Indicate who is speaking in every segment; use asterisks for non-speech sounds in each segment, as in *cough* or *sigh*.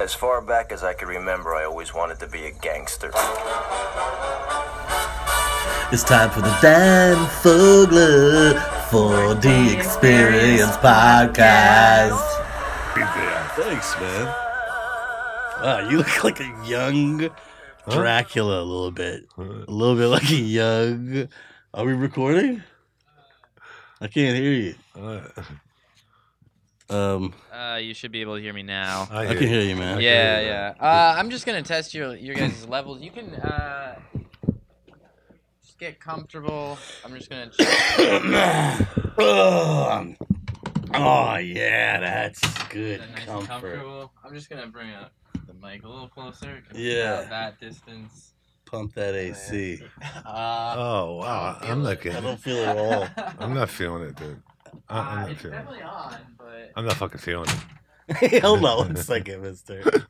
Speaker 1: As far back as I can remember, I always wanted to be a gangster.
Speaker 2: It's time for the Dan Fogler for the Experience
Speaker 3: *laughs*
Speaker 2: Podcast.
Speaker 4: Thanks, man. Wow, you look like a young Dracula a little bit. A little bit like a young. Are we recording? I can't hear you. Um,
Speaker 5: Uh, you should be able to hear me now.
Speaker 4: I can hear you, man.
Speaker 5: yeah, yeah. Uh, I'm just gonna test your your guys' levels. You can uh, just get comfortable. I'm just gonna. Check.
Speaker 4: Oh, *coughs* oh, yeah, that's good
Speaker 5: Nice and
Speaker 4: comfort.
Speaker 5: comfortable. I'm just gonna bring up the mic a little closer. 'cause
Speaker 4: Yeah.
Speaker 5: without That distance.
Speaker 4: Pump that AC.
Speaker 5: Uh,
Speaker 6: Oh wow, I'm
Speaker 4: *laughs*
Speaker 6: not
Speaker 4: I
Speaker 6: good.
Speaker 4: don't feel it at
Speaker 5: *laughs*
Speaker 4: all.
Speaker 6: I'm not feeling it, dude. I- I'm
Speaker 5: uh,
Speaker 6: not
Speaker 5: it's
Speaker 6: feeling. It.
Speaker 5: definitely on, but
Speaker 6: I'm not fucking feeling it.
Speaker 4: *laughs* Hold
Speaker 6: *laughs*
Speaker 4: on one second, mister.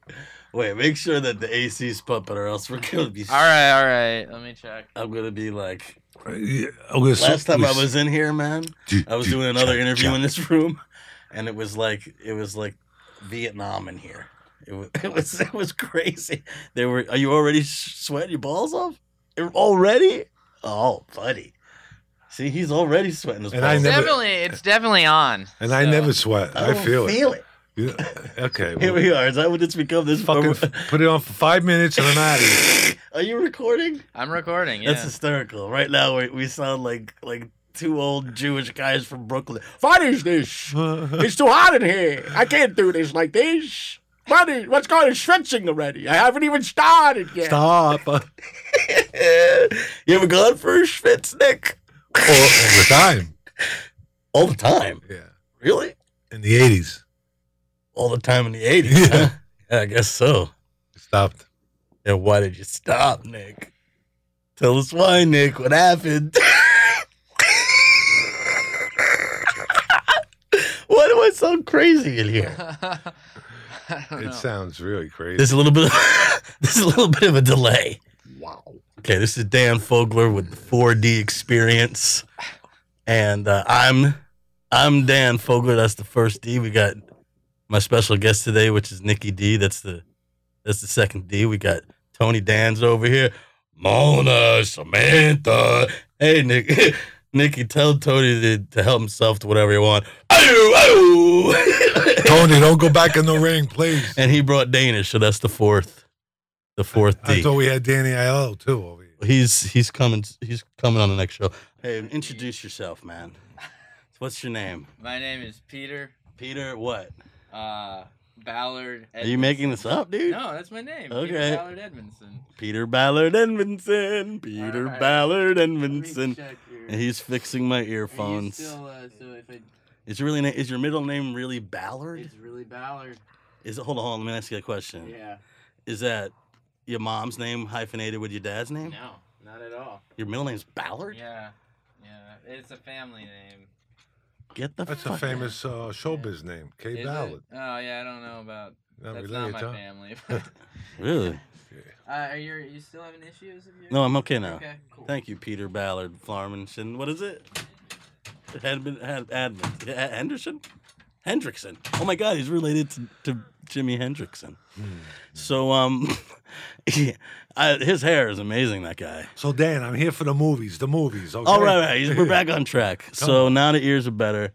Speaker 4: Wait, make sure that the AC's pumping or else we're going to be.
Speaker 5: all right, all right. Let me check.
Speaker 4: I'm going to be like.
Speaker 6: I'm gonna
Speaker 4: Last
Speaker 6: so-
Speaker 4: time I was in here, man,
Speaker 6: Dude,
Speaker 4: I was
Speaker 6: dude,
Speaker 4: doing another
Speaker 6: Jack,
Speaker 4: interview
Speaker 6: Jack.
Speaker 4: in this room, and it was like it was like Vietnam in here. It was *laughs* it was, it was crazy. They were. Are you already s- sweating your balls off? Already? Oh, buddy. See, he's already sweating his
Speaker 6: And I
Speaker 4: balls.
Speaker 6: never-
Speaker 5: definitely, it's definitely on.
Speaker 6: and I
Speaker 5: so-
Speaker 6: never sweat.
Speaker 4: I
Speaker 6: I,
Speaker 4: don't
Speaker 6: feel, it.
Speaker 4: feel it.
Speaker 6: You-
Speaker 4: *laughs*
Speaker 6: okay,
Speaker 4: Here
Speaker 6: well,
Speaker 4: we are. Is that what it's become? This
Speaker 6: fucking
Speaker 4: fucking.
Speaker 6: f- put it on for five minutes and I'm out of here.
Speaker 4: *laughs* Are you recording?
Speaker 5: I'm recording. Yeah.
Speaker 4: That's hysterical. Right now, we, we sound like like two old Jewish guys from Brooklyn. Finish this. *laughs* It's too hot in here. I can't do this like this. What is, what's going on? It's stretching already. I haven't even started yet.
Speaker 6: *laughs* Stop. *laughs* All, all
Speaker 4: *laughs* you ever gone for a schwitz, Nick?
Speaker 6: the time.
Speaker 4: All the time.
Speaker 6: Yeah,
Speaker 4: Really?
Speaker 6: in the '80s,
Speaker 4: All the time in the 80s.
Speaker 6: Yeah.
Speaker 4: huh? Yeah, I guess so.
Speaker 6: it stopped.
Speaker 4: Then why did you stop, Nick? Tell us why, Nick. What happened? *laughs* why do I sound crazy in here?
Speaker 5: *laughs* I don't know.
Speaker 6: It sounds really crazy.
Speaker 4: There's a little bit of *laughs* there's a little bit of a delay. Wow. Okay, this is Dan Fogler with the 4D Experience, and uh, I'm I'm Dan Fogler. That's the first D. We got my special guest today, which is Nikki D. That's the that's the second D. We got Tony Dan's over here. Mona, Samantha. Hey, Nick. *laughs* Nikki, tell Tony to, to help himself to whatever he wants. Ayo, ayo. *laughs*
Speaker 6: *laughs* Tony, don't go back in the ring, please.
Speaker 4: And he brought Danish, so that's the fourth, the fourth
Speaker 6: I
Speaker 4: D.
Speaker 6: thought we had Danny Aiello too over here.
Speaker 4: He's he's coming. He's coming on the next show. Hey, introduce yourself, man. What's your name?
Speaker 5: My name is Peter
Speaker 4: Peter. What?
Speaker 5: uh, Ballard.
Speaker 4: Are you making this up, dude?
Speaker 5: No, that's my name.
Speaker 4: Okay.
Speaker 5: Peter Ballard Edmondson.
Speaker 4: Peter Ballard Edmondson. Peter
Speaker 5: Alright.
Speaker 4: Ballard
Speaker 5: Let me
Speaker 4: Edmondson.
Speaker 5: check your-
Speaker 4: And he's fixing my
Speaker 5: Are you
Speaker 4: earphones.
Speaker 5: still, uh, so if I,
Speaker 4: is your really na- is your middle name really Ballard?
Speaker 5: it's really Ballard.
Speaker 4: Is it? Hold on. Let me ask you a question.
Speaker 5: Yeah.
Speaker 4: Is that your mom's name hyphenated with your dad's name?
Speaker 5: No, not at all.
Speaker 4: Your middle name's Ballard.
Speaker 5: Yeah. Yeah. It's a family name.
Speaker 4: Get the.
Speaker 6: That's a
Speaker 4: fuck-
Speaker 6: famous uh, showbiz name, K
Speaker 5: Is it?
Speaker 6: Ballard.
Speaker 5: Oh yeah, I don't know about.
Speaker 6: Not
Speaker 5: that's not
Speaker 6: related,
Speaker 5: my
Speaker 6: huh? *laughs*
Speaker 5: family. uh,
Speaker 4: Really?
Speaker 5: are you you still having issues? If you're...
Speaker 4: No, I'm okay now.
Speaker 5: Okay. Cool.
Speaker 4: Thank you, Peter Ballard Flarmanson. What is it? Admin, Ad, Admin. Yeah, Henderson? Hendrickson. Oh my God, he's related to, to Jimi Hendrickson. So, um, *laughs* yeah, I, his hair is amazing, that guy.
Speaker 6: So Dan, I'm here for the movies. The movies. Okay?
Speaker 4: All Oh, right, right. We're back on track. so now the ears are better.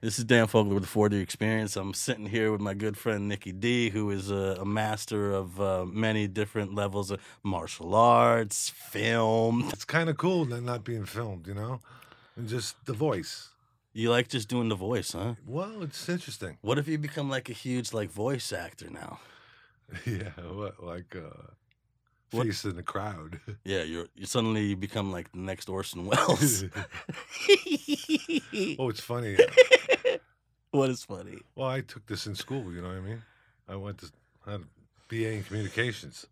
Speaker 4: This is Dan Fogler with the 4D Experience. I'm sitting here with my good friend Nikki D, who is a, a master of uh, many different levels of martial arts, film.
Speaker 6: *laughs* It's kind of cool that not being filmed, you know, and just the voice.
Speaker 4: You like just doing the voice, huh?
Speaker 6: Well, it's interesting. *laughs*
Speaker 4: What if you become like a huge like voice actor now?
Speaker 6: Yeah, what, like uh,
Speaker 4: What-
Speaker 6: face in the
Speaker 4: *laughs*
Speaker 6: crowd.
Speaker 4: Yeah, you're you suddenly you become like the next Orson *laughs* Welles.
Speaker 6: *laughs* oh,
Speaker 4: *laughs*
Speaker 6: it's funny.
Speaker 4: what is funny?
Speaker 6: Well, I took this in school. You know what I mean? I went to had BA in
Speaker 4: *coughs*
Speaker 6: communications.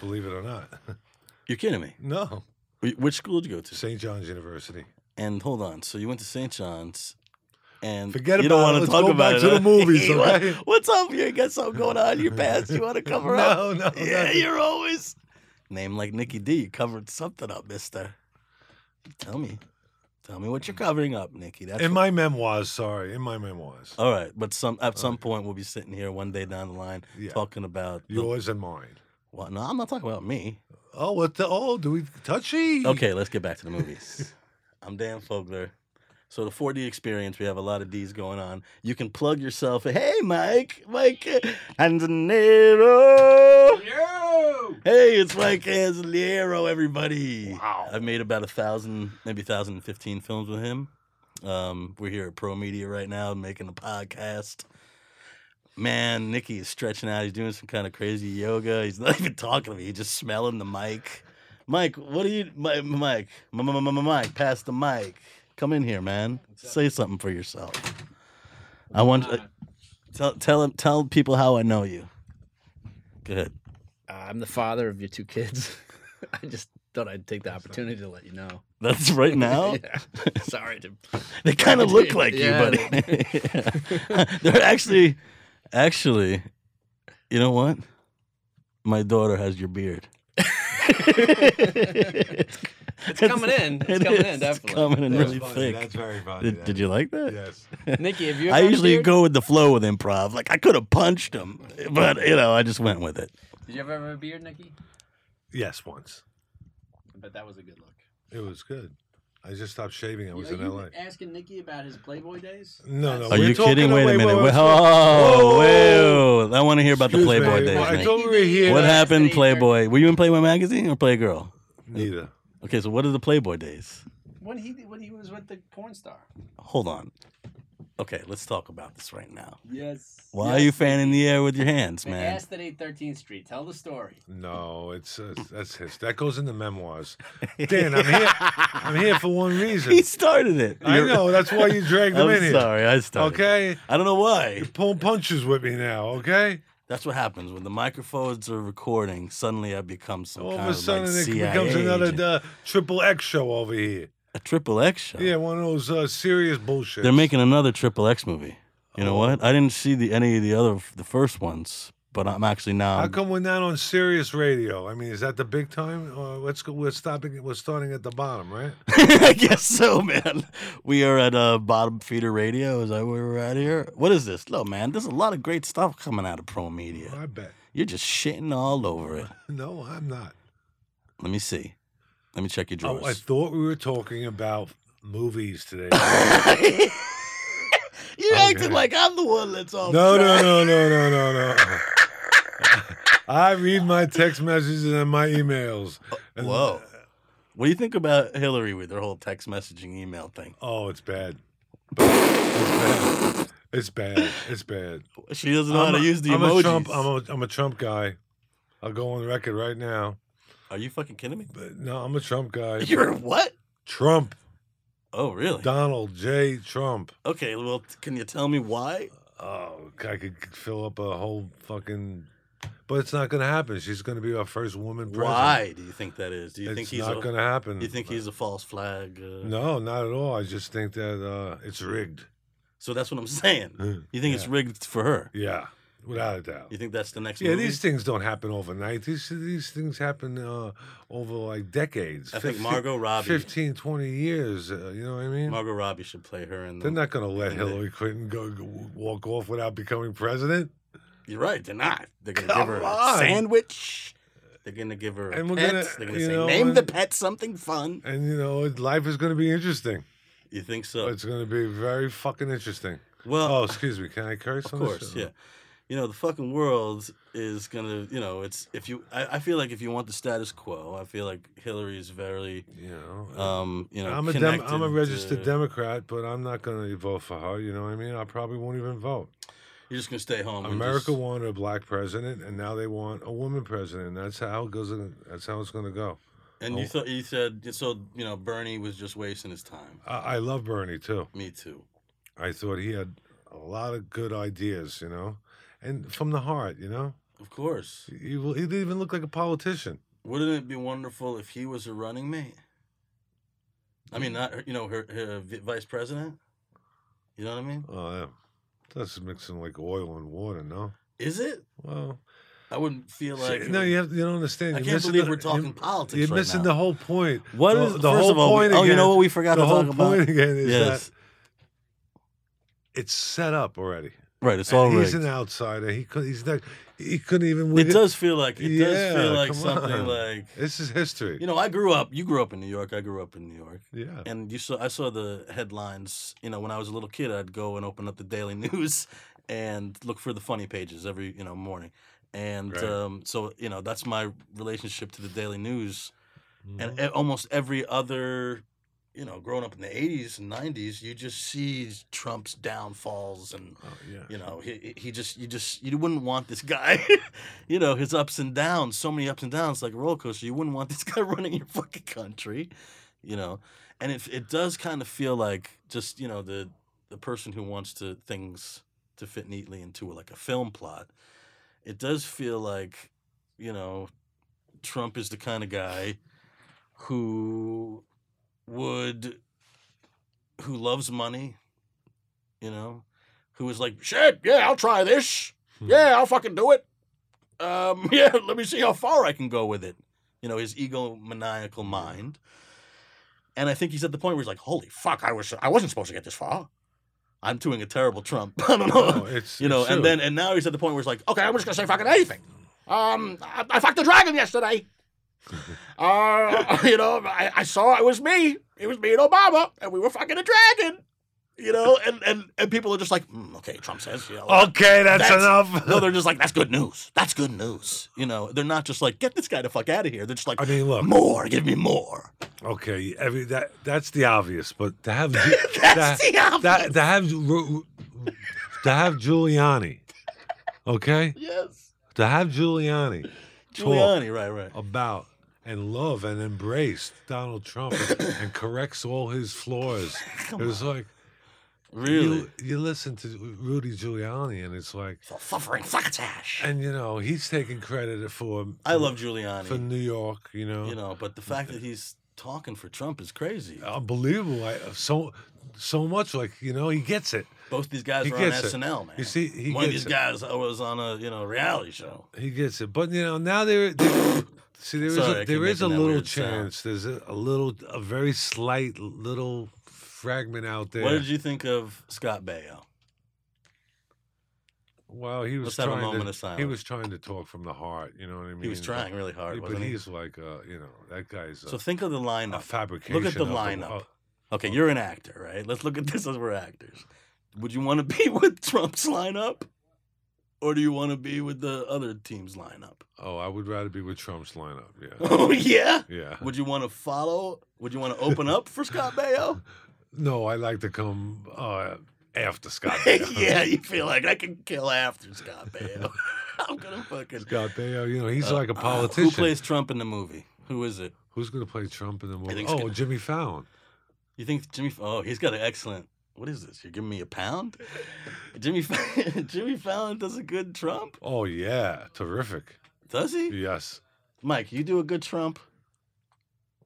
Speaker 6: believe it or not. *laughs*
Speaker 4: You're kidding me.
Speaker 6: No.
Speaker 4: Wh- Which school did you go to?
Speaker 6: St. John's University.
Speaker 4: And hold on. So you went to St. John's, and
Speaker 6: Forget
Speaker 4: you
Speaker 6: about
Speaker 4: don't
Speaker 6: it.
Speaker 4: want
Speaker 6: Let's
Speaker 4: to talk
Speaker 6: go
Speaker 4: about
Speaker 6: back
Speaker 4: it.
Speaker 6: to the
Speaker 4: huh? *laughs*
Speaker 6: movies, all
Speaker 4: What-
Speaker 6: right?
Speaker 4: What's up? You got something going on in your past. You
Speaker 6: *laughs*
Speaker 4: want to cover up?
Speaker 6: No, no,
Speaker 4: Yeah,
Speaker 6: no.
Speaker 4: you're always name like Nikki D. You covered something up, Mister. Tell me, tell me what you're covering up, Nikki. That's
Speaker 6: Mm. In
Speaker 4: what-
Speaker 6: my memoirs, sorry. In my memoirs.
Speaker 4: all right. But some at some point we'll be sitting here one day down the line
Speaker 6: Yeah.
Speaker 4: talking about the-
Speaker 6: Yours and mine.
Speaker 4: well, no, I'm not talking about
Speaker 6: *laughs*
Speaker 4: me.
Speaker 6: Oh, what the? Oh, do we touchy?
Speaker 4: Okay, let's get back to the
Speaker 6: *laughs*
Speaker 4: movies. I'm Dan Fogler. So the 4D experience, we have a lot of D's going on. You can plug yourself. Hey, Mike, Mike Anzanero. Hey, it's Mike Anzanero, everybody. Wow. I've made about a thousand, maybe thousand and fifteen films with him. Um, we're here at Pro Media right now, making a podcast. Man, Nikki is stretching out. He's doing some kind of crazy yoga. He's *laughs* not even talking to me. He's just smelling the mic. Mike, what are you, Mi- Mike? M- m- m- Mike, pass the mic. Come in here, man. Say something for yourself. I want uh, tell tell tell people how I know you. Good.
Speaker 3: Uh, I'm the father of your two kids. *laughs* I just thought I'd take the opportunity to let you know.
Speaker 4: That's right now. *laughs*
Speaker 3: *laughs* Yeah. Sorry to.
Speaker 4: They kind of look like
Speaker 3: Yeah,
Speaker 4: you, buddy. *laughs* They're actually, actually, you know what? My daughter has your beard.
Speaker 3: It's coming in. It's
Speaker 4: It
Speaker 3: coming
Speaker 4: is.
Speaker 3: in, definitely.
Speaker 4: It's coming in
Speaker 6: That's
Speaker 4: really
Speaker 6: funny.
Speaker 4: thick.
Speaker 6: That's very funny.
Speaker 4: did, did you like that?
Speaker 6: Yes.
Speaker 5: Nikki, have you?
Speaker 4: I
Speaker 5: ever
Speaker 4: usually
Speaker 5: beard?
Speaker 4: go with the flow with improv. Like I could have punched him, but you know, I just went with it.
Speaker 5: Did you ever have a beard, Nikki?
Speaker 6: Yes, once.
Speaker 5: But that was a good look.
Speaker 6: It was good. I just stopped shaving. I was in LA.
Speaker 5: asking Nikki about his Playboy days?
Speaker 6: No, no.
Speaker 4: Are
Speaker 6: we're
Speaker 4: you
Speaker 6: talking
Speaker 4: kidding?
Speaker 6: to-
Speaker 4: Wait a minute.
Speaker 6: wait,
Speaker 4: Wait,
Speaker 6: wait.
Speaker 4: oh, whoa. I want to hear about the
Speaker 6: Excuse me.
Speaker 4: Playboy
Speaker 6: Well, I
Speaker 4: days. Nick.
Speaker 6: told her here.
Speaker 4: What happened,
Speaker 5: Anthony,
Speaker 4: Playboy? Were you in Playboy magazine or Playgirl?
Speaker 6: Neither.
Speaker 4: Okay, so what are the Playboy days?
Speaker 5: When he when he was with the porn star.
Speaker 4: Hold on. Okay, let's talk about this right now.
Speaker 5: Yes.
Speaker 4: Why are you fanning the air with your hands,
Speaker 5: They
Speaker 4: man?
Speaker 5: asked at 813th Street. Tell the story.
Speaker 6: No, it's uh, that's his. That goes in the memoirs.
Speaker 4: *laughs*
Speaker 6: Dan, I'm here. I'm here for one reason.
Speaker 4: He started it.
Speaker 6: I
Speaker 4: You're-
Speaker 6: know. That's why you
Speaker 4: *laughs*
Speaker 6: dragged him
Speaker 4: I'm
Speaker 6: in here.
Speaker 4: sorry, I started. it.
Speaker 6: Okay.
Speaker 4: I don't know why.
Speaker 6: Pulling punches with me now. Okay.
Speaker 4: That's what happens when the microphones are recording. Suddenly, I become some
Speaker 6: All of
Speaker 4: kind
Speaker 6: a
Speaker 4: of
Speaker 6: sudden,
Speaker 4: like
Speaker 6: it
Speaker 4: CIA
Speaker 6: becomes
Speaker 4: agent.
Speaker 6: another uh, triple X show over here.
Speaker 4: a triple X show.
Speaker 6: Yeah, one of those uh, serious bullshit.
Speaker 4: They're making another triple X movie. You
Speaker 6: Oh.
Speaker 4: know what? I didn't see the any of the other the first ones, but I'm actually now.
Speaker 6: How come we're not on serious radio? I mean, is that the big time? Or let's go. We're stopping. We're starting at the bottom, right?
Speaker 4: *laughs* I guess so, man. We are at uh, Bottom Feeder Radio. Is that where we're at here? What is this? Look, man, there's a lot of great stuff coming out of Pro Media.
Speaker 6: I bet.
Speaker 4: You're just shitting all over it.
Speaker 6: No, I'm not.
Speaker 4: Let me see. Let me check your drawers.
Speaker 6: Oh, I thought we were talking about movies
Speaker 4: *laughs*
Speaker 6: today.
Speaker 4: You're acting
Speaker 6: Okay.
Speaker 4: like I'm the one that's off.
Speaker 6: No,
Speaker 4: track.
Speaker 6: no, no, no, no, no, no. *laughs* I read my text messages and my emails. And-
Speaker 4: Oh, Whoa. What do you think about Hillary with her whole text messaging email thing?
Speaker 6: Oh, it's bad. It's bad. It's bad. It's bad.
Speaker 4: She doesn't know how
Speaker 6: a-
Speaker 4: to use the
Speaker 6: I'm
Speaker 4: emojis.
Speaker 6: A Trump, I'm, a, I'm a Trump guy. I'll go on record right now.
Speaker 4: Are you fucking kidding me?
Speaker 6: But no, I'm a
Speaker 4: *laughs*
Speaker 6: Trump guy.
Speaker 4: You're what?
Speaker 6: Trump.
Speaker 4: Oh, really?
Speaker 6: Donald J. Trump.
Speaker 4: Okay, well, t- can you tell me why?
Speaker 6: Oh, I could fill up a whole fucking. But it's not going to happen. She's going to be our first woman president.
Speaker 4: Why do you think that is? Do you
Speaker 6: it's
Speaker 4: think he's
Speaker 6: not
Speaker 4: a,
Speaker 6: going to happen.
Speaker 4: You think he's a false flag? Uh,
Speaker 6: No, not at all. I just think that uh, it's rigged.
Speaker 4: So that's what I'm saying.
Speaker 6: Mm,
Speaker 4: You think it's
Speaker 6: yeah.
Speaker 4: rigged for her?
Speaker 6: Yeah, without a doubt.
Speaker 4: Hmm. You think that's the next
Speaker 6: Yeah,
Speaker 4: movie?
Speaker 6: these things don't happen overnight. These these things happen uh, over like decades.
Speaker 4: I think Margot Robbie-
Speaker 6: 15, 20 years. Uh, you know what I mean?
Speaker 4: Margot Robbie should play her in. The,
Speaker 6: They're not going to let
Speaker 4: And they-
Speaker 6: Hillary Clinton go, go walk off without becoming president.
Speaker 4: You're right. They're not. They're gonna give
Speaker 6: Come
Speaker 4: her a
Speaker 6: on.
Speaker 4: sandwich. They're gonna give her a
Speaker 6: And we're
Speaker 4: pet.
Speaker 6: gonna-
Speaker 4: They're gonna
Speaker 6: you
Speaker 4: say,
Speaker 6: know,
Speaker 4: "Name the
Speaker 6: and-
Speaker 4: pet something fun."
Speaker 6: And you know, life is going to be interesting.
Speaker 4: You think so?
Speaker 6: It's going to be very fucking interesting.
Speaker 4: well,
Speaker 6: Oh, excuse me. Can I curse?
Speaker 4: of
Speaker 6: on this
Speaker 4: course,
Speaker 6: show?
Speaker 4: yeah. You know, the fucking world is gonna. You know, it's if you. I, I feel like if you want the status quo, I feel like Hillary is very.
Speaker 6: You know, uh,
Speaker 4: Um, you know,
Speaker 6: I'm a dem- I'm a
Speaker 4: connected
Speaker 6: registered
Speaker 4: to-
Speaker 6: Democrat, but I'm not going to vote for her. You know what I mean? I probably won't even vote.
Speaker 4: You're just gonna stay home. and
Speaker 6: America
Speaker 4: just-
Speaker 6: wanted a black president, and now they want a woman president. That's how it goes. In, that's how it's going to go.
Speaker 4: And you
Speaker 6: Oh.
Speaker 4: thought you said so. You know, Bernie was just wasting his time.
Speaker 6: I, I love Bernie too.
Speaker 4: Me too.
Speaker 6: I thought he had a lot of good ideas, you know, and from the heart, you know.
Speaker 4: Of course.
Speaker 6: He, he didn't even look like a politician.
Speaker 4: Wouldn't it be wonderful if he was a running mate? I mean, not her- you know her, her vi- vice president. You know what I mean?
Speaker 6: Oh, yeah. That's mixing like oil and water, no?
Speaker 4: Is it?
Speaker 6: Well,
Speaker 4: I wouldn't feel like. mm.
Speaker 6: no, you have you don't understand.
Speaker 4: I
Speaker 6: You're
Speaker 4: can't
Speaker 6: missing
Speaker 4: believe
Speaker 6: the-
Speaker 4: we're talking
Speaker 6: you're-
Speaker 4: politics
Speaker 6: You're
Speaker 4: right
Speaker 6: missing
Speaker 4: now.
Speaker 6: the whole point.
Speaker 4: What
Speaker 6: the,
Speaker 4: is
Speaker 6: the
Speaker 4: first
Speaker 6: whole
Speaker 4: of all,
Speaker 6: point?
Speaker 4: we- oh, you
Speaker 6: again-
Speaker 4: know what we forgot
Speaker 6: the
Speaker 4: to
Speaker 6: whole
Speaker 4: talk about?
Speaker 6: point again is
Speaker 4: yes,
Speaker 6: that it's set up already.
Speaker 4: right. It's all
Speaker 6: he's
Speaker 4: rigged.
Speaker 6: an outsider. He could, he's not. He couldn't even.
Speaker 4: It
Speaker 6: win
Speaker 4: does feel like it does
Speaker 6: Yeah,
Speaker 4: feel like
Speaker 6: come
Speaker 4: something
Speaker 6: on.
Speaker 4: like
Speaker 6: This is history.
Speaker 4: you know. I grew up. You grew up in New York. I grew up in New York.
Speaker 6: yeah.
Speaker 4: and you saw I saw the headlines. You know, when I was a little kid, I'd go and open up the Daily *laughs* News and look for the funny pages every you know morning. And
Speaker 6: Right.
Speaker 4: um, so you know that's my relationship to the Daily News. And e- almost every other, you know, growing up in the '80s and '90s, you just see Trump's downfalls and
Speaker 6: Oh, yeah.
Speaker 4: you know he, he just you just you wouldn't want this guy *laughs* you know his ups and downs so many ups and downs like a roller coaster you wouldn't want this *laughs* guy running your fucking country you know and it, it does kind of feel like just you know the the person who wants to things to fit neatly into like a film plot it does feel like you know trump is the kind of guy who would who loves money you know who was like, shit, yeah, I'll try this.
Speaker 6: Hmm.
Speaker 4: Yeah, I'll fucking do it. Um, *laughs* yeah, let me see how far I can go with it. You know, his egomaniacal mind. And I think he's at the point where he's like, holy fuck, I was I wasn't supposed to get this far. I'm doing a terrible Trump. *laughs* I don't know.
Speaker 6: No,
Speaker 4: *coughs*
Speaker 6: Oh, it's-
Speaker 4: you know,
Speaker 6: it's
Speaker 4: and
Speaker 6: true.
Speaker 4: then and now he's at the point where he's like, okay, I'm just gonna say fucking anything. Um, I, I fucked a dragon
Speaker 6: *laughs*
Speaker 4: yesterday. uh, you know, I, I saw it was me. It was me and Obama, and we were fucking a dragon. You know, and and and people are just like, "Mm, okay, Trump says, you know,
Speaker 6: Okay, that's,
Speaker 4: That's-
Speaker 6: enough.
Speaker 4: *laughs* no, they're just like, that's good news. That's good news. You know, they're not just like, get this guy the fuck out of here. They're just like,
Speaker 6: *laughs* I mean, look.
Speaker 4: more, give me more. *laughs*
Speaker 6: Okay, every that that's the obvious, but
Speaker 4: *laughs*
Speaker 6: to have Ju-
Speaker 4: That's
Speaker 6: to,
Speaker 4: the obvious.
Speaker 6: That, to have Ru- Ru- to have Giuliani, okay,
Speaker 4: yes.
Speaker 6: to have Giuliani talk
Speaker 4: Giuliani, right, right.
Speaker 6: Oh, about and love and embrace Donald Trump and corrects all his flaws. it was like
Speaker 4: Really?
Speaker 6: you, you listen to Rudy Giuliani, and it's like,
Speaker 4: For suffering succotash.
Speaker 6: and you know he's taking credit for
Speaker 4: I love Giuliani.
Speaker 6: for New York, you know,
Speaker 4: you know, but the fact that he's talking for Trump is crazy.
Speaker 6: unbelievable. I, so so much like you know he gets it.
Speaker 4: Both these guys
Speaker 6: He
Speaker 4: were on
Speaker 6: gets it.
Speaker 4: SNL, man.
Speaker 6: You see, he
Speaker 4: one of
Speaker 6: gets
Speaker 4: these
Speaker 6: it.
Speaker 4: guys was on a you know reality show.
Speaker 6: He gets it, but you know now there. there see, there is
Speaker 4: Sorry, I
Speaker 6: a,
Speaker 4: keep
Speaker 6: there is
Speaker 4: making that
Speaker 6: a little
Speaker 4: weird sound.
Speaker 6: chance. There's a, a little, a very slight little fragment out there.
Speaker 4: What did you think of Scott Baio?
Speaker 6: Well, he was
Speaker 4: Let's have a
Speaker 6: trying
Speaker 4: moment
Speaker 6: to,
Speaker 4: of silence.
Speaker 6: He was trying to talk from the heart. You know what I mean?
Speaker 4: He was trying really
Speaker 6: but,
Speaker 4: hard,
Speaker 6: but
Speaker 4: wasn't he?
Speaker 6: he's like, uh, you know, that guy's a,
Speaker 4: So think of the
Speaker 6: a
Speaker 4: lineup.
Speaker 6: fabrication.
Speaker 4: Look at the
Speaker 6: of
Speaker 4: lineup.
Speaker 6: uh,
Speaker 4: Okay, you're an actor, right? Let's look at *laughs* this as we're actors. Would you want to be *laughs* with Trump's lineup? Or do you want to be with the other team's
Speaker 6: *laughs*
Speaker 4: lineup?
Speaker 6: oh, I would rather be with Trump's lineup. Yeah,
Speaker 4: *laughs* Oh, yeah?
Speaker 6: yeah.
Speaker 4: Would you want to follow? Would you want to open up for
Speaker 6: *laughs*
Speaker 4: Scott Baio?
Speaker 6: No, I like to come uh, after Scott.
Speaker 4: *laughs*
Speaker 6: Baio.
Speaker 4: yeah, you feel like I can kill after Scott Baio. *laughs* I'm going to fucking.
Speaker 6: Scott Baio. You know, he's like a
Speaker 4: Uh,
Speaker 6: politician.
Speaker 4: Who plays Trump in the movie? Who is it?
Speaker 6: Who's going to play Trump in the movie?
Speaker 4: think
Speaker 6: Oh,
Speaker 4: Scott-
Speaker 6: Jimmy Fallon.
Speaker 4: You think Jimmy? Oh, he's got an excellent. What is this? You're giving me a pound? *laughs* Jimmy Fa- *laughs* Jimmy Fallon does a good Trump,
Speaker 6: Oh yeah, terrific.
Speaker 4: does he?
Speaker 6: Yes,
Speaker 4: Mike, you do a good Trump.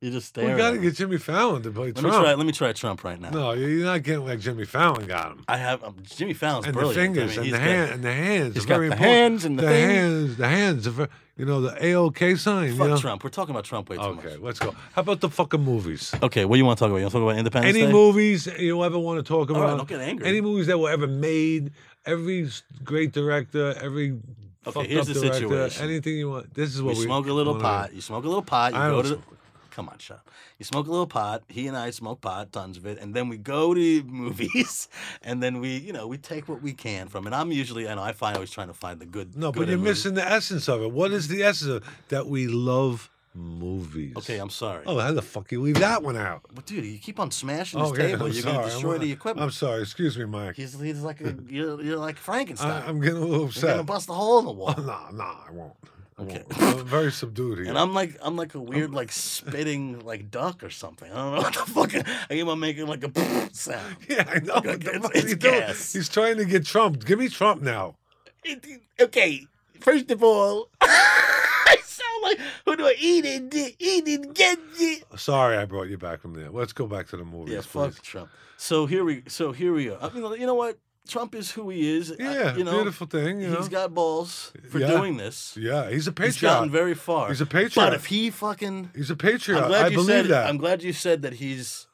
Speaker 4: You just stare.
Speaker 6: we
Speaker 4: at
Speaker 6: got to
Speaker 4: him.
Speaker 6: get Jimmy Fallon to play
Speaker 4: Let
Speaker 6: Trump.
Speaker 4: me try. Let me try Trump right now.
Speaker 6: No, you're not getting like Jimmy Fallon got him.
Speaker 4: I have um, Jimmy Fallon's
Speaker 6: and the
Speaker 4: brilliant. I
Speaker 6: fingers
Speaker 4: mean, he's
Speaker 6: and the
Speaker 4: got-
Speaker 6: hand and the hands.
Speaker 4: he's
Speaker 6: are
Speaker 4: got
Speaker 6: very
Speaker 4: the
Speaker 6: important.
Speaker 4: hands and the thing.
Speaker 6: hands. The hands are, ver- you know, the AOK sign.
Speaker 4: Fuck
Speaker 6: you know?
Speaker 4: Trump. We're talking about Trump way too
Speaker 6: Okay,
Speaker 4: much.
Speaker 6: let's go. How about the fucking movies?
Speaker 4: Okay, what do you want to talk about? You want to talk about Independence
Speaker 6: Any
Speaker 4: Day?
Speaker 6: movies you ever want to talk
Speaker 4: All right,
Speaker 6: about?
Speaker 4: don't get angry.
Speaker 6: Any movies that were ever made? Every s- great director, every fucked
Speaker 4: here's
Speaker 6: up
Speaker 4: the
Speaker 6: director,
Speaker 4: situation.
Speaker 6: anything you want. This is
Speaker 4: You
Speaker 6: what we
Speaker 4: smoke a little
Speaker 6: wanna do.
Speaker 4: pot. You smoke a little pot. You
Speaker 6: I
Speaker 4: go
Speaker 6: don't
Speaker 4: to. The,
Speaker 6: smoke.
Speaker 4: come on, shut up. You smoke a little pot. He and I smoke pot, tons of it, and then we go to *laughs* movies, and then we, you know, we take what we can from it. I'm usually, I know, I find always trying to find the good.
Speaker 6: No,
Speaker 4: good
Speaker 6: but you're
Speaker 4: in movies.
Speaker 6: missing the essence of it. What is the essence of it? That we love movies.
Speaker 4: Okay, I'm sorry.
Speaker 6: Oh, how the fuck you leave that one out?
Speaker 4: But dude, you keep on smashing this
Speaker 6: Oh,
Speaker 4: table.
Speaker 6: I'm
Speaker 4: You're
Speaker 6: sorry.
Speaker 4: gonna destroy
Speaker 6: I'm,
Speaker 4: the equipment.
Speaker 6: I'm sorry. Excuse me, Mike.
Speaker 4: He's, he's like
Speaker 6: *laughs*
Speaker 4: a, you're, you're like Frankenstein.
Speaker 6: I, am getting a little
Speaker 4: you're gonna
Speaker 6: upset.
Speaker 4: bust a hole in the wall.
Speaker 6: Oh, no, no, I won't. I
Speaker 4: Okay.
Speaker 6: won't. I'm very subdued here.
Speaker 4: And I'm like I'm like a weird like spitting like duck or something. I don't know what the *laughs* fuck. I keep on making like a *laughs* sound.
Speaker 6: *laughs* yeah, I know. What the
Speaker 4: It's-
Speaker 6: fuck are you
Speaker 4: it's
Speaker 6: doing?
Speaker 4: gas.
Speaker 6: He's trying to get Trump. Give me Trump now.
Speaker 4: It- it- okay, First of all, *laughs* I sound like who do I eat it? di- Eat it, get it.
Speaker 6: Sorry, I brought you back from there. Let's go back to the movies,
Speaker 4: Yeah,
Speaker 6: please.
Speaker 4: fuck Trump. So here we, so here we are. I mean, you know what? Trump is who he is. I-
Speaker 6: Yeah,
Speaker 4: you know,
Speaker 6: beautiful thing. You know?
Speaker 4: he's got balls for
Speaker 6: Yeah.
Speaker 4: doing this.
Speaker 6: yeah, he's a
Speaker 4: He's gotten
Speaker 6: patriot.
Speaker 4: very far.
Speaker 6: He's a
Speaker 4: But
Speaker 6: patriot.
Speaker 4: if he fucking,
Speaker 6: he's a patriot.
Speaker 4: I'm glad
Speaker 6: I
Speaker 4: you
Speaker 6: believe
Speaker 4: said,
Speaker 6: that.
Speaker 4: I'm glad you said that he's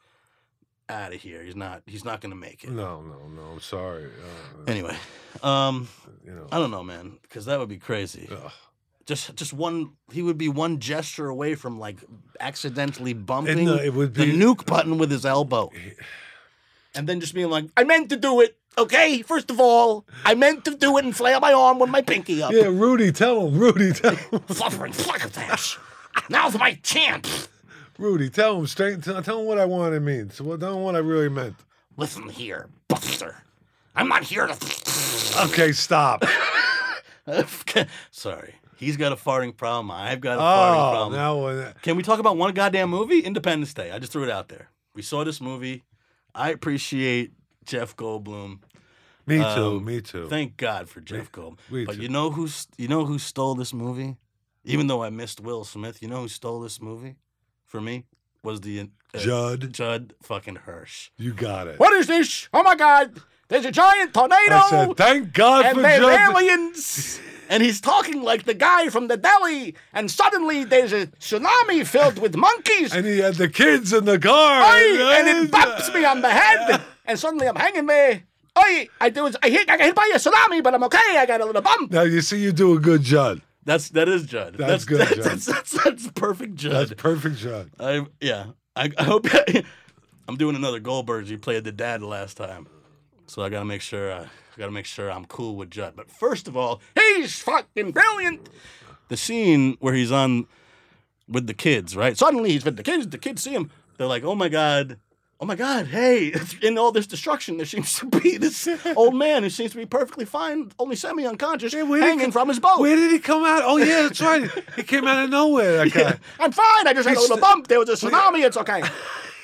Speaker 4: out of here. He's not. He's not going to make it.
Speaker 6: No, no, no. I'm sorry. Uh,
Speaker 4: Anyway, um,
Speaker 6: you know.
Speaker 4: I don't know, man, because that would be crazy.
Speaker 6: Ugh.
Speaker 4: Just, just one. He would be one gesture away from like accidentally bumping
Speaker 6: And, uh, it would
Speaker 4: the
Speaker 6: be-
Speaker 4: nuke button with his elbow, and then just being like, "I meant to do it." Okay, first of all, I meant to do it and flail my arm with my pinky up.
Speaker 6: Yeah, Rudy, tell him. Rudy, *laughs* tell him.
Speaker 4: Fluttering fluckerdash. Now's my chance.
Speaker 6: Rudy, tell him straight. Tell, tell him what I wanted means. Well, tell him what I really meant.
Speaker 4: Listen here, Buster. I'm not here to. *laughs*
Speaker 6: Okay, stop.
Speaker 4: Sorry, he's got a farting problem. I've got a farting
Speaker 6: oh,
Speaker 4: problem.
Speaker 6: now when-
Speaker 4: Can we talk about one goddamn movie? Independence Day. I just threw it out there. We saw this movie. I appreciate Jeff Goldblum.
Speaker 6: me too.
Speaker 4: Um,
Speaker 6: me too.
Speaker 4: Thank God for Jeff Goldblum.
Speaker 6: we
Speaker 4: But
Speaker 6: too.
Speaker 4: you know who you know who stole this movie? Even though I missed Will Smith, you know who stole this movie for me was the uh,
Speaker 6: Judd.
Speaker 4: Judd fucking Hirsch.
Speaker 6: you got it.
Speaker 4: What is this? Oh my God! There's a giant tornado!
Speaker 6: I said, thank God
Speaker 4: oh! and
Speaker 6: for
Speaker 4: they're
Speaker 6: Judd.
Speaker 4: aliens. And he's talking like the guy from the deli, and suddenly there's a tsunami filled with
Speaker 6: *laughs*
Speaker 4: monkeys.
Speaker 6: and he had the kids in the car.
Speaker 4: Oi, and it bops me on the head, and suddenly I'm hanging me. Oi, I do. I hit. I got hit by a tsunami, but I'm okay. I got a little bump.
Speaker 6: Now you see, you do a good Judd.
Speaker 4: That's that is Judd.
Speaker 6: That's good, Judd.
Speaker 4: That's, that's, that's perfect, *laughs*
Speaker 6: That's
Speaker 4: Judd.
Speaker 6: perfect, Judd.
Speaker 4: I yeah. I, I hope *laughs* I'm doing another Goldbergs. You played the dad last time, so I gotta make sure I, I gotta make sure I'm cool with Judd. But first of all, he's fucking brilliant. The scene where he's on with the kids, right? Suddenly he's with the kids. The kids see him. They're like, "Oh my god." Oh my God! Hey, *laughs* in all this destruction, there seems to be this old man who seems to be perfectly fine, only semi-unconscious,
Speaker 6: where did he
Speaker 4: hanging
Speaker 6: co-
Speaker 4: from his boat.
Speaker 6: Where did he come out? Oh yeah, that's right. he came out of
Speaker 4: *laughs*
Speaker 6: nowhere. That guy.
Speaker 4: I'm fine. I just had a
Speaker 6: He's
Speaker 4: little
Speaker 6: st-
Speaker 4: bump. There was a tsunami. It's okay.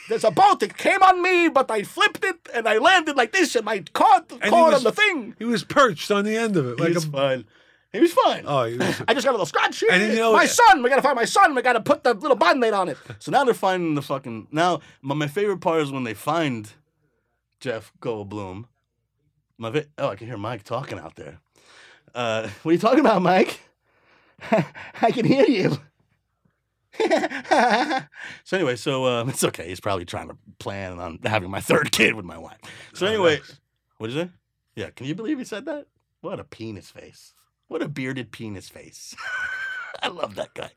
Speaker 4: There's a boat that came on me, but I flipped it and I landed like this and I caught,
Speaker 6: he
Speaker 4: caught on
Speaker 6: was-
Speaker 4: the thing.
Speaker 6: He was perched on the end of it, like a.
Speaker 4: fine. He was fine.
Speaker 6: Oh, he was,
Speaker 4: *laughs* I just got a little scratch here.
Speaker 6: And you know-
Speaker 4: my son, we gotta find my son. We gotta put the little bond aid on it. So now they're finding the fucking. Now, my, my favorite part is when they find Jeff Goldblum. My vi- oh, I can hear Mike talking out there. Uh, what are you talking about, Mike? *laughs* I can hear you. *laughs* so anyway, so um, it's okay. He's probably trying to plan on having my third kid with my wife. So anyway,
Speaker 6: Oh,
Speaker 4: what did you say? Yeah, can you believe he said that? What a penis face. What a bearded penis face. *laughs* I love that guy.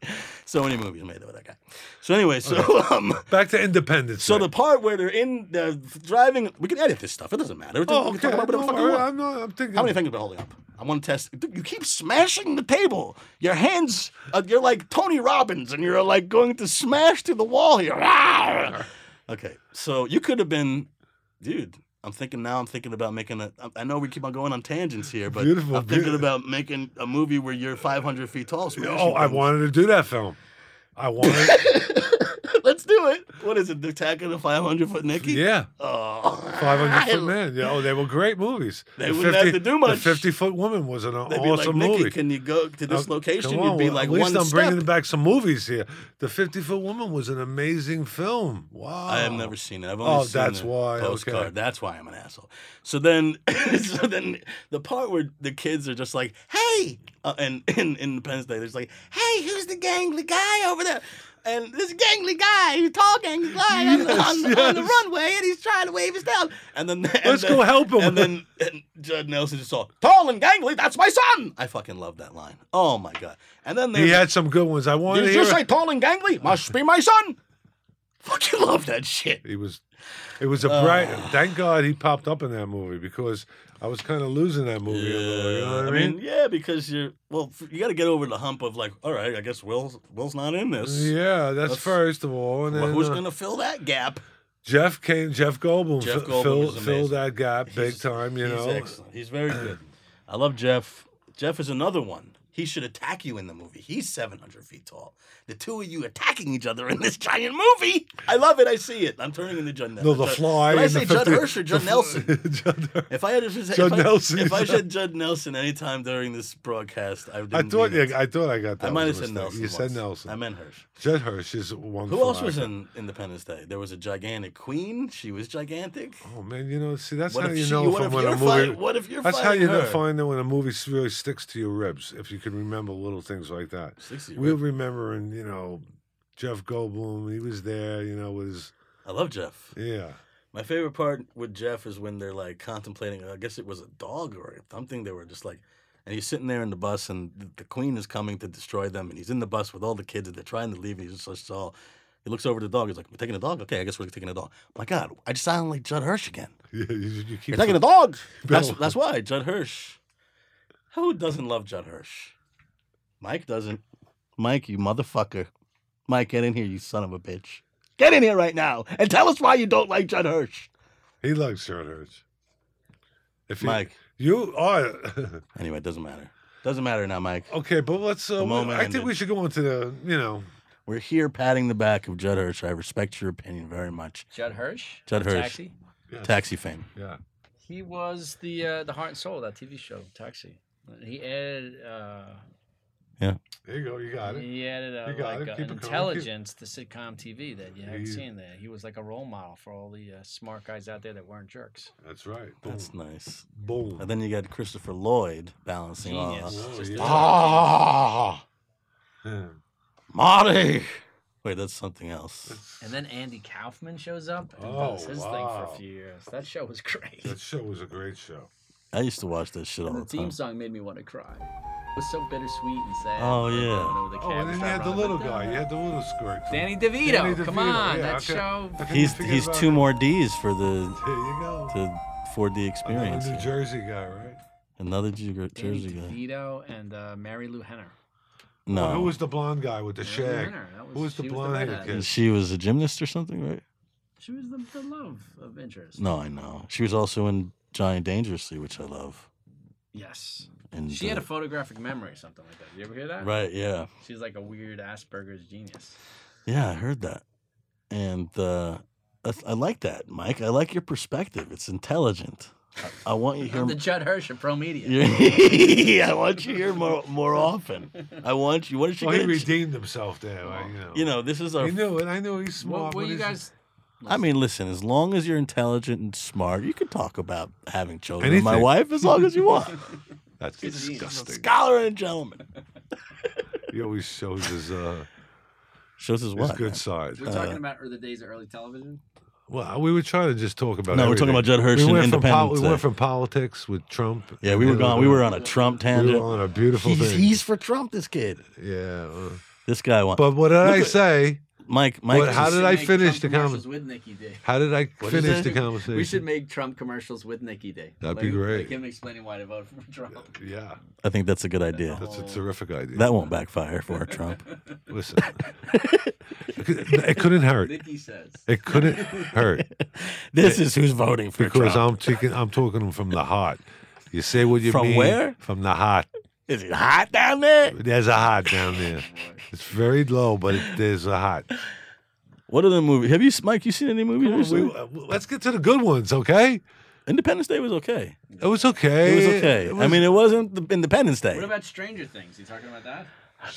Speaker 4: So many movies made with that guy. So anyway, so *laughs* um,
Speaker 6: *laughs* back to Independence.
Speaker 4: so
Speaker 6: Day.
Speaker 4: the *laughs* part where they're in they're driving, we can edit this stuff. It doesn't matter.
Speaker 6: Oh,
Speaker 4: we
Speaker 6: okay.
Speaker 4: can talk about whatever the
Speaker 6: no,
Speaker 4: fuck
Speaker 6: all
Speaker 4: we
Speaker 6: right,
Speaker 4: want.
Speaker 6: I'm not. I'm thinking.
Speaker 4: How many things have been holding up? I want to test. You keep smashing the table. Your hands, uh, you're like Tony Robbins, and you're like going to smash through the wall here.
Speaker 6: *laughs*
Speaker 4: Ah! Okay, so you could have been, dude. I'm thinking now. I'm thinking about making a. I- I know we keep on going on tangents here, but
Speaker 6: Beautiful,
Speaker 4: I'm thinking
Speaker 6: beautiful.
Speaker 4: about making a movie where you're 500 feet tall. smashing
Speaker 6: Oh, I
Speaker 4: things.
Speaker 6: wanted to do that film. I wanted.
Speaker 4: *laughs* Let's do it. What is it? The Attack of the 500 Foot Nikki.
Speaker 6: yeah.
Speaker 4: Oh,
Speaker 6: 500
Speaker 4: *laughs*
Speaker 6: Foot Man. Yeah, oh, they were great movies.
Speaker 4: They
Speaker 6: The
Speaker 4: wouldn't have to do much.
Speaker 6: The 50 Foot Woman was an
Speaker 4: They'd be
Speaker 6: awesome
Speaker 4: like, Nikki,
Speaker 6: movie.
Speaker 4: can you go to this
Speaker 6: Uh,
Speaker 4: location?
Speaker 6: come
Speaker 4: You'd be
Speaker 6: on,
Speaker 4: like
Speaker 6: at least
Speaker 4: one
Speaker 6: I'm
Speaker 4: step.
Speaker 6: bringing back some movies here. The 50 Foot Woman was an amazing film. Wow.
Speaker 4: I have never seen it. I've only
Speaker 6: Oh,
Speaker 4: seen
Speaker 6: that's
Speaker 4: the
Speaker 6: why, okay.
Speaker 4: postcard. That's why I'm an asshole. So then, *laughs* so then the part where the kids are just like, "Hey," uh, and *laughs* in Independence Day, they're just like, "Hey, who's the gangly guy over there?" And this gangly guy, he's tall gangly guy, on, the- on, the- on the
Speaker 6: yes.
Speaker 4: runway, and he's trying to wave his tail. And then, and
Speaker 6: Let's
Speaker 4: then-
Speaker 6: go help him.
Speaker 4: And then and Judd Nelson just saw tall and gangly. That's my son. I fucking love that line. Oh my god. And then
Speaker 6: He
Speaker 4: there's-
Speaker 6: had some good ones. I wanted to
Speaker 4: did
Speaker 6: hear.
Speaker 4: you say tall and gangly? Must be my son. Fucking love that shit.
Speaker 6: He was. It was a
Speaker 4: Uh,
Speaker 6: bright. Thank God he popped up in that movie because I was kind of losing that movie. a little, you know what I mean?
Speaker 4: yeah, because you're well, f- you got to get over the hump of like, all right, I guess Will's Will's not in this.
Speaker 6: yeah, that's,
Speaker 4: That's-
Speaker 6: first of all. And
Speaker 4: Well,
Speaker 6: then,
Speaker 4: who's
Speaker 6: uh,
Speaker 4: gonna fill that gap?
Speaker 6: Jeff came. Jeff Goldblum,
Speaker 4: Jeff
Speaker 6: fi-
Speaker 4: Goldblum is
Speaker 6: filled,
Speaker 4: amazing.
Speaker 6: filled that gap big
Speaker 4: He's-
Speaker 6: time. You
Speaker 4: he's
Speaker 6: know,
Speaker 4: excellent. He's very good. I love Jeff. Jeff is another one. He should attack you in the movie. He's 700 feet tall. The two of you attacking each other in this giant movie. I love it. I see it. I'm turning into Judd
Speaker 6: No,
Speaker 4: Nelson.
Speaker 6: the
Speaker 4: Judd-
Speaker 6: fly.
Speaker 4: Did I
Speaker 6: and the
Speaker 4: say Judd
Speaker 6: 50
Speaker 4: Hirsch or Judd
Speaker 6: *laughs* the-
Speaker 4: Nelson?
Speaker 6: Judd Hirsch.
Speaker 4: If I had to just
Speaker 6: Judd
Speaker 4: if I,
Speaker 6: Nelson
Speaker 4: If I
Speaker 6: is- *laughs*
Speaker 4: said Judd Nelson anytime during this broadcast, I, didn't
Speaker 6: I thought
Speaker 4: mean it.
Speaker 6: I, I thought I got that.
Speaker 4: I might
Speaker 6: one
Speaker 4: have said
Speaker 6: mistake.
Speaker 4: Nelson.
Speaker 6: You said
Speaker 4: once.
Speaker 6: Nelson.
Speaker 4: I meant Hirsch.
Speaker 6: Judd Hirsch is one.
Speaker 4: Who else was
Speaker 6: fly.
Speaker 4: in Independence Day? There was a gigantic queen. She was gigantic.
Speaker 6: Oh man, you know, see that's
Speaker 4: What
Speaker 6: how
Speaker 4: if
Speaker 6: you
Speaker 4: she-
Speaker 6: know
Speaker 4: what
Speaker 6: from
Speaker 4: if
Speaker 6: when a
Speaker 4: you're
Speaker 6: movie.
Speaker 4: fight- what if you're
Speaker 6: that's how
Speaker 4: fighting
Speaker 6: you
Speaker 4: her?
Speaker 6: know find out when a movie s- really sticks to your ribs if you can remember little things like that.
Speaker 4: Sticks to your
Speaker 6: We're
Speaker 4: rib.
Speaker 6: remembering, you know, Jeff Goldblum. He was there. You know, was
Speaker 4: I love Jeff.
Speaker 6: yeah. *laughs*
Speaker 4: My favorite part with Jeff is when they're like contemplating. I guess it was a dog or something. They were just like, and he's sitting there in the bus, and th- the queen is coming to destroy them, and he's in the bus with all the kids, and they're trying to leave, and he's just all. He looks over at the dog. He's like, "We're taking a dog. Okay, I guess we're taking a dog." My God, I just sound like Judd Hirsch again.
Speaker 6: Yeah, you, you keep
Speaker 4: You're
Speaker 6: *laughs*
Speaker 4: taking a dog. That's,
Speaker 6: Bill.
Speaker 4: that's why Judd Hirsch. Who doesn't love Judd Hirsch? Mike doesn't. Mike, you motherfucker. Mike, get in here, you son of a bitch. Get in here right now and tell us why you don't like Judd Hirsch.
Speaker 6: He likes Judd Hirsch. If you,
Speaker 4: Mike.
Speaker 6: you are
Speaker 4: Anyway, it doesn't matter. Doesn't matter now, Mike.
Speaker 6: *laughs* okay, but let's.
Speaker 4: The
Speaker 6: Uh,
Speaker 4: moment
Speaker 6: I think we
Speaker 4: ended.
Speaker 6: should go into the. You know,
Speaker 4: We're here patting the back of Judd Hirsch. I respect your opinion very much.
Speaker 5: Judd Hirsch.
Speaker 4: Judd Hirsch.
Speaker 5: Taxi.
Speaker 4: Taxi fame.
Speaker 6: yeah.
Speaker 5: He was the uh, the heart and soul of that TV show, Taxi. He added uh,
Speaker 6: There you go. You got it.
Speaker 5: he added a,
Speaker 6: You got
Speaker 5: like
Speaker 6: it.
Speaker 5: a-
Speaker 6: Keep it
Speaker 5: an
Speaker 6: going. Keep-
Speaker 5: intelligence to sitcom TV that you hadn't
Speaker 6: He-
Speaker 5: seen there. He was like a role model for all the uh, smart guys out there that weren't jerks.
Speaker 6: That's right. Boom.
Speaker 4: That's nice.
Speaker 6: boom.
Speaker 4: And then you got Christopher Lloyd balancing
Speaker 5: Genius.
Speaker 4: off.
Speaker 6: Oh,
Speaker 5: Just a-
Speaker 4: Ah,
Speaker 6: Yeah.
Speaker 4: Marty. Wait, that's something else.
Speaker 5: And then Andy Kaufman shows up and does
Speaker 6: Oh,
Speaker 5: his thing for
Speaker 6: wow.
Speaker 5: a few years. That show was *laughs* great.
Speaker 6: That show was a great show.
Speaker 4: I used to watch that shit all the,
Speaker 5: And the theme
Speaker 4: time.
Speaker 5: song made me want to cry. It was so bittersweet and sad.
Speaker 4: Oh, yeah.
Speaker 6: Oh, and then you had the little guy. You had the little squirt.
Speaker 5: Danny DeVito.
Speaker 6: Danny
Speaker 5: Come
Speaker 6: DeVito,
Speaker 5: on,
Speaker 6: yeah,
Speaker 5: that
Speaker 6: okay.
Speaker 5: show.
Speaker 6: I think we
Speaker 4: He's
Speaker 6: forget
Speaker 4: he's
Speaker 6: about
Speaker 4: two
Speaker 6: him.
Speaker 4: more D's for the
Speaker 6: There you go.
Speaker 4: the 4D
Speaker 6: Another
Speaker 4: experience.
Speaker 6: New
Speaker 4: here.
Speaker 6: Jersey guy, right?
Speaker 4: Another Ju-
Speaker 5: Danny
Speaker 4: Jersey guy.
Speaker 5: DeVito and uh, Mary Lou Henner.
Speaker 4: No,
Speaker 6: Oh, Who was the blonde guy with the
Speaker 5: Mary Lou
Speaker 6: shag?
Speaker 5: Henner, that
Speaker 6: Who was the
Speaker 5: she
Speaker 6: blonde-headed
Speaker 5: redhead.
Speaker 6: kid?
Speaker 4: she was a gymnast or something, right?
Speaker 5: She was the, the love of interest.
Speaker 4: No, I know. She was also in Giant Dangerously, which I love.
Speaker 5: Yes.
Speaker 4: And
Speaker 5: She had
Speaker 4: uh,
Speaker 5: a photographic memory, something like that. You ever hear that?
Speaker 4: right, yeah,
Speaker 5: She's like a weird Asperger's genius.
Speaker 4: yeah, I heard that, and uh, I, I like that, Mike. I like your perspective. It's intelligent. I, I want you to hear. *laughs*
Speaker 5: I'm the Judd Hirsch of Pro Media.
Speaker 4: I want you here more more
Speaker 5: *laughs*
Speaker 4: often. I want you. What is she
Speaker 6: Well, Oh, he
Speaker 4: gonna-
Speaker 6: redeemed himself there. Like, you know,
Speaker 4: You know, this is our
Speaker 6: he knew it. I knew he's
Speaker 5: What
Speaker 6: smart.
Speaker 5: were
Speaker 6: but
Speaker 5: you
Speaker 6: he's-
Speaker 5: guys?
Speaker 4: I mean, listen, as long as you're intelligent and smart, you can talk about having children with my
Speaker 6: Anything.
Speaker 4: wife as long as you want.
Speaker 6: That's *laughs* disgusting.
Speaker 4: Scholar and gentleman.
Speaker 6: He always shows his uh,
Speaker 4: Shows his
Speaker 6: his
Speaker 4: what?
Speaker 6: good side. Uh,
Speaker 5: We're
Speaker 4: uh,
Speaker 5: talking about the days of early television.
Speaker 6: Well, we were trying to just talk about.
Speaker 4: No, we're talking
Speaker 6: everything.
Speaker 4: about Judd Hirsch
Speaker 6: we
Speaker 4: and
Speaker 6: went from pol-
Speaker 4: Independence
Speaker 6: we went
Speaker 4: Day.
Speaker 6: from politics with Trump.
Speaker 4: yeah, we were gone. We were on a Trump
Speaker 6: We
Speaker 4: tangent.
Speaker 6: were on a beautiful
Speaker 4: he's,
Speaker 6: thing.
Speaker 4: he's for Trump, this kid.
Speaker 6: yeah, uh,
Speaker 4: This guy wants.
Speaker 6: but what did I
Speaker 4: at-
Speaker 6: say?
Speaker 4: Mike, Mike,
Speaker 6: What-
Speaker 4: is-
Speaker 6: how
Speaker 5: We
Speaker 6: did
Speaker 5: should
Speaker 6: I
Speaker 5: make
Speaker 6: finish
Speaker 5: Trump
Speaker 6: the
Speaker 5: commercials
Speaker 6: conversation?
Speaker 5: with Nikki Day.
Speaker 6: How did I
Speaker 4: What is that?
Speaker 6: finish the
Speaker 4: We should
Speaker 5: *laughs*
Speaker 6: conversation?
Speaker 5: We should make Trump commercials with Nikki Day.
Speaker 6: That'd be
Speaker 5: Like-
Speaker 6: great.
Speaker 5: Like him explaining why to vote for Trump. *laughs*
Speaker 6: Yeah,
Speaker 4: I think that's a good idea.
Speaker 6: that's a terrific idea.
Speaker 4: Oh. That won't backfire for
Speaker 6: *laughs*
Speaker 4: Trump.
Speaker 6: Listen, it could- it couldn't hurt.
Speaker 5: Nikki says.
Speaker 6: It couldn't
Speaker 4: *laughs*
Speaker 6: hurt
Speaker 4: this is who's voting for
Speaker 6: because
Speaker 4: Trump.
Speaker 6: I'm taking. I'm talking from the heart. You say what you
Speaker 4: From
Speaker 6: mean.
Speaker 4: where?
Speaker 6: From the heart.
Speaker 4: is it hot down there?
Speaker 6: There's a heart down there. It's very low, but it, there's a heart.
Speaker 4: What other movie? Have you, Mike? You seen any movies? recently?
Speaker 6: We- uh, let's get to the good ones, okay?
Speaker 4: Independence Day was okay.
Speaker 6: It was okay.
Speaker 4: It was okay. I
Speaker 6: Eh, was-
Speaker 4: mean, it wasn't the Independence Day.
Speaker 5: What about Stranger Things? You talking about that?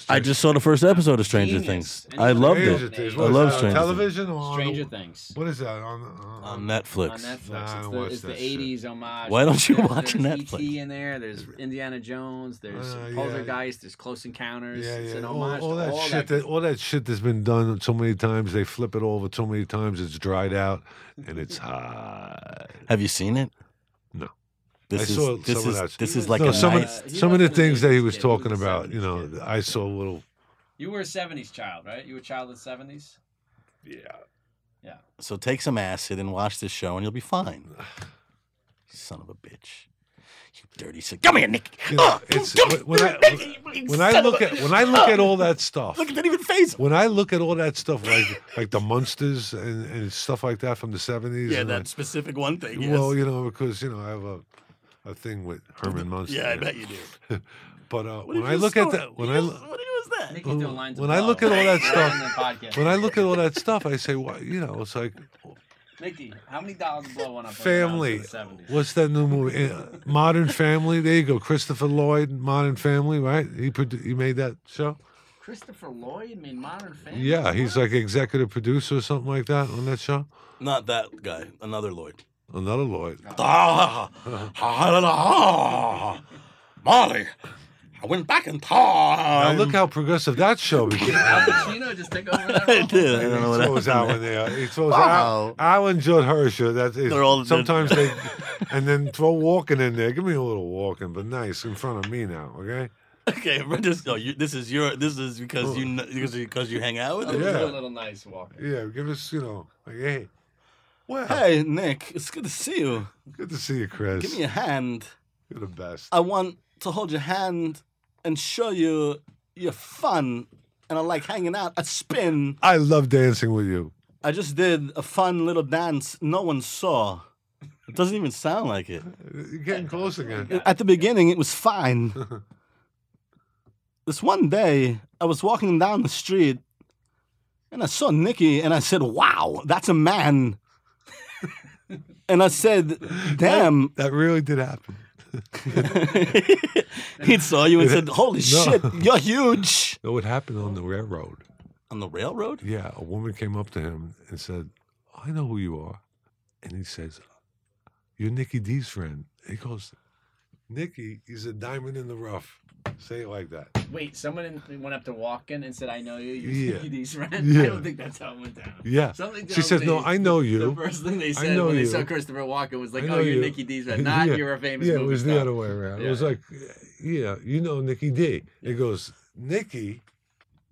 Speaker 4: I just saw the first episode of Stranger
Speaker 5: Genius.
Speaker 4: Things. I loved
Speaker 6: Stranger
Speaker 4: it.
Speaker 5: Genius.
Speaker 6: Things.
Speaker 5: I
Speaker 6: What is
Speaker 4: love
Speaker 6: that, on
Speaker 4: Stranger Um,
Speaker 6: television or on
Speaker 5: Stranger
Speaker 6: the,
Speaker 5: Things.
Speaker 6: Oh, What is that on? on,
Speaker 4: On
Speaker 5: On
Speaker 4: Netflix.
Speaker 5: Netflix.
Speaker 6: Nah, I
Speaker 5: it's
Speaker 6: don't
Speaker 5: the,
Speaker 6: watch
Speaker 5: it's the
Speaker 6: that shit.
Speaker 5: 80s homage.
Speaker 4: Why don't you
Speaker 5: There's-
Speaker 4: watch
Speaker 5: there's
Speaker 4: Netflix?
Speaker 5: E.T. in there. There's Indiana Jones. There's
Speaker 6: Uh, yeah.
Speaker 5: Poltergeist. There's Close Encounters.
Speaker 6: yeah,
Speaker 5: It's
Speaker 6: yeah.
Speaker 5: an
Speaker 6: All,
Speaker 5: homage
Speaker 6: all
Speaker 5: to
Speaker 6: that
Speaker 5: all
Speaker 6: shit.
Speaker 5: that.
Speaker 6: That, all that shit that's been done so many times. They flip it over so many times. It's dried out and it's hot.
Speaker 4: Have you seen it?
Speaker 6: No.
Speaker 4: This
Speaker 6: I
Speaker 4: is
Speaker 6: saw
Speaker 4: this
Speaker 6: some of
Speaker 4: is
Speaker 6: that.
Speaker 4: this is like
Speaker 6: no,
Speaker 4: a
Speaker 6: some
Speaker 4: nice.
Speaker 6: of
Speaker 5: Uh,
Speaker 6: the,
Speaker 5: he
Speaker 6: some of the
Speaker 5: wasn't an
Speaker 6: things that he
Speaker 5: 80s
Speaker 6: was
Speaker 5: kid, he was
Speaker 6: talking
Speaker 5: a
Speaker 6: about. You
Speaker 5: 70s
Speaker 6: know, I saw a little.
Speaker 5: You were a 70s child, right? You were a child of the 70s?
Speaker 6: Yeah.
Speaker 5: Yeah.
Speaker 4: So take some acid and watch this show, and you'll be fine. Son of a bitch. You dirty sick. Come here, Nick.
Speaker 6: You know, it's when I when I look at when I look at all that
Speaker 4: *laughs*
Speaker 6: stuff.
Speaker 4: Look at that even face.
Speaker 6: when I look at all that stuff, like like the monsters and, and stuff like that from the seventies.
Speaker 4: Yeah, that specific one thing. Yes.
Speaker 6: Well, you know, because you know, I have a a thing with Herman Munster.
Speaker 4: yeah, I bet you do.
Speaker 6: But uh,
Speaker 4: What did
Speaker 6: when I
Speaker 4: you
Speaker 6: look at
Speaker 4: start?
Speaker 6: that,
Speaker 4: What
Speaker 6: when I
Speaker 4: did you-
Speaker 6: look-
Speaker 4: what was that?
Speaker 5: Nikki's doing lines of
Speaker 6: when I look at
Speaker 5: blow.
Speaker 6: all that
Speaker 7: Right on
Speaker 6: stuff,
Speaker 7: the podcast.
Speaker 6: when I look at all that stuff, I say, "Why?" You know, it's like
Speaker 7: Nikki, how many dollars blow one up? on your house in
Speaker 6: Family.
Speaker 7: the 70s?
Speaker 6: What's that new movie? Uh, Modern Family. There you go, Christopher Lloyd. Modern Family, right? He produ- he made that show.
Speaker 5: Christopher Lloyd, I mean, Modern Family.
Speaker 6: Yeah, he's like executive producer or something like that on that show.
Speaker 4: Not that guy. Another Lloyd.
Speaker 6: Another Lloyd.
Speaker 4: *laughs* Molly, I went back in
Speaker 6: Now
Speaker 4: time.
Speaker 6: look how progressive that show became.
Speaker 5: Al Pacino just took over
Speaker 4: *laughs*
Speaker 5: that
Speaker 4: I
Speaker 5: role.
Speaker 4: did. *laughs* I don't know
Speaker 6: He
Speaker 4: what
Speaker 6: throws out
Speaker 4: happened.
Speaker 6: when they are. He throws
Speaker 4: Wow.
Speaker 6: out Alan Judd Hersher. That's it.
Speaker 4: They're all-
Speaker 6: sometimes they, and then throw walking in there. Give me a little walking, but nice in front of me now. Okay.
Speaker 4: Okay, *laughs* but this, no, you, this is your. This is because you kn- because you, because you hang out with
Speaker 5: That
Speaker 4: him.
Speaker 5: was a
Speaker 6: Yeah.
Speaker 5: little nice walk.
Speaker 6: Yeah. Give us, you know, like, hey, well,
Speaker 4: Hey Nick, it's good to see you.
Speaker 6: good to see you, Chris.
Speaker 4: Give me a hand.
Speaker 6: You're the best.
Speaker 4: I want to hold your hand and show you you're fun, and I like hanging out. I spin.
Speaker 6: I love dancing with you.
Speaker 4: I just did a fun little dance no one saw. It doesn't even sound like it.
Speaker 6: You're getting close again.
Speaker 4: At the beginning, it was
Speaker 6: *laughs*
Speaker 4: fine. this one day, I was walking down the street and I saw Nikki and I said, Wow, that's a
Speaker 6: *laughs*
Speaker 4: man. and I said,
Speaker 6: *laughs*
Speaker 4: Damn.
Speaker 6: That really did happen.
Speaker 4: he saw you and said,
Speaker 6: *laughs*
Speaker 4: Holy
Speaker 6: No.
Speaker 4: shit, you're huge.
Speaker 6: No, it happened on the railroad.
Speaker 4: On the railroad?
Speaker 6: Yeah, a woman came up to him and said, I know who you are. And he says, You're Nikki D's friend. He goes, Nikki is a diamond in the rough. Say it like that.
Speaker 5: Wait, someone in, went up to Walken and said, "I know you. You
Speaker 6: Yeah.
Speaker 5: see *laughs* these rent."
Speaker 6: Yeah.
Speaker 5: I don't think that's how it went down.
Speaker 6: Yeah.
Speaker 5: Something
Speaker 6: She says, No, I know
Speaker 5: The
Speaker 6: you.
Speaker 5: first thing they said
Speaker 6: know
Speaker 5: when they
Speaker 6: you.
Speaker 5: saw Christopher Walken was like,
Speaker 6: I
Speaker 5: "Oh,
Speaker 6: know
Speaker 5: you're
Speaker 6: you."
Speaker 5: Nikki D's friend, not
Speaker 6: *laughs* Yeah.
Speaker 5: you're a famous
Speaker 6: Yeah, it
Speaker 5: movie
Speaker 6: was the
Speaker 5: star."
Speaker 6: other way around. It
Speaker 5: Yeah.
Speaker 6: was like, Yeah, you know Nikki D. It goes, Nikki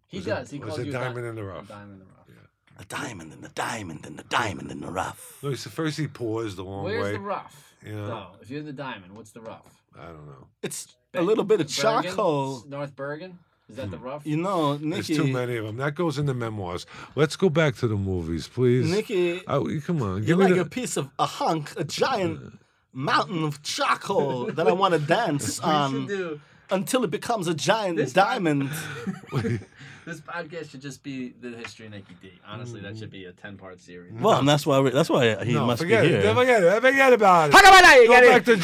Speaker 5: He
Speaker 6: was
Speaker 5: does. He
Speaker 6: a,
Speaker 5: calls
Speaker 6: was
Speaker 5: you
Speaker 6: a diamond in the rough.
Speaker 5: Diamond in the rough.
Speaker 4: A diamond and a diamond and a diamond in the rough.
Speaker 6: No, he said, first he paused a long
Speaker 5: Where's
Speaker 6: way.
Speaker 5: the rough?
Speaker 6: Yeah.
Speaker 5: No, if you're the diamond, what's the rough?
Speaker 6: I don't know.
Speaker 4: It's a little bit of
Speaker 5: Bergen?
Speaker 4: charcoal.
Speaker 5: North Bergen. Is that
Speaker 6: Hmm.
Speaker 5: the rough?
Speaker 4: You know,
Speaker 6: There's
Speaker 4: Nikki.
Speaker 6: too many of them. That goes in the memoirs. Let's go back to the movies, please.
Speaker 4: Nikki,
Speaker 6: Oh, come on.
Speaker 4: you're
Speaker 6: Give me
Speaker 4: like
Speaker 6: the,
Speaker 4: a piece of a hunk, a giant mountain of charcoal that I want
Speaker 8: *laughs*
Speaker 4: to dance
Speaker 5: we should
Speaker 4: on
Speaker 5: do
Speaker 4: until it becomes a giant
Speaker 5: This time-
Speaker 4: diamond.
Speaker 6: *laughs*
Speaker 5: this podcast should just be the history of Nikki D. Honestly, that should be a ten-part series.
Speaker 4: Well, and that's why we, that's why he must
Speaker 6: forget
Speaker 4: be
Speaker 6: it.
Speaker 4: here.
Speaker 6: Forget it. Forget about it. Go back to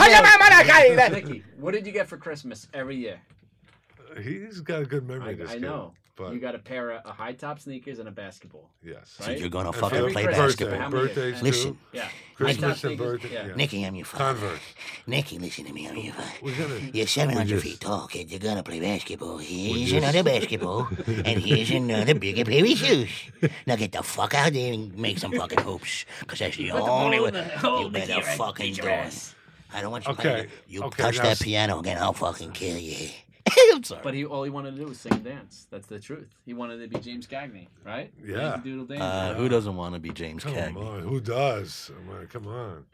Speaker 5: Nikki, what did you get for Christmas every year?
Speaker 6: Joe. He's got a good memory.
Speaker 5: I,
Speaker 6: this
Speaker 5: I
Speaker 6: kid,
Speaker 5: know.
Speaker 6: But
Speaker 5: you got a pair of a high top sneakers and a basketball.
Speaker 6: yes,
Speaker 5: Right?
Speaker 4: You're gonna
Speaker 6: And
Speaker 4: fucking
Speaker 6: for
Speaker 4: play
Speaker 5: Christmas.
Speaker 4: basketball.
Speaker 6: Birthday,
Speaker 5: How many-
Speaker 6: birthdays
Speaker 4: Listen.
Speaker 6: too.
Speaker 4: *laughs*
Speaker 5: Yeah. High-top
Speaker 6: Christmas and
Speaker 5: sneakers,
Speaker 6: birthday.
Speaker 5: yeah.
Speaker 6: Yeah.
Speaker 8: Nicky, I'm your father.
Speaker 6: Convert.
Speaker 8: Nicky, listen to me. I'm your father.
Speaker 6: We're
Speaker 4: *laughs*
Speaker 6: gonna.
Speaker 8: You're 700 feet tall, kid. You're gonna play basketball. Here's another
Speaker 6: *laughs*
Speaker 8: basketball, and here's another bigger pair of shoes. Now get the fuck out there and make some fucking hoops, because that's the only way. You better fucking do it. I don't want you
Speaker 6: Okay,
Speaker 8: playing. You
Speaker 6: okay,
Speaker 8: touch
Speaker 6: now
Speaker 8: that
Speaker 6: s-
Speaker 8: piano again, I'll fucking kill you. *laughs* I'm sorry.
Speaker 5: But he all he wanted to do was sing and dance. That's the truth. He wanted to be James Cagney, right?
Speaker 6: Yeah.
Speaker 5: Yankee Doodle Dandy.
Speaker 4: Uh, who doesn't want to be James
Speaker 6: Come
Speaker 4: Cagney?
Speaker 6: on, who does? I mean, come on.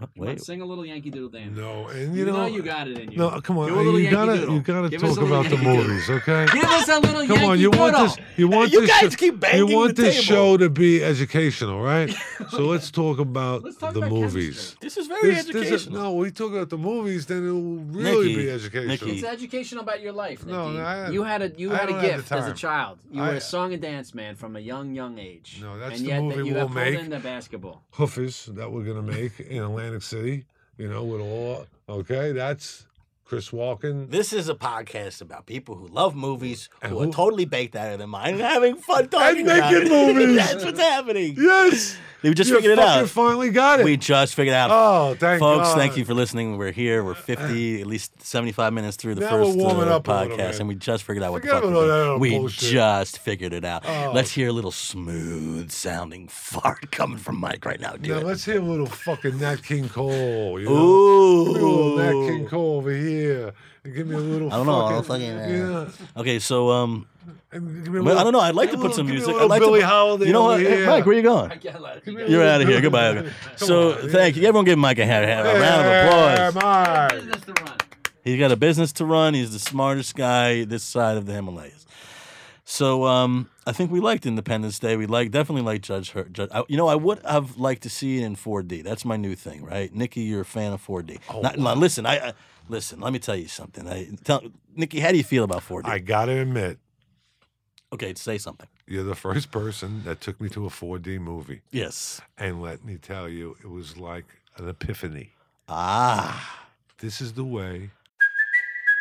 Speaker 5: Come on,
Speaker 4: Wait,
Speaker 5: sing a little Yankee Doodle Dandy.
Speaker 6: No, and
Speaker 5: You,
Speaker 6: you,
Speaker 5: know, you got it in you.
Speaker 6: No, come on.
Speaker 5: Give a little
Speaker 6: You
Speaker 5: Yankee
Speaker 6: gotta,
Speaker 5: Doodle.
Speaker 6: you gotta
Speaker 5: Give us
Speaker 6: talk
Speaker 5: a little
Speaker 6: about the
Speaker 5: Yankee Doodle.
Speaker 6: movies, okay?
Speaker 5: Give us a little
Speaker 6: Come
Speaker 5: Yankee
Speaker 6: on, you want
Speaker 5: Doodle.
Speaker 6: this? You want
Speaker 4: You
Speaker 6: this?
Speaker 4: guys
Speaker 6: sho-
Speaker 4: keep banging
Speaker 6: you want
Speaker 4: the
Speaker 6: this
Speaker 4: table.
Speaker 6: show to be
Speaker 4: *laughs*
Speaker 6: educational, right? So let's talk about
Speaker 5: Let's talk
Speaker 6: the
Speaker 5: about
Speaker 6: movies.
Speaker 5: chemistry.
Speaker 4: this is very
Speaker 6: This- this is-
Speaker 4: educational.
Speaker 6: no, we talk about the movies, then it will really
Speaker 4: Nikki,
Speaker 6: be educational.
Speaker 4: Nikki.
Speaker 5: It's educational about your life, Nikki.
Speaker 6: No, no, I-
Speaker 5: you had a you
Speaker 6: I
Speaker 5: had
Speaker 6: don't
Speaker 5: a
Speaker 6: have the
Speaker 5: gift as a
Speaker 6: time.
Speaker 5: child. You
Speaker 6: I-
Speaker 5: were a song and dance man from a young, young age.
Speaker 6: No, that's
Speaker 5: and
Speaker 6: the
Speaker 5: yet that
Speaker 6: movie
Speaker 5: you
Speaker 6: we'll
Speaker 5: got
Speaker 6: make.
Speaker 5: pulled into basketball.
Speaker 6: hoofers that we're gonna make in Atlantic City, you know, with all okay, that's Chris Walken.
Speaker 4: This is a podcast about people who love movies,
Speaker 6: And
Speaker 4: who, are
Speaker 6: who-
Speaker 4: totally baked out of their mind, and having
Speaker 6: *laughs*
Speaker 4: fun talking about
Speaker 6: making
Speaker 4: it. *laughs*
Speaker 6: movies.
Speaker 4: That's what's happening.
Speaker 6: Yes!
Speaker 4: We just
Speaker 6: you
Speaker 4: figured it
Speaker 6: fucking
Speaker 4: out.
Speaker 6: finally got it.
Speaker 4: We just figured it out.
Speaker 6: oh, thank
Speaker 4: Folks,
Speaker 6: God.
Speaker 4: thank you for listening. We're here. We're 50, at least 75 minutes through the
Speaker 6: Now we're
Speaker 4: first
Speaker 6: warming
Speaker 4: uh,
Speaker 6: up a little
Speaker 4: podcast,
Speaker 6: bit.
Speaker 4: and we just figured out what the
Speaker 6: Forget
Speaker 4: fuck
Speaker 6: about
Speaker 4: we're
Speaker 6: that
Speaker 4: doing.
Speaker 6: old
Speaker 4: We
Speaker 6: bullshit.
Speaker 4: just figured it out.
Speaker 6: Oh.
Speaker 4: Let's hear a little smooth sounding fart coming from Mike right now,
Speaker 6: Now
Speaker 4: dude.
Speaker 6: let's hear a little fucking Nat King Cole. You know? Give me a little Nat King
Speaker 4: Ooh.
Speaker 6: Cole over here. And give me a little
Speaker 4: I don't know, I'll
Speaker 6: fucking,
Speaker 8: fucking, uh,
Speaker 6: yeah.
Speaker 4: Okay, so um,
Speaker 6: And give me a
Speaker 4: well, I
Speaker 6: little-
Speaker 4: don't know. I'd like to
Speaker 6: give me a
Speaker 4: put some
Speaker 6: little- give me
Speaker 4: music. I'd
Speaker 6: a little
Speaker 4: like
Speaker 6: Billy
Speaker 4: to,
Speaker 6: Holiday
Speaker 4: You know what,
Speaker 6: over
Speaker 4: Hey,
Speaker 6: here.
Speaker 4: Mike? Where you going?
Speaker 5: I got like
Speaker 4: You're out of here. Goodbye. Okay.
Speaker 6: Come
Speaker 4: So
Speaker 6: on,
Speaker 4: thank you. Everyone give Mike a, ha- ha- a round
Speaker 6: Yeah,
Speaker 4: of applause.
Speaker 6: Mike.
Speaker 5: business to run.
Speaker 4: He's got a business to run. He's the smartest guy this side of the Himalayas. So um, I think we liked Independence Day. We like definitely like Judge Hurt. Judge, I, you know, I would have liked to see it in 4D. That's my new thing, right? Nikki, you're a fan of 4D.
Speaker 6: Oh,
Speaker 4: Not- now, listen, I, I listen. Let me tell you something. I, tell Nikki, how do you feel about 4D?
Speaker 6: I gotta admit,
Speaker 4: okay, say something.
Speaker 6: you're the first person that took me to a 4D movie,
Speaker 4: Yes.
Speaker 6: and let me tell you, it was like an epiphany.
Speaker 4: Ah.
Speaker 6: This is the way.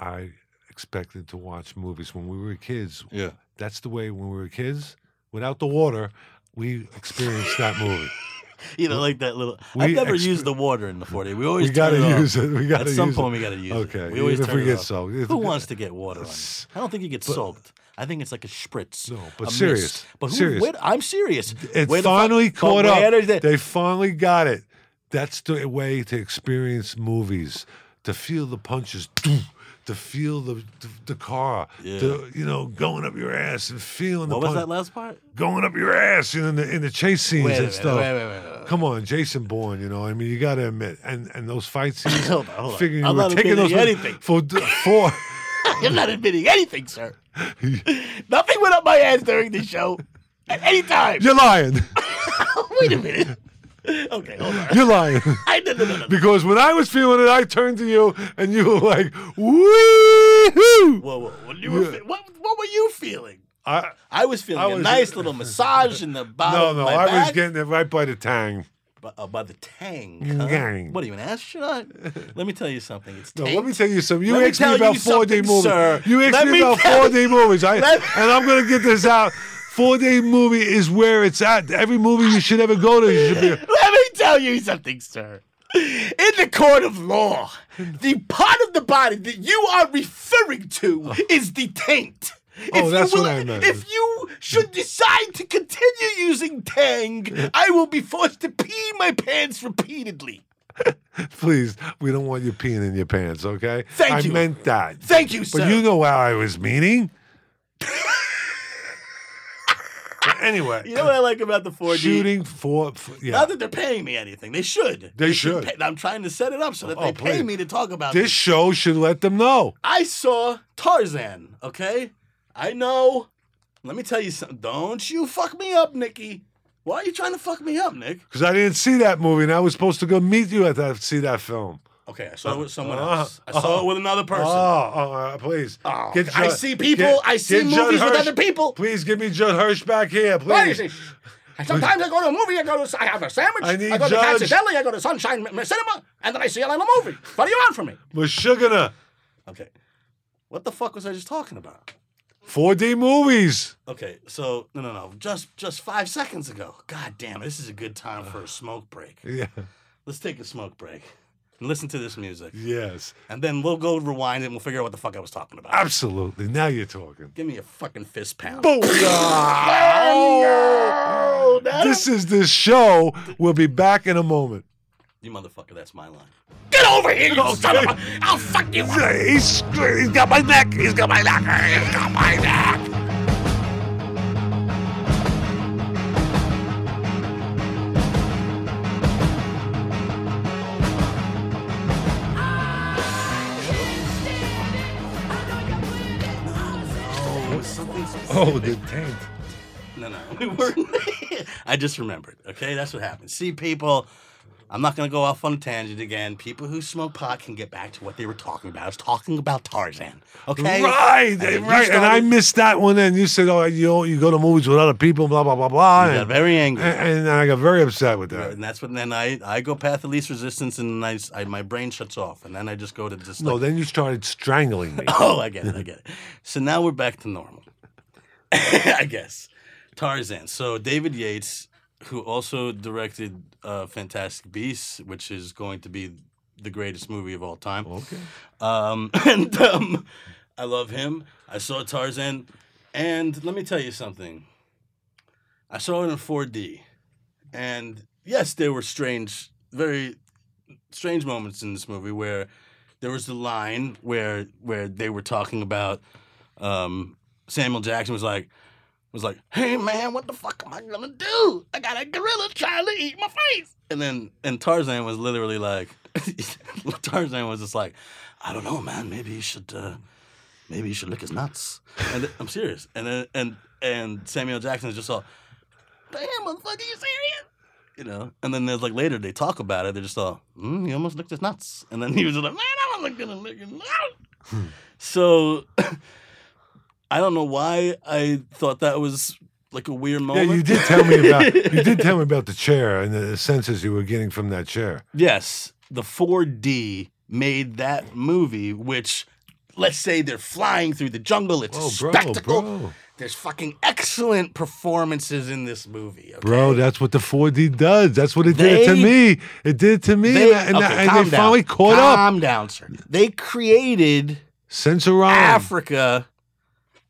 Speaker 6: I expected to watch movies when we were kids.
Speaker 4: Yeah.
Speaker 6: That's the way when we were kids, without the water, we experienced
Speaker 4: *laughs*
Speaker 6: that movie.
Speaker 4: You know, like that little. I've
Speaker 6: We
Speaker 4: never
Speaker 6: exp-
Speaker 4: used the water in the 40. We always
Speaker 6: We gotta
Speaker 4: turn it off.
Speaker 6: use it. We gotta
Speaker 4: At some
Speaker 6: use
Speaker 4: point,
Speaker 6: it.
Speaker 4: we gotta use it.
Speaker 6: Okay,
Speaker 4: We always
Speaker 6: even if
Speaker 4: turn
Speaker 6: we
Speaker 4: it
Speaker 6: get
Speaker 4: off.
Speaker 6: soap.
Speaker 4: Who wants to get water on it?
Speaker 6: S-
Speaker 4: I don't think you get soaked. I think it's like a spritz.
Speaker 6: No,
Speaker 4: a
Speaker 6: but
Speaker 4: mist.
Speaker 6: serious,
Speaker 4: But who,
Speaker 6: serious.
Speaker 4: Wait, I'm serious.
Speaker 6: It
Speaker 4: Wait a fu-
Speaker 6: finally
Speaker 4: but
Speaker 6: caught up.
Speaker 4: where is that-
Speaker 6: They finally got it. That's the way to experience movies, to feel the punches, *clears throat* doom, to feel the the, the car, to you know going up your ass and feeling
Speaker 4: What was
Speaker 6: the punch,
Speaker 4: that last part?
Speaker 6: going up your ass in the in the chase scenes
Speaker 5: Wait a
Speaker 6: and
Speaker 5: minute,
Speaker 6: stuff.
Speaker 5: wait, wait, wait, wait.
Speaker 6: Come on, Jason Bourne. You know, I mean, you got to admit, and and those fight scenes.
Speaker 4: *laughs* Hold on, hold on.
Speaker 6: Figure you
Speaker 4: I'm
Speaker 6: were
Speaker 4: not
Speaker 6: taking
Speaker 4: admitting
Speaker 6: those with-
Speaker 4: anything.
Speaker 6: for d- for. *laughs*
Speaker 3: I'm not admitting anything, sir. Nothing went up my ass during the show at any time.
Speaker 4: *laughs*
Speaker 6: You're lying. *laughs*
Speaker 3: Wait a minute. Okay, hold on.
Speaker 6: You're lying. *laughs*
Speaker 3: I, no, no, no, no.
Speaker 6: Because when I was feeling it, I turned to you and you were like, woo
Speaker 4: Whoa, whoa, what, you were,
Speaker 6: Yeah.
Speaker 4: fe- what, what were you feeling?
Speaker 6: I,
Speaker 4: I was feeling
Speaker 6: I
Speaker 4: a
Speaker 6: was- *laughs*
Speaker 4: nice little massage in the bottom.
Speaker 6: no,
Speaker 4: of
Speaker 6: no,
Speaker 4: Oh, my
Speaker 6: I was
Speaker 4: back.
Speaker 6: getting it right by the tang.
Speaker 4: by, uh, by the tang. Huh?
Speaker 6: Gang.
Speaker 4: What are you, an
Speaker 6: *laughs*
Speaker 4: astronaut? Let me tell you something. It's
Speaker 6: No,
Speaker 4: tanked.
Speaker 6: let me tell you something. You
Speaker 4: Let me
Speaker 6: asked me
Speaker 4: tell
Speaker 6: about
Speaker 4: you
Speaker 6: 4D
Speaker 4: something,
Speaker 6: movies.
Speaker 4: sir.
Speaker 6: You asked
Speaker 4: Let
Speaker 6: me,
Speaker 4: me
Speaker 6: about
Speaker 4: tell-
Speaker 6: 4D movies.
Speaker 4: *laughs*
Speaker 6: I,
Speaker 4: Let-
Speaker 6: and I'm going to get this out. 4D movie is where it's at. Every movie you should ever go to, you should be.
Speaker 3: Let me tell you something, sir. In the court of law, the part of the body that you are referring to
Speaker 4: Oh.
Speaker 3: is the taint.
Speaker 6: Oh, that's
Speaker 3: you
Speaker 6: what I meant.
Speaker 3: If you should decide to continue using Tang,
Speaker 4: *laughs*
Speaker 3: I will be forced to pee my pants repeatedly.
Speaker 6: Please, we don't want you peeing in your pants, okay?
Speaker 3: Thank
Speaker 6: I
Speaker 3: you.
Speaker 6: meant that.
Speaker 3: Thank you, sir.
Speaker 6: But you know how I was meaning. But anyway,
Speaker 4: You know what I like about the 4D?
Speaker 6: shooting for. for- yeah.
Speaker 4: Not that they're paying me anything. They should.
Speaker 6: They should.
Speaker 4: pay- I'm trying to set it up so that
Speaker 6: Oh,
Speaker 4: they pay
Speaker 6: please.
Speaker 4: me to talk about
Speaker 6: this show should let them know.
Speaker 4: I saw Tarzan, okay? I know. Let me tell you something. Don't you fuck me up, Nikki. Why are you trying to fuck me up, Nick?
Speaker 6: Because I didn't see that movie, and I was supposed to go meet you at that see that film.
Speaker 4: Okay, I saw it with someone
Speaker 6: Uh,
Speaker 4: else. I saw it with another person.
Speaker 6: Oh, oh, uh, please.
Speaker 4: Oh,
Speaker 6: Get
Speaker 4: I
Speaker 6: Judd-
Speaker 4: see people, I see
Speaker 6: get Judd
Speaker 4: movies with
Speaker 6: Hirsch-
Speaker 4: other people.
Speaker 6: Please give me Judd Hirsch back here,
Speaker 3: Why is
Speaker 6: please.
Speaker 3: it? Sometimes I go to a movie, I go to, I have a sandwich,
Speaker 6: I need
Speaker 3: go to Kansas
Speaker 6: Judge-
Speaker 3: Deli, I go to Sunshine M- M- Cinema, and then I see a little movie. What do you want from me?
Speaker 6: Meshuggah.
Speaker 4: Okay. What the fuck was I just talking about?
Speaker 6: 4D movies. *laughs*
Speaker 4: Okay, so no, no, no. Just just five seconds ago. God damn, it, this is a good time for a smoke break.
Speaker 6: Yeah.
Speaker 4: Let's take a smoke break and listen to this music,
Speaker 6: Yes.
Speaker 4: and then we'll go rewind it and we'll figure out what the fuck I was talking about.
Speaker 6: Absolutely. Now you're talking.
Speaker 4: Give me a fucking fist
Speaker 3: *laughs*
Speaker 4: pound.
Speaker 6: Booyah! Oh, This is the show. We'll be back in a moment.
Speaker 4: You motherfucker, that's my line.
Speaker 3: Get over here, you son of a! I'll fuck you up!
Speaker 6: He's, he's got my neck. He's got my neck. He's got my neck. Oh, the tank.
Speaker 4: No, no, *laughs* we weren't. I just remembered. Okay, that's what happened. See, people, I'm not gonna go off on a tangent again. People who smoke pot can get back to what they were talking about. I was talking about Tarzan. Okay,
Speaker 6: Right,
Speaker 4: then you
Speaker 6: right. And I
Speaker 4: started-
Speaker 6: missed that one. And you said, oh, you, know, you go to movies with other people, blah, blah, blah, blah.
Speaker 4: I got
Speaker 6: And,
Speaker 4: very angry.
Speaker 6: *laughs* and, and I got very upset with that.
Speaker 4: and that's when then I, I go path of least resistance and I, s- I- my brain shuts off and then I just go to just
Speaker 6: No,
Speaker 4: like,
Speaker 6: then you started strangling me.
Speaker 4: oh I get it I get it so now we're back to normal *laughs* I guess Tarzan so David Yates who also directed uh, Fantastic Beasts which is going to be the greatest movie of all time
Speaker 6: okay.
Speaker 4: *laughs* um, and um, I love him I saw Tarzan And let me tell you something. I saw it in 4D. And yes, there were strange, very strange moments in this movie where there was the line where where they were talking about um, Samuel Jackson was like was like, "Hey man, what the fuck am I going to do? I got a gorilla trying to eat my face." And then and Tarzan was literally like *laughs* Tarzan was just like, "I don't know, man. Maybe you should uh, maybe you should lick his nuts. And th- I'm serious. And then and and Samuel Jackson is just all, damn, motherfucker, you serious? You know. And then there's like later they talk about it. They're just all, mm, you almost licked his nuts. And then he was just like, man, I wasn't gonna lick his nuts. so *clears throat* I don't know why I thought that was like a weird
Speaker 6: Yeah,
Speaker 4: moment.
Speaker 6: you did tell
Speaker 4: *laughs*
Speaker 6: me about you did tell me about the chair and the senses you were getting from that chair.
Speaker 4: Yes, the 4D made that movie, which let's say they're flying through the jungle. It's
Speaker 6: Whoa,
Speaker 4: a
Speaker 6: bro,
Speaker 4: spectacle.
Speaker 6: bro.
Speaker 4: There's fucking excellent performances in this movie. okay?
Speaker 6: Bro, that's what the 4D does. That's what it did to
Speaker 4: They-
Speaker 6: me. It did it to me,
Speaker 4: They,
Speaker 6: and, I- and, I-
Speaker 4: okay,
Speaker 6: and
Speaker 4: calm
Speaker 6: they
Speaker 4: down.
Speaker 6: finally caught
Speaker 4: calm
Speaker 6: up.
Speaker 4: down, sir. They created
Speaker 6: Sensoron.
Speaker 4: Africa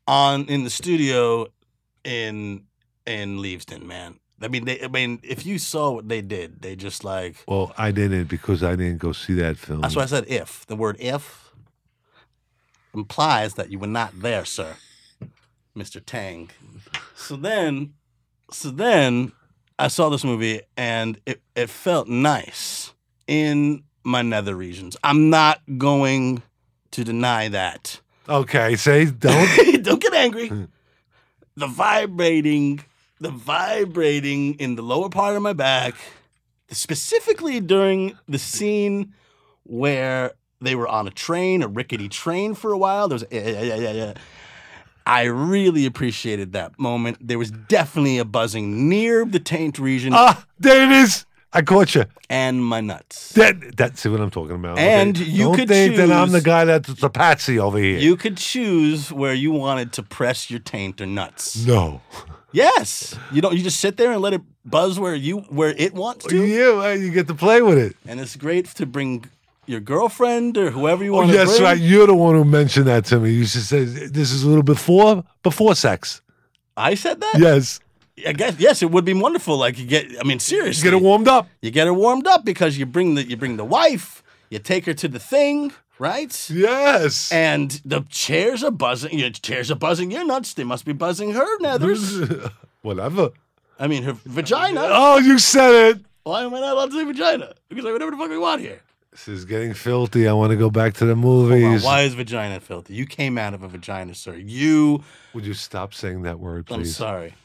Speaker 4: on in the studio in in Leavesden, man. I mean, they. I mean, if you saw what they did, they just like
Speaker 6: Well, I didn't because I didn't go see that film.
Speaker 4: That's why I said if. The word if implies that you were not there, sir, Mr. Tang. So then, so then I saw this movie and it, it felt nice in my nether regions. I'm not going to deny that.
Speaker 6: Okay,
Speaker 4: *laughs*
Speaker 6: say don't.
Speaker 4: Don't get angry. The vibrating, the vibrating in the lower part of my back, specifically during the scene where they were on a train, a rickety train for a while. There was, yeah, yeah, yeah, yeah, yeah. I really appreciated that moment. There was definitely a buzzing near the taint region
Speaker 6: *laughs* ah, there it is. I caught you.
Speaker 4: and my nuts.
Speaker 6: That that's what I'm talking about.
Speaker 4: And
Speaker 6: Okay,
Speaker 4: you
Speaker 6: don't
Speaker 4: could
Speaker 6: think that I'm the
Speaker 4: choose-
Speaker 6: guy that's the patsy over here.
Speaker 4: You could choose where you wanted to press your taint or nuts.
Speaker 6: no.
Speaker 4: Yes. You don't. You just sit there and let it buzz where you where it wants to,
Speaker 6: Yeah, well, *laughs* you get to play with it.
Speaker 4: and it's great to bring your girlfriend or whoever you
Speaker 6: Oh,
Speaker 4: want to
Speaker 6: yes,
Speaker 4: bring.
Speaker 6: right. You're the one who mentioned that to me. You should say this is a little before before sex.
Speaker 4: I said that.
Speaker 6: Yes,
Speaker 4: I guess yes. It would be wonderful. Like you get. I mean, seriously,
Speaker 6: get it warmed up.
Speaker 4: you get her warmed up because you bring the you bring the wife. You take her to the thing, right?
Speaker 6: Yes.
Speaker 4: And the chairs are buzzing. Your chairs are buzzing your nuts. They must be buzzing her
Speaker 6: *laughs*
Speaker 4: nethers.
Speaker 6: Whatever.
Speaker 4: I mean, her vagina.
Speaker 6: Oh, you said it.
Speaker 4: Why am I not allowed to say vagina? Because I whatever the fuck we want here.
Speaker 6: This is getting filthy. I want to go back to the movies.
Speaker 4: Oh, Why is vagina filthy? You came out of a vagina, sir. You.
Speaker 6: Would you stop saying that word,
Speaker 4: I'm
Speaker 6: please?
Speaker 4: sorry.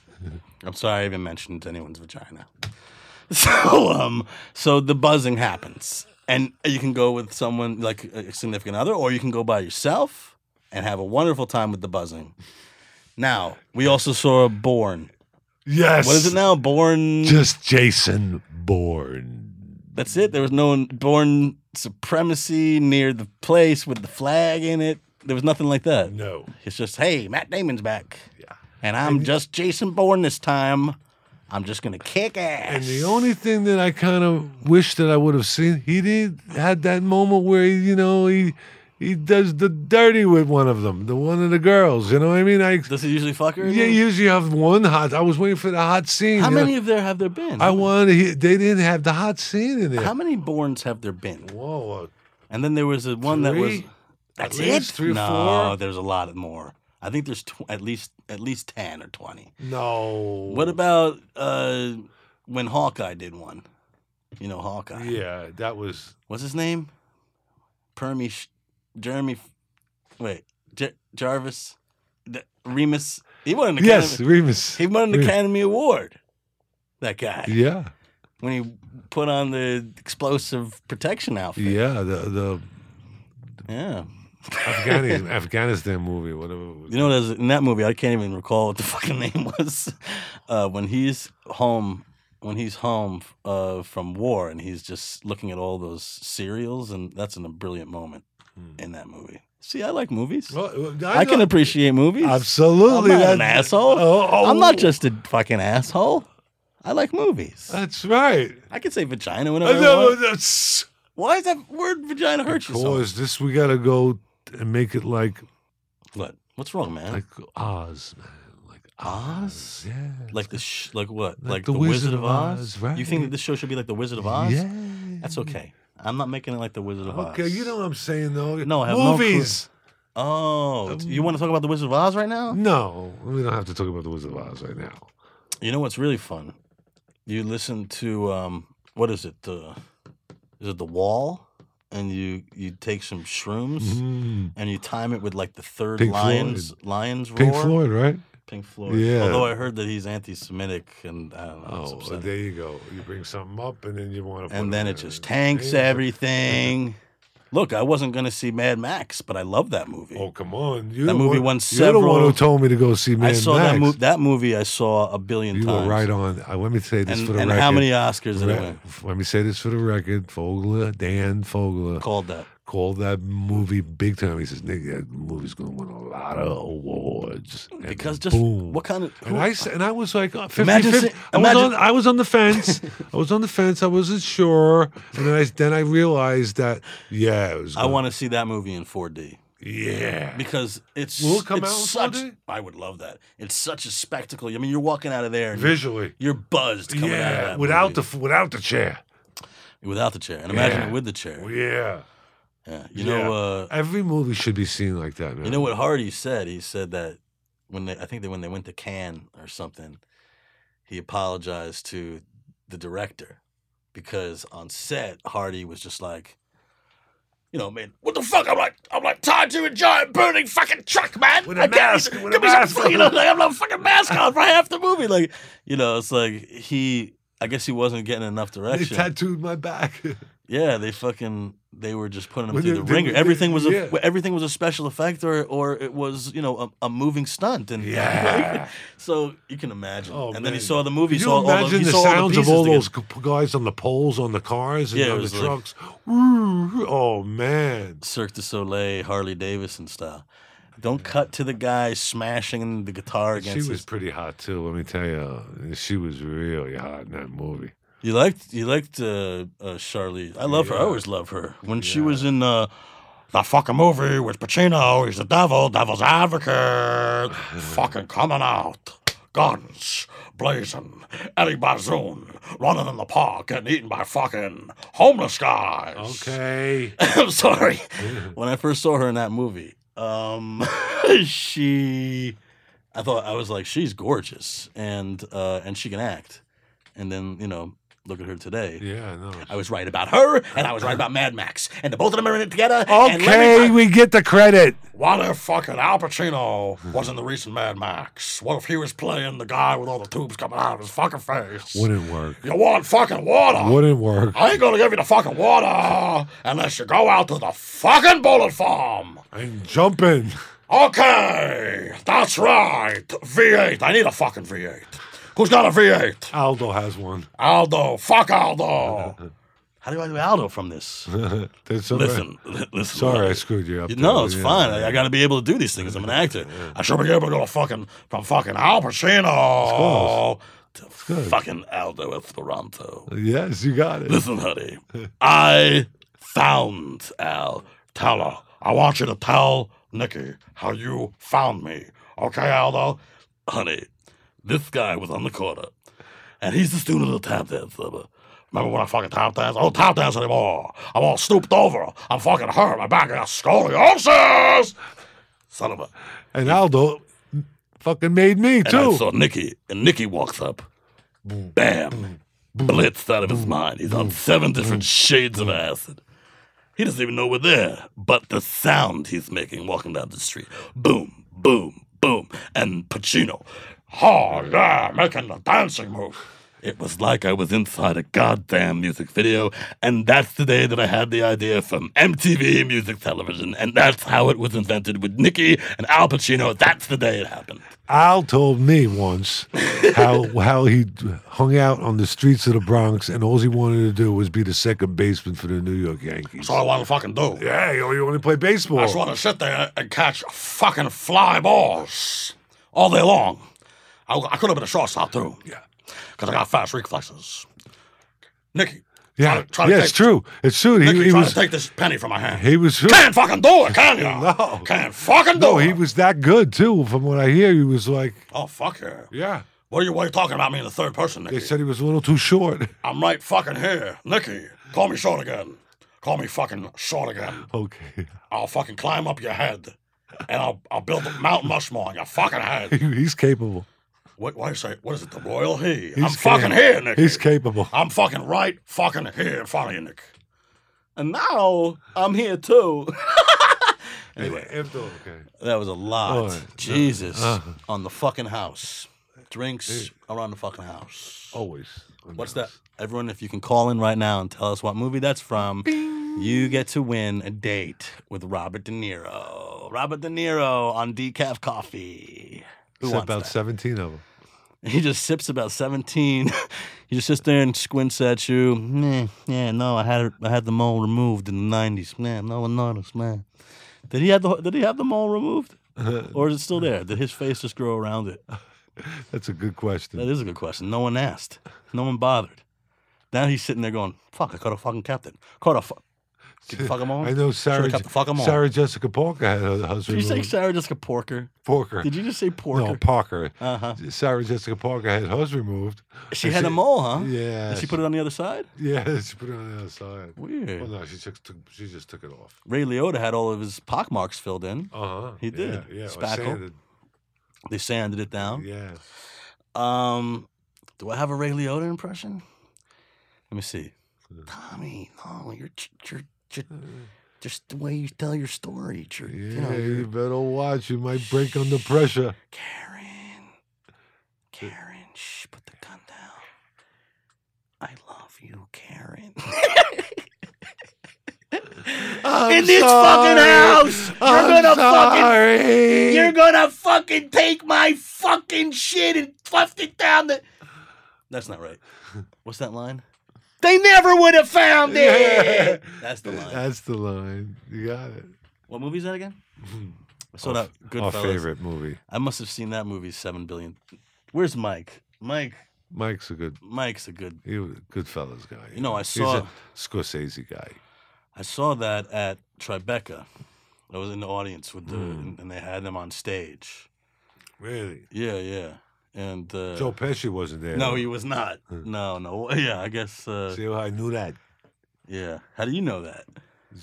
Speaker 4: I'm sorry I even mentioned anyone's vagina. *laughs* So, um, so the buzzing happens, and you can go with someone like a significant other, or you can go by yourself and have a wonderful time with the buzzing. Now, we also saw Born.
Speaker 6: Yes.
Speaker 4: What is it now? Born.
Speaker 6: Just Jason Bourne.
Speaker 4: That's it. There was no Born supremacy near the place with the flag in it. There was nothing like that.
Speaker 6: No.
Speaker 4: It's just, hey, Matt Damon's back. And I'm just Jason Bourne this time. I'm just gonna kick ass.
Speaker 6: And the only thing that I kind of wish that I would have seen, he did had that moment where he, you know he he does the dirty with one of them, the one of the girls. You know what I mean? I
Speaker 4: Does it usually fuck her?
Speaker 6: yeah, usually have one hot. I was waiting for the hot scene.
Speaker 4: How
Speaker 6: you know?
Speaker 4: many of there have there been?
Speaker 6: I wanted. he- They didn't have the hot scene in there.
Speaker 4: How many Bournes have there been?
Speaker 6: Whoa,
Speaker 4: And then there was a one that was.
Speaker 6: Three?
Speaker 4: That's
Speaker 6: At least
Speaker 4: it.
Speaker 6: three or
Speaker 4: no,
Speaker 6: four?
Speaker 4: there's a lot more. I think there's tw- at least at least ten or twenty.
Speaker 6: no.
Speaker 4: What about uh, when Hawkeye did one? You know Hawkeye.
Speaker 6: Yeah, that was
Speaker 4: What's his name? Permy, Sh- Jeremy. F- Wait, J- Jarvis, D- Remus. He won an
Speaker 6: yes,
Speaker 4: Academy.
Speaker 6: Remus.
Speaker 4: He won an
Speaker 6: Remus.
Speaker 4: Academy Award. That guy.
Speaker 6: Yeah,
Speaker 4: when he put on the explosive protection outfit.
Speaker 6: yeah. The the
Speaker 4: Yeah.
Speaker 6: Afghanistan, Afghanistan movie, whatever. it was.
Speaker 4: You know, there's in that movie, I can't even recall what the *laughs* fucking name was. Uh, when he's home, when he's home uh, from war, and he's just looking at all those cereals, and that's in a brilliant moment in that movie. See, I like movies.
Speaker 6: Well,
Speaker 4: I, can
Speaker 6: know-
Speaker 4: appreciate movies.
Speaker 6: Absolutely,
Speaker 4: I'm not an
Speaker 6: that's-
Speaker 4: asshole.
Speaker 6: Oh, oh.
Speaker 4: I'm not just a fucking asshole. I like movies.
Speaker 6: That's right.
Speaker 4: I can say vagina whenever I
Speaker 6: No,
Speaker 4: want.
Speaker 6: that's
Speaker 4: Why does that word vagina hurt you so? much?
Speaker 6: because this we gotta go and make it like
Speaker 4: What? What's wrong, man?
Speaker 6: Like Oz, man. Like Oz? Yeah.
Speaker 4: Like the sh- like what?
Speaker 6: Like The Wizard of Oz,
Speaker 4: You think that
Speaker 6: right.
Speaker 4: this show should be like the Wizard of Oz?
Speaker 6: Yeah.
Speaker 4: That's okay. I'm not making it like the Wizard of Oz.
Speaker 6: Okay, you know what I'm saying though.
Speaker 4: No, I have no clue.
Speaker 6: movies.
Speaker 4: Oh,
Speaker 6: Um,
Speaker 4: do you want to talk about the Wizard of Oz right now?
Speaker 6: Mm. No, we don't have to talk about the Wizard of Oz right now.
Speaker 4: You know what's really fun? You listen to um, what is it? The is it the Wall? And you you take some shrooms
Speaker 6: Mm.
Speaker 4: and you time it with like the third
Speaker 6: Pink
Speaker 4: lions lions roar.
Speaker 6: Pink Floyd, right?
Speaker 4: Pink Floyd.
Speaker 6: Yeah.
Speaker 4: Although I heard that he's anti-Semitic and I don't know. it's
Speaker 6: Oh,
Speaker 4: upsetting.
Speaker 6: there you go. You bring something up, and then you want to.
Speaker 4: and then it just tanks everything. Look, I wasn't going to see Mad Max, but I love that movie.
Speaker 6: Oh, come on! You
Speaker 4: That
Speaker 6: the
Speaker 4: movie
Speaker 6: one,
Speaker 4: won
Speaker 6: You're the one
Speaker 4: several-
Speaker 6: who told me to go see Mad
Speaker 4: I saw
Speaker 6: Max.
Speaker 4: that movie. That movie I saw a billion
Speaker 6: You
Speaker 4: times.
Speaker 6: were right on. Uh, let me say this
Speaker 4: And,
Speaker 6: for the
Speaker 4: and
Speaker 6: record.
Speaker 4: how many Oscars did it
Speaker 6: Re-
Speaker 4: win?
Speaker 6: let me say this for the record. Fogler, Dan Fogler,
Speaker 4: Called that.
Speaker 6: called that movie big time. He says, "Nigga, that movie's gonna win a lot of awards." And
Speaker 4: Because just
Speaker 6: boom.
Speaker 4: what kind of? who-
Speaker 6: And I s- and I was like, uh, 50,
Speaker 4: Imagine si-
Speaker 6: 50 I was
Speaker 4: imagine-
Speaker 6: on I was on the fence. I was on the fence. I wasn't sure, and then I then I realized that yeah, it was.
Speaker 4: I
Speaker 6: gonna-
Speaker 4: want to see that movie in 4D
Speaker 6: yeah.
Speaker 4: because it's
Speaker 6: Will it come
Speaker 4: it's
Speaker 6: out in
Speaker 4: such.
Speaker 6: 4D?
Speaker 4: I would love that. It's such a spectacle. I mean, you're walking out of there and
Speaker 6: Visually,
Speaker 4: you're buzzed coming out of
Speaker 6: yeah,
Speaker 4: that
Speaker 6: without the
Speaker 4: movie.
Speaker 6: f- without the chair,
Speaker 4: without the chair, and imagine
Speaker 6: Yeah.
Speaker 4: it with the chair.
Speaker 6: yeah.
Speaker 4: Yeah, you
Speaker 6: Yeah.
Speaker 4: know, uh,
Speaker 6: Every movie should be seen like that, man.
Speaker 4: You know what Hardy said? He said that when they, I think that when they went to Cannes or something, he apologized to the director because on set Hardy was just like, you know, man, what the fuck? I'm like, I'm like tied to a giant burning fucking truck, man.
Speaker 6: With a
Speaker 4: I can't-
Speaker 6: mask, with a
Speaker 4: give me some
Speaker 6: mask
Speaker 4: fucking-
Speaker 6: on.
Speaker 4: you know, like, I'm not fucking mask on for half the movie. Like, you know, it's like he. I guess he wasn't getting
Speaker 6: *laughs*
Speaker 4: enough
Speaker 6: They
Speaker 4: direction.
Speaker 6: tattooed my
Speaker 4: *laughs*
Speaker 6: back.
Speaker 4: Yeah, they fucking they were just putting them
Speaker 6: Well,
Speaker 4: through
Speaker 6: they-
Speaker 4: the
Speaker 6: they-
Speaker 4: ringer.
Speaker 6: they-
Speaker 4: everything was a
Speaker 6: yeah.
Speaker 4: everything was a special effect, or or it was you know a, a moving stunt, and *laughs*
Speaker 6: Yeah.
Speaker 4: so you can imagine.
Speaker 6: Oh,
Speaker 4: and then he
Speaker 6: man.
Speaker 4: saw the movie.
Speaker 6: Could you
Speaker 4: saw all
Speaker 6: imagine
Speaker 4: he
Speaker 6: the
Speaker 4: saw
Speaker 6: sounds of
Speaker 4: pieces
Speaker 6: all
Speaker 4: together.
Speaker 6: those g- guys on the poles on the cars and
Speaker 4: Yeah, it
Speaker 6: on the
Speaker 4: was like-
Speaker 6: trucks? Ooh, oh man!
Speaker 4: Cirque du Soleil, Harley Davidson style. Don't cut to the guy smashing the guitar
Speaker 6: She
Speaker 4: against.
Speaker 6: was
Speaker 4: his-
Speaker 6: pretty hot too. Let me tell you, she was really hot in that movie.
Speaker 4: you liked you liked uh, uh, Charlize. I love her. I
Speaker 6: Yeah.
Speaker 4: always love her. When she was in uh, the fucking movie with Pacino, he's the devil, devil's
Speaker 6: *laughs*
Speaker 4: advocate, fucking coming out. Guns blazing, Eddie Barzoon running in the park, getting eaten by fucking homeless guys.
Speaker 6: Okay.
Speaker 4: *laughs* I'm sorry.
Speaker 6: Mm.
Speaker 4: When I first saw her in that movie, um, *laughs* she, I thought I was like, she's gorgeous, and uh, and she can act. And then you know, look at her today.
Speaker 6: Yeah, no.
Speaker 4: I was right about her, and I was right about Mad Max, and the both of them are in it together. and let me
Speaker 6: Okay,
Speaker 4: tell-
Speaker 6: we get the credit.
Speaker 4: what if fucking Al Pacino
Speaker 6: Mm-hmm.
Speaker 4: was in the recent Mad Max? What if he was playing the guy with all the tubes coming out of his fucking face?
Speaker 6: Wouldn't work.
Speaker 4: you want fucking water?
Speaker 6: Wouldn't work.
Speaker 4: I ain't gonna give you the fucking water unless you go out to the fucking bullet farm.
Speaker 6: I'm jumping.
Speaker 4: Okay, that's right. V8. I need a fucking V8. Who's got a V8?
Speaker 6: Aldo has one. *laughs*
Speaker 4: Aldo. Fuck Aldo. How do I do Aldo from this?
Speaker 6: There's some-
Speaker 4: Listen, *laughs* li- listen.
Speaker 6: Sorry, I
Speaker 4: look.
Speaker 6: screwed you up.
Speaker 4: No,
Speaker 6: there,
Speaker 4: it's
Speaker 6: yeah.
Speaker 4: fine. I, I got to be able to do these things. I'm an actor. I should be able to go to fucking from fucking Al Pacino to fucking Aldo Esperanto.
Speaker 6: Yes, you got it.
Speaker 4: Listen, honey, I found Al. Tell her. I want you to tell Nikki how you found me. Okay, Aldo? Honey, this guy was on the corner, and he's the student of the tap dance summer. Remember when I fucking tap dance? I don't tap dance anymore. I'm all stooped over. I'm fucking hurt. My back got scoliosis. Son of a.
Speaker 6: And Aldo fucking made me
Speaker 4: And I
Speaker 6: too.
Speaker 4: saw Nikki, and Nikki walks up. Bam. Blitzed out of his mind. He's on seven different shades of acid. He doesn't even know we're there, but the sound he's making walking down the street. Boom, boom, boom. And Pacino. Oh, yeah, making the dancing move. It was like I was inside a goddamn music video, and that's the day that I had the idea from MTV Music Television, and that's how it was invented with Nikki and Al Pacino. That's the day it happened.
Speaker 6: Al told me once how
Speaker 4: *laughs*
Speaker 6: how he hung out on the streets of the Bronx and all he wanted to do was be the second baseman for the New York Yankees.
Speaker 4: That's all I want to fucking do.
Speaker 6: Yeah, you only want to play baseball.
Speaker 4: I just want to sit there and catch fucking fly balls all day long. I, I could have been a shortstop too. Yeah. Because I got fast reflexes. Nicky,
Speaker 6: Yeah,
Speaker 4: Trying to- trying to
Speaker 6: yeah
Speaker 4: take-
Speaker 6: it's true. It's true.
Speaker 4: Nicky,
Speaker 6: He, he
Speaker 4: trying
Speaker 6: was
Speaker 4: to take this penny from my hand.
Speaker 6: he was
Speaker 4: Can't fucking do it, can you?
Speaker 6: *laughs* No.
Speaker 4: Can't fucking do
Speaker 6: no,
Speaker 4: it.
Speaker 6: he was that good too. From what I hear, he was like,
Speaker 4: Oh fuck yeah.
Speaker 6: yeah.
Speaker 4: What are you what are you talking about me in the third person, Nicky?
Speaker 6: They said he was a little too short. *laughs*
Speaker 4: I'm right fucking here. Nicky, call me short again. Call me fucking short again.
Speaker 6: Okay, *laughs*
Speaker 4: I'll fucking climb up your head. And I'll I'll build a Mount Rushmore on your fucking head.
Speaker 6: he's capable.
Speaker 4: What why say what is it, the royal he?
Speaker 6: He's
Speaker 4: I'm fucking
Speaker 6: cap-
Speaker 4: here, Nicky.
Speaker 6: He's capable.
Speaker 4: I'm fucking right fucking here in front of you, Nick. And now I'm here too. *laughs*
Speaker 6: *laughs*
Speaker 4: anyway,
Speaker 6: Okay.
Speaker 4: that was a lot.
Speaker 6: Oh,
Speaker 4: Jesus.
Speaker 6: uh.
Speaker 4: on the fucking house. Drinks around the fucking house.
Speaker 6: Always.
Speaker 4: What's that? Everyone, if you can call in right now and tell us what movie that's from, you get to win a date with Robert De Niro. Robert De Niro on decaf coffee. Who
Speaker 6: Said
Speaker 4: wants
Speaker 6: about
Speaker 4: that?
Speaker 6: seventeen of them.
Speaker 4: *laughs* He just sips about 17. *laughs* he just sits there and squints at you. Meh, yeah, no, I had it, I had the mole removed in the 90s. Man, no one noticed, man. Did he have the did he have the mole removed? or is it still there? Did his face just grow around it?
Speaker 6: That's a good
Speaker 4: That
Speaker 6: question.
Speaker 4: is a good question. No one asked. No one bothered. Now he's sitting there going, "Fuck! I could have fucking kept it. Could have fuck. Did you fuck him all?
Speaker 6: I know Sarah.
Speaker 4: Should've kept the fuck 'em all.
Speaker 6: Sarah Jessica Parker had a
Speaker 4: Did
Speaker 6: husband.
Speaker 4: you say
Speaker 6: removed.
Speaker 4: Sarah Jessica Porker?
Speaker 6: Parker?
Speaker 4: Did you just say Porker?
Speaker 6: Mm-hmm. No, Parker.
Speaker 4: Uh-huh.
Speaker 6: Sarah Jessica Parker had hers removed.
Speaker 4: She
Speaker 6: And
Speaker 4: had a mole, huh?
Speaker 6: Yeah.
Speaker 4: Did she put it on the other side?
Speaker 6: *laughs* Yeah, she put it on the other side.
Speaker 4: Weird.
Speaker 6: Well, no, she took, took she just took it off.
Speaker 4: Ray Liotta had all of his pockmarks filled in.
Speaker 6: Uh huh.
Speaker 4: He did.
Speaker 6: Yeah. yeah. or
Speaker 4: Spackle.
Speaker 6: sanded.
Speaker 4: They sanded it down.
Speaker 6: Yeah.
Speaker 4: Um, do I have a Ray Liotta impression? Let me see.
Speaker 6: Hmm.
Speaker 4: Tommy, no, you're you're, you're just the way you tell your story. You're,
Speaker 6: Yeah.
Speaker 4: you
Speaker 6: You,
Speaker 4: know, you're-
Speaker 6: better watch. You might break under pressure.
Speaker 4: Karen, Karen, shh, put the gun down. I love you, Karen.
Speaker 3: In this fucking house, you're
Speaker 6: I'm
Speaker 3: gonna fucking, *laughs*
Speaker 6: sorry.
Speaker 3: you're gonna fucking take my fucking shit and fluff it down the.
Speaker 4: *laughs* That's not right. What's that line?
Speaker 3: They never would have found
Speaker 6: Yeah.
Speaker 3: it.
Speaker 4: *laughs* That's the line.
Speaker 6: That's the line. You got it.
Speaker 4: What movie is that again? I saw
Speaker 6: Our
Speaker 4: that
Speaker 6: f- Our
Speaker 4: Goodfellas.
Speaker 6: favorite movie.
Speaker 4: I must have seen that movie seven billion. Where's Mike? Mike,
Speaker 6: Mike's a good.
Speaker 4: Mike's a good
Speaker 6: He was a good fellas guy.
Speaker 4: You know, I
Speaker 6: He's
Speaker 4: saw-
Speaker 6: a Scorsese guy.
Speaker 4: I saw that at Tribeca. I was in the audience with the,
Speaker 6: Hmm.
Speaker 4: and, and they had them on stage.
Speaker 6: Really?
Speaker 4: Yeah, yeah. And uh,
Speaker 6: Joe Pesci wasn't there.
Speaker 4: no,
Speaker 6: though.
Speaker 4: he was not. No, no. *laughs* Yeah, I guess. Uh,
Speaker 6: See how I knew that?
Speaker 4: yeah. How do you know that?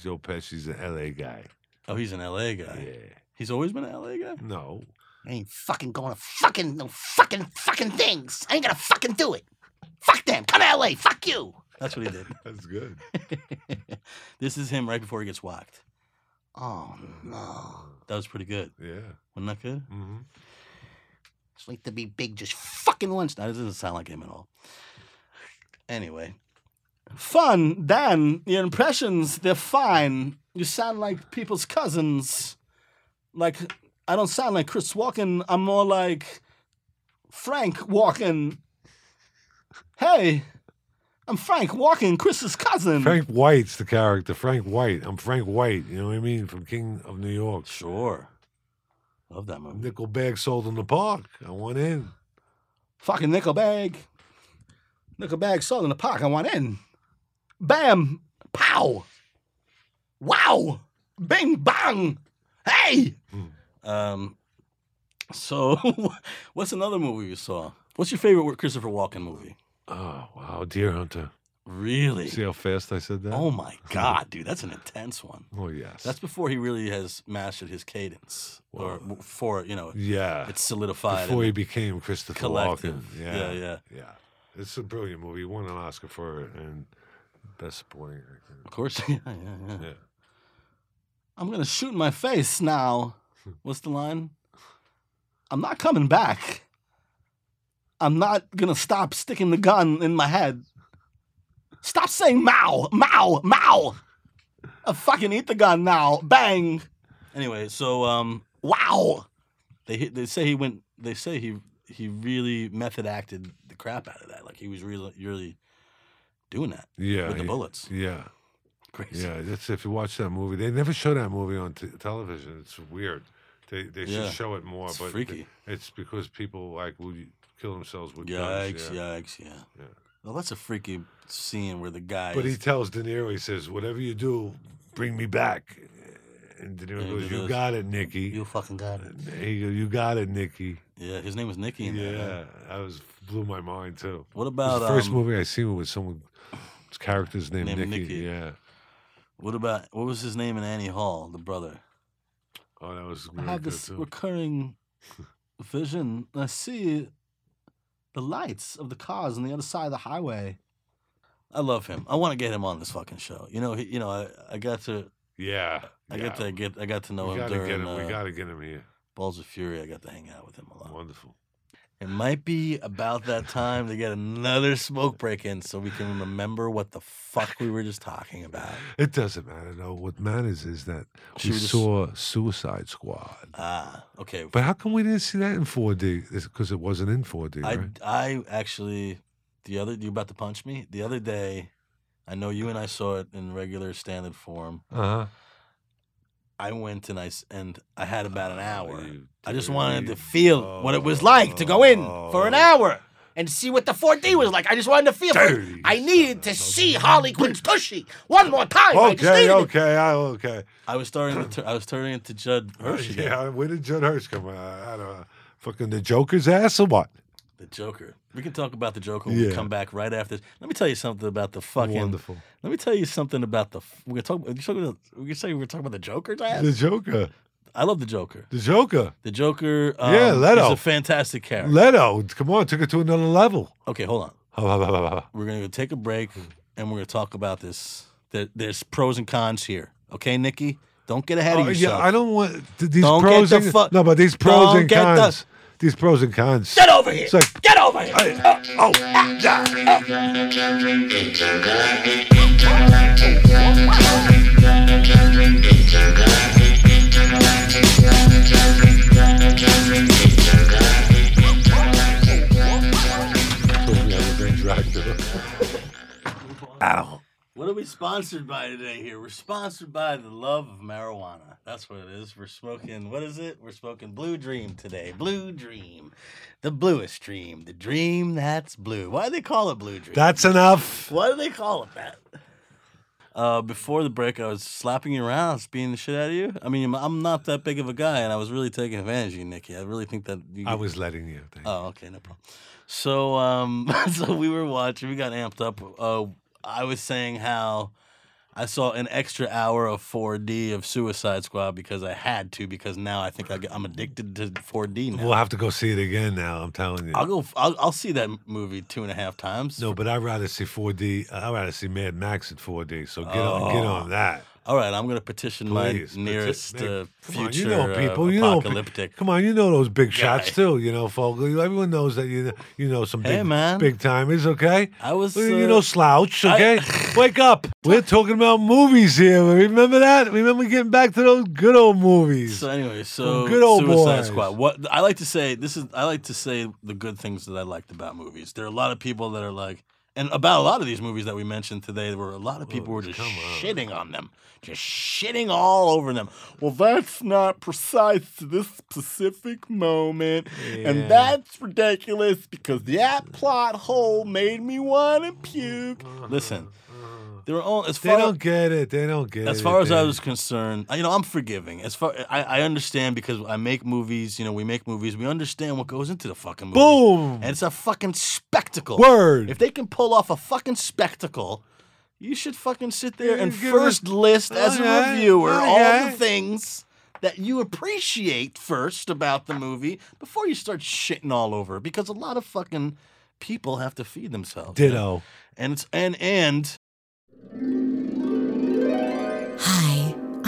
Speaker 6: Joe Pesci's an LA guy.
Speaker 4: Oh, he's an LA guy.
Speaker 6: Yeah.
Speaker 4: He's always been an LA guy.
Speaker 6: No.
Speaker 9: I ain't fucking going to fucking no fucking fucking things. I ain't gonna fucking do it. Fuck them. Come to LA. Fuck you.
Speaker 4: That's what he did.
Speaker 6: That's good.
Speaker 4: *laughs* this is him right before he gets whacked.
Speaker 9: Oh no.
Speaker 4: That was pretty good.
Speaker 6: Yeah.
Speaker 4: Wasn't that good? *laughs*
Speaker 6: Mm-hmm.
Speaker 9: It's like to be big just
Speaker 4: Fucking once. Now, this doesn't sound like him at all. Anyway, fun. Dan, your impressions, they're fine. You sound like people's cousins. Like, I don't sound like Chris Walken. I'm more like Frank Walken. Hey, I'm Frank Walken, Chris's cousin.
Speaker 6: Frank White's the character. Frank White. I'm Frank White. You know what I mean? From King of New York.
Speaker 4: Sure. Love that movie.
Speaker 6: Nickel bag sold in the park. I want in.
Speaker 4: Fucking nickel bag. Nickel bag sold in the park. I want in. Bam. Pow. Wow. Bing bang. Hey. Um. So, *laughs* what's another movie you saw? What's your favorite Christopher Walken movie?
Speaker 6: Oh wow, Deer Hunter.
Speaker 4: Really?
Speaker 6: See how fast I said that?
Speaker 4: Oh my God, dude, that's an intense one.
Speaker 6: Oh, yes.
Speaker 4: That's before he really has mastered his cadence, or
Speaker 6: Whoa.
Speaker 4: before you know
Speaker 6: yeah.
Speaker 4: it's solidified.
Speaker 6: Before
Speaker 4: and
Speaker 6: he became Christopher
Speaker 4: collective.
Speaker 6: Walken.
Speaker 4: Yeah,
Speaker 6: Yeah.
Speaker 4: yeah.
Speaker 6: Yeah. It's a brilliant movie. He won an Oscar for it and best supporting actor.
Speaker 4: Of course. *laughs* yeah, yeah, yeah.
Speaker 6: Yeah.
Speaker 4: I'm gonna shoot in my face now. What's the line? I'm not coming back. I'm not gonna stop sticking the gun in my head. Stop saying Mao, Mao, Mao. I fucking eat the gun now. Bang. Anyway, so um, wow. They hit- they say he went. They say he he really method acted the crap out of that. Like he was really really doing that
Speaker 6: Yeah.
Speaker 4: with the
Speaker 6: he-
Speaker 4: bullets.
Speaker 6: Yeah.
Speaker 4: Crazy.
Speaker 6: Yeah, that's if you watch that movie. They never show that movie on t- television. It's weird. They they
Speaker 4: Yeah.
Speaker 6: should show it more,
Speaker 4: It's
Speaker 6: but th-
Speaker 4: freaky.
Speaker 6: it's because people like will kill themselves with
Speaker 4: Yikes!
Speaker 6: guns. Yeah.
Speaker 4: Yikes! Yeah.
Speaker 6: Yeah.
Speaker 3: Well, that's a freaky scene where the guy.
Speaker 6: But he tells De Niro, he says, "Whatever you do, bring me back." And De Niro
Speaker 3: Yeah, he
Speaker 6: goes, "You
Speaker 3: goes,
Speaker 6: got it, Nicky."
Speaker 3: you a fucking god.
Speaker 6: And he goes, "You got it, Nicky."
Speaker 3: Yeah, his name was Nicky. In That, right?
Speaker 6: Yeah, I was blew my mind too.
Speaker 3: What
Speaker 6: It was
Speaker 3: about
Speaker 6: the first
Speaker 3: um,
Speaker 6: movie I seen was someone's character's name
Speaker 3: Named
Speaker 6: Nicky.
Speaker 3: Nicky.
Speaker 6: Yeah.
Speaker 3: What about what was his name in Annie Hall? The brother.
Speaker 6: Oh, that was
Speaker 3: I
Speaker 6: really
Speaker 3: have
Speaker 6: good
Speaker 3: this
Speaker 6: too. *laughs*
Speaker 3: recurring vision. I see the lights of the cars on the other side of the highway. I love him. I want to get him on this fucking show. You know, he, you know, I, I got to,
Speaker 6: Yeah.
Speaker 3: I
Speaker 6: yeah.
Speaker 3: got to get, I got to know
Speaker 6: We
Speaker 3: him
Speaker 6: gotta
Speaker 3: during
Speaker 6: get him.
Speaker 3: uh,
Speaker 6: we gotta get him here.
Speaker 3: Balls of Fury. I got to hang out with him a lot.
Speaker 6: Wonderful.
Speaker 3: It might be about that time to get another smoke break in, so we can remember what the fuck we were just talking about.
Speaker 6: It doesn't matter though. What matters is that
Speaker 3: Should
Speaker 6: we
Speaker 3: we just-
Speaker 6: saw Suicide Squad.
Speaker 3: Ah, okay.
Speaker 6: But how come we didn't see that in 4D? Because it wasn't in 4D,
Speaker 3: I,
Speaker 6: right?
Speaker 3: I actually, the other, you about to punch me? The other day, I know you and I saw it in regular standard form.
Speaker 6: Uh huh.
Speaker 3: I went and I, s- and I had about an hour.
Speaker 6: Oh, you Oh.
Speaker 3: I just wanted to
Speaker 6: dirty- Oh,
Speaker 3: feel what it was like to go in
Speaker 4: for an hour and see what the 4D was like. I just wanted to feel. for it.
Speaker 6: Dirty
Speaker 4: I needed
Speaker 6: son
Speaker 4: to
Speaker 6: of a
Speaker 4: see Harley Quinn's tushy one more time. I just
Speaker 6: Okay,
Speaker 4: needed it.
Speaker 6: okay, I, okay.
Speaker 3: I was starting to, tur- I was turning into Judd Hirsch again,
Speaker 6: *laughs* Yeah, where did Judd Hirsch come out? I don't know. Fucking the Joker's ass or what?
Speaker 3: the Joker. We can talk about the Joker when we
Speaker 6: Yeah.
Speaker 3: come back right after. this. Let me tell you something about the fucking.
Speaker 6: Wonderful.
Speaker 3: Let me tell you something about the. f- We're gonna talk. You talking about, we're gonna say we're talking about the Joker's ass.
Speaker 6: The Joker.
Speaker 3: I love the Joker.
Speaker 6: The Joker.
Speaker 3: The Joker. Um,
Speaker 6: Yeah, Leto.
Speaker 3: Is a fantastic character.
Speaker 6: Leto. Come on, took it to another level.
Speaker 3: okay, hold on.
Speaker 6: All
Speaker 3: We're gonna take a break, and we're gonna talk about this. There, there's pros and cons here. Okay, Nikki, don't get ahead
Speaker 6: Oh,
Speaker 3: of yourself.
Speaker 6: yeah, I don't want th- these
Speaker 3: Don't get
Speaker 6: pros
Speaker 3: the
Speaker 6: and
Speaker 3: fu-
Speaker 6: no, but these pros
Speaker 3: Don't
Speaker 6: and
Speaker 3: get the-
Speaker 6: cons. These pros and cons.
Speaker 4: Get over here.
Speaker 6: It's like-
Speaker 4: Get over here.
Speaker 6: I- oh,
Speaker 3: *laughs*
Speaker 6: yeah.
Speaker 3: What are we sponsored by today? Here, we're sponsored by the love of marijuana. That's what it is. We're smoking. What is it? We're smoking Blue Dream today. Blue Dream, the bluest dream, the dream that's blue. Why do they call it Blue Dream?
Speaker 6: That's enough.
Speaker 3: Why do they call it that? Uh, before the break, I was slapping you around, I was beating the shit out of you. I mean, I'm not that big of a guy, and I was really taking advantage of you, Nikki. I really think that you.
Speaker 6: I was letting you. Thank
Speaker 3: Oh, okay, no problem. So, um, *laughs* so we were watching. We got amped up. Uh, I was saying how I saw an extra hour of 4D of Suicide Squad because I had to because now I think I get, I'm addicted to 4D now.
Speaker 6: We'll have to go see it again now. I'm telling you.
Speaker 3: I'll go. I'll, I'll see that movie two and a half times.
Speaker 6: no, but I'd rather see 4D. I'd rather see Mad Max in 4D. So get on,
Speaker 3: Oh.
Speaker 6: get on that.
Speaker 3: All right, I'm gonna petition
Speaker 6: Please,
Speaker 3: my nearest uh,
Speaker 6: partic- man, come on,
Speaker 3: future uh, apocalyptic.
Speaker 6: Know, pe- come on, you know those big shots
Speaker 3: guy.
Speaker 6: too. You know, Fogel. You- Everyone knows that you you know some big,
Speaker 3: Hey, man.
Speaker 6: big timers. Okay,
Speaker 3: I was,
Speaker 6: Well, you
Speaker 3: uh,
Speaker 6: know slouch.
Speaker 3: I- *laughs*
Speaker 6: Okay, wake up. We're talking about movies here. Remember that? Remember getting back to those good old movies.
Speaker 3: So anyway, so
Speaker 6: good old
Speaker 3: Suicide
Speaker 6: boys.
Speaker 3: Squad. What I like to say this is I like to say the good things that I liked about movies. There are a lot of people that are like, and about a lot of these movies that we mentioned today, there were a lot of
Speaker 6: Oh,
Speaker 3: people were just shitting on them, just shitting all over them. Well, that's not precise to this specific moment,
Speaker 6: Yeah.
Speaker 3: and that's ridiculous because that plot hole made me want to puke. Listen, there are all as
Speaker 6: they
Speaker 3: far
Speaker 6: don't get it. They don't get it.
Speaker 3: as far as I
Speaker 6: They-
Speaker 3: was concerned, I- you know, I'm forgiving. As far I, I understand because I make movies. You know, we make movies. We understand what goes into the fucking movie.
Speaker 6: Boom!
Speaker 3: And it's a fucking spectacle.
Speaker 6: Word.
Speaker 3: If they can pull off a fucking spectacle, you should fucking sit there
Speaker 6: You
Speaker 3: and
Speaker 6: give
Speaker 3: first
Speaker 6: it-
Speaker 3: list as
Speaker 6: Okay,
Speaker 3: a reviewer all
Speaker 6: okay.
Speaker 3: the things that you appreciate first about the movie before you start shitting all over it because a lot of fucking people have to feed themselves. you know?
Speaker 6: Ditto.
Speaker 3: And it's and and
Speaker 10: Hi,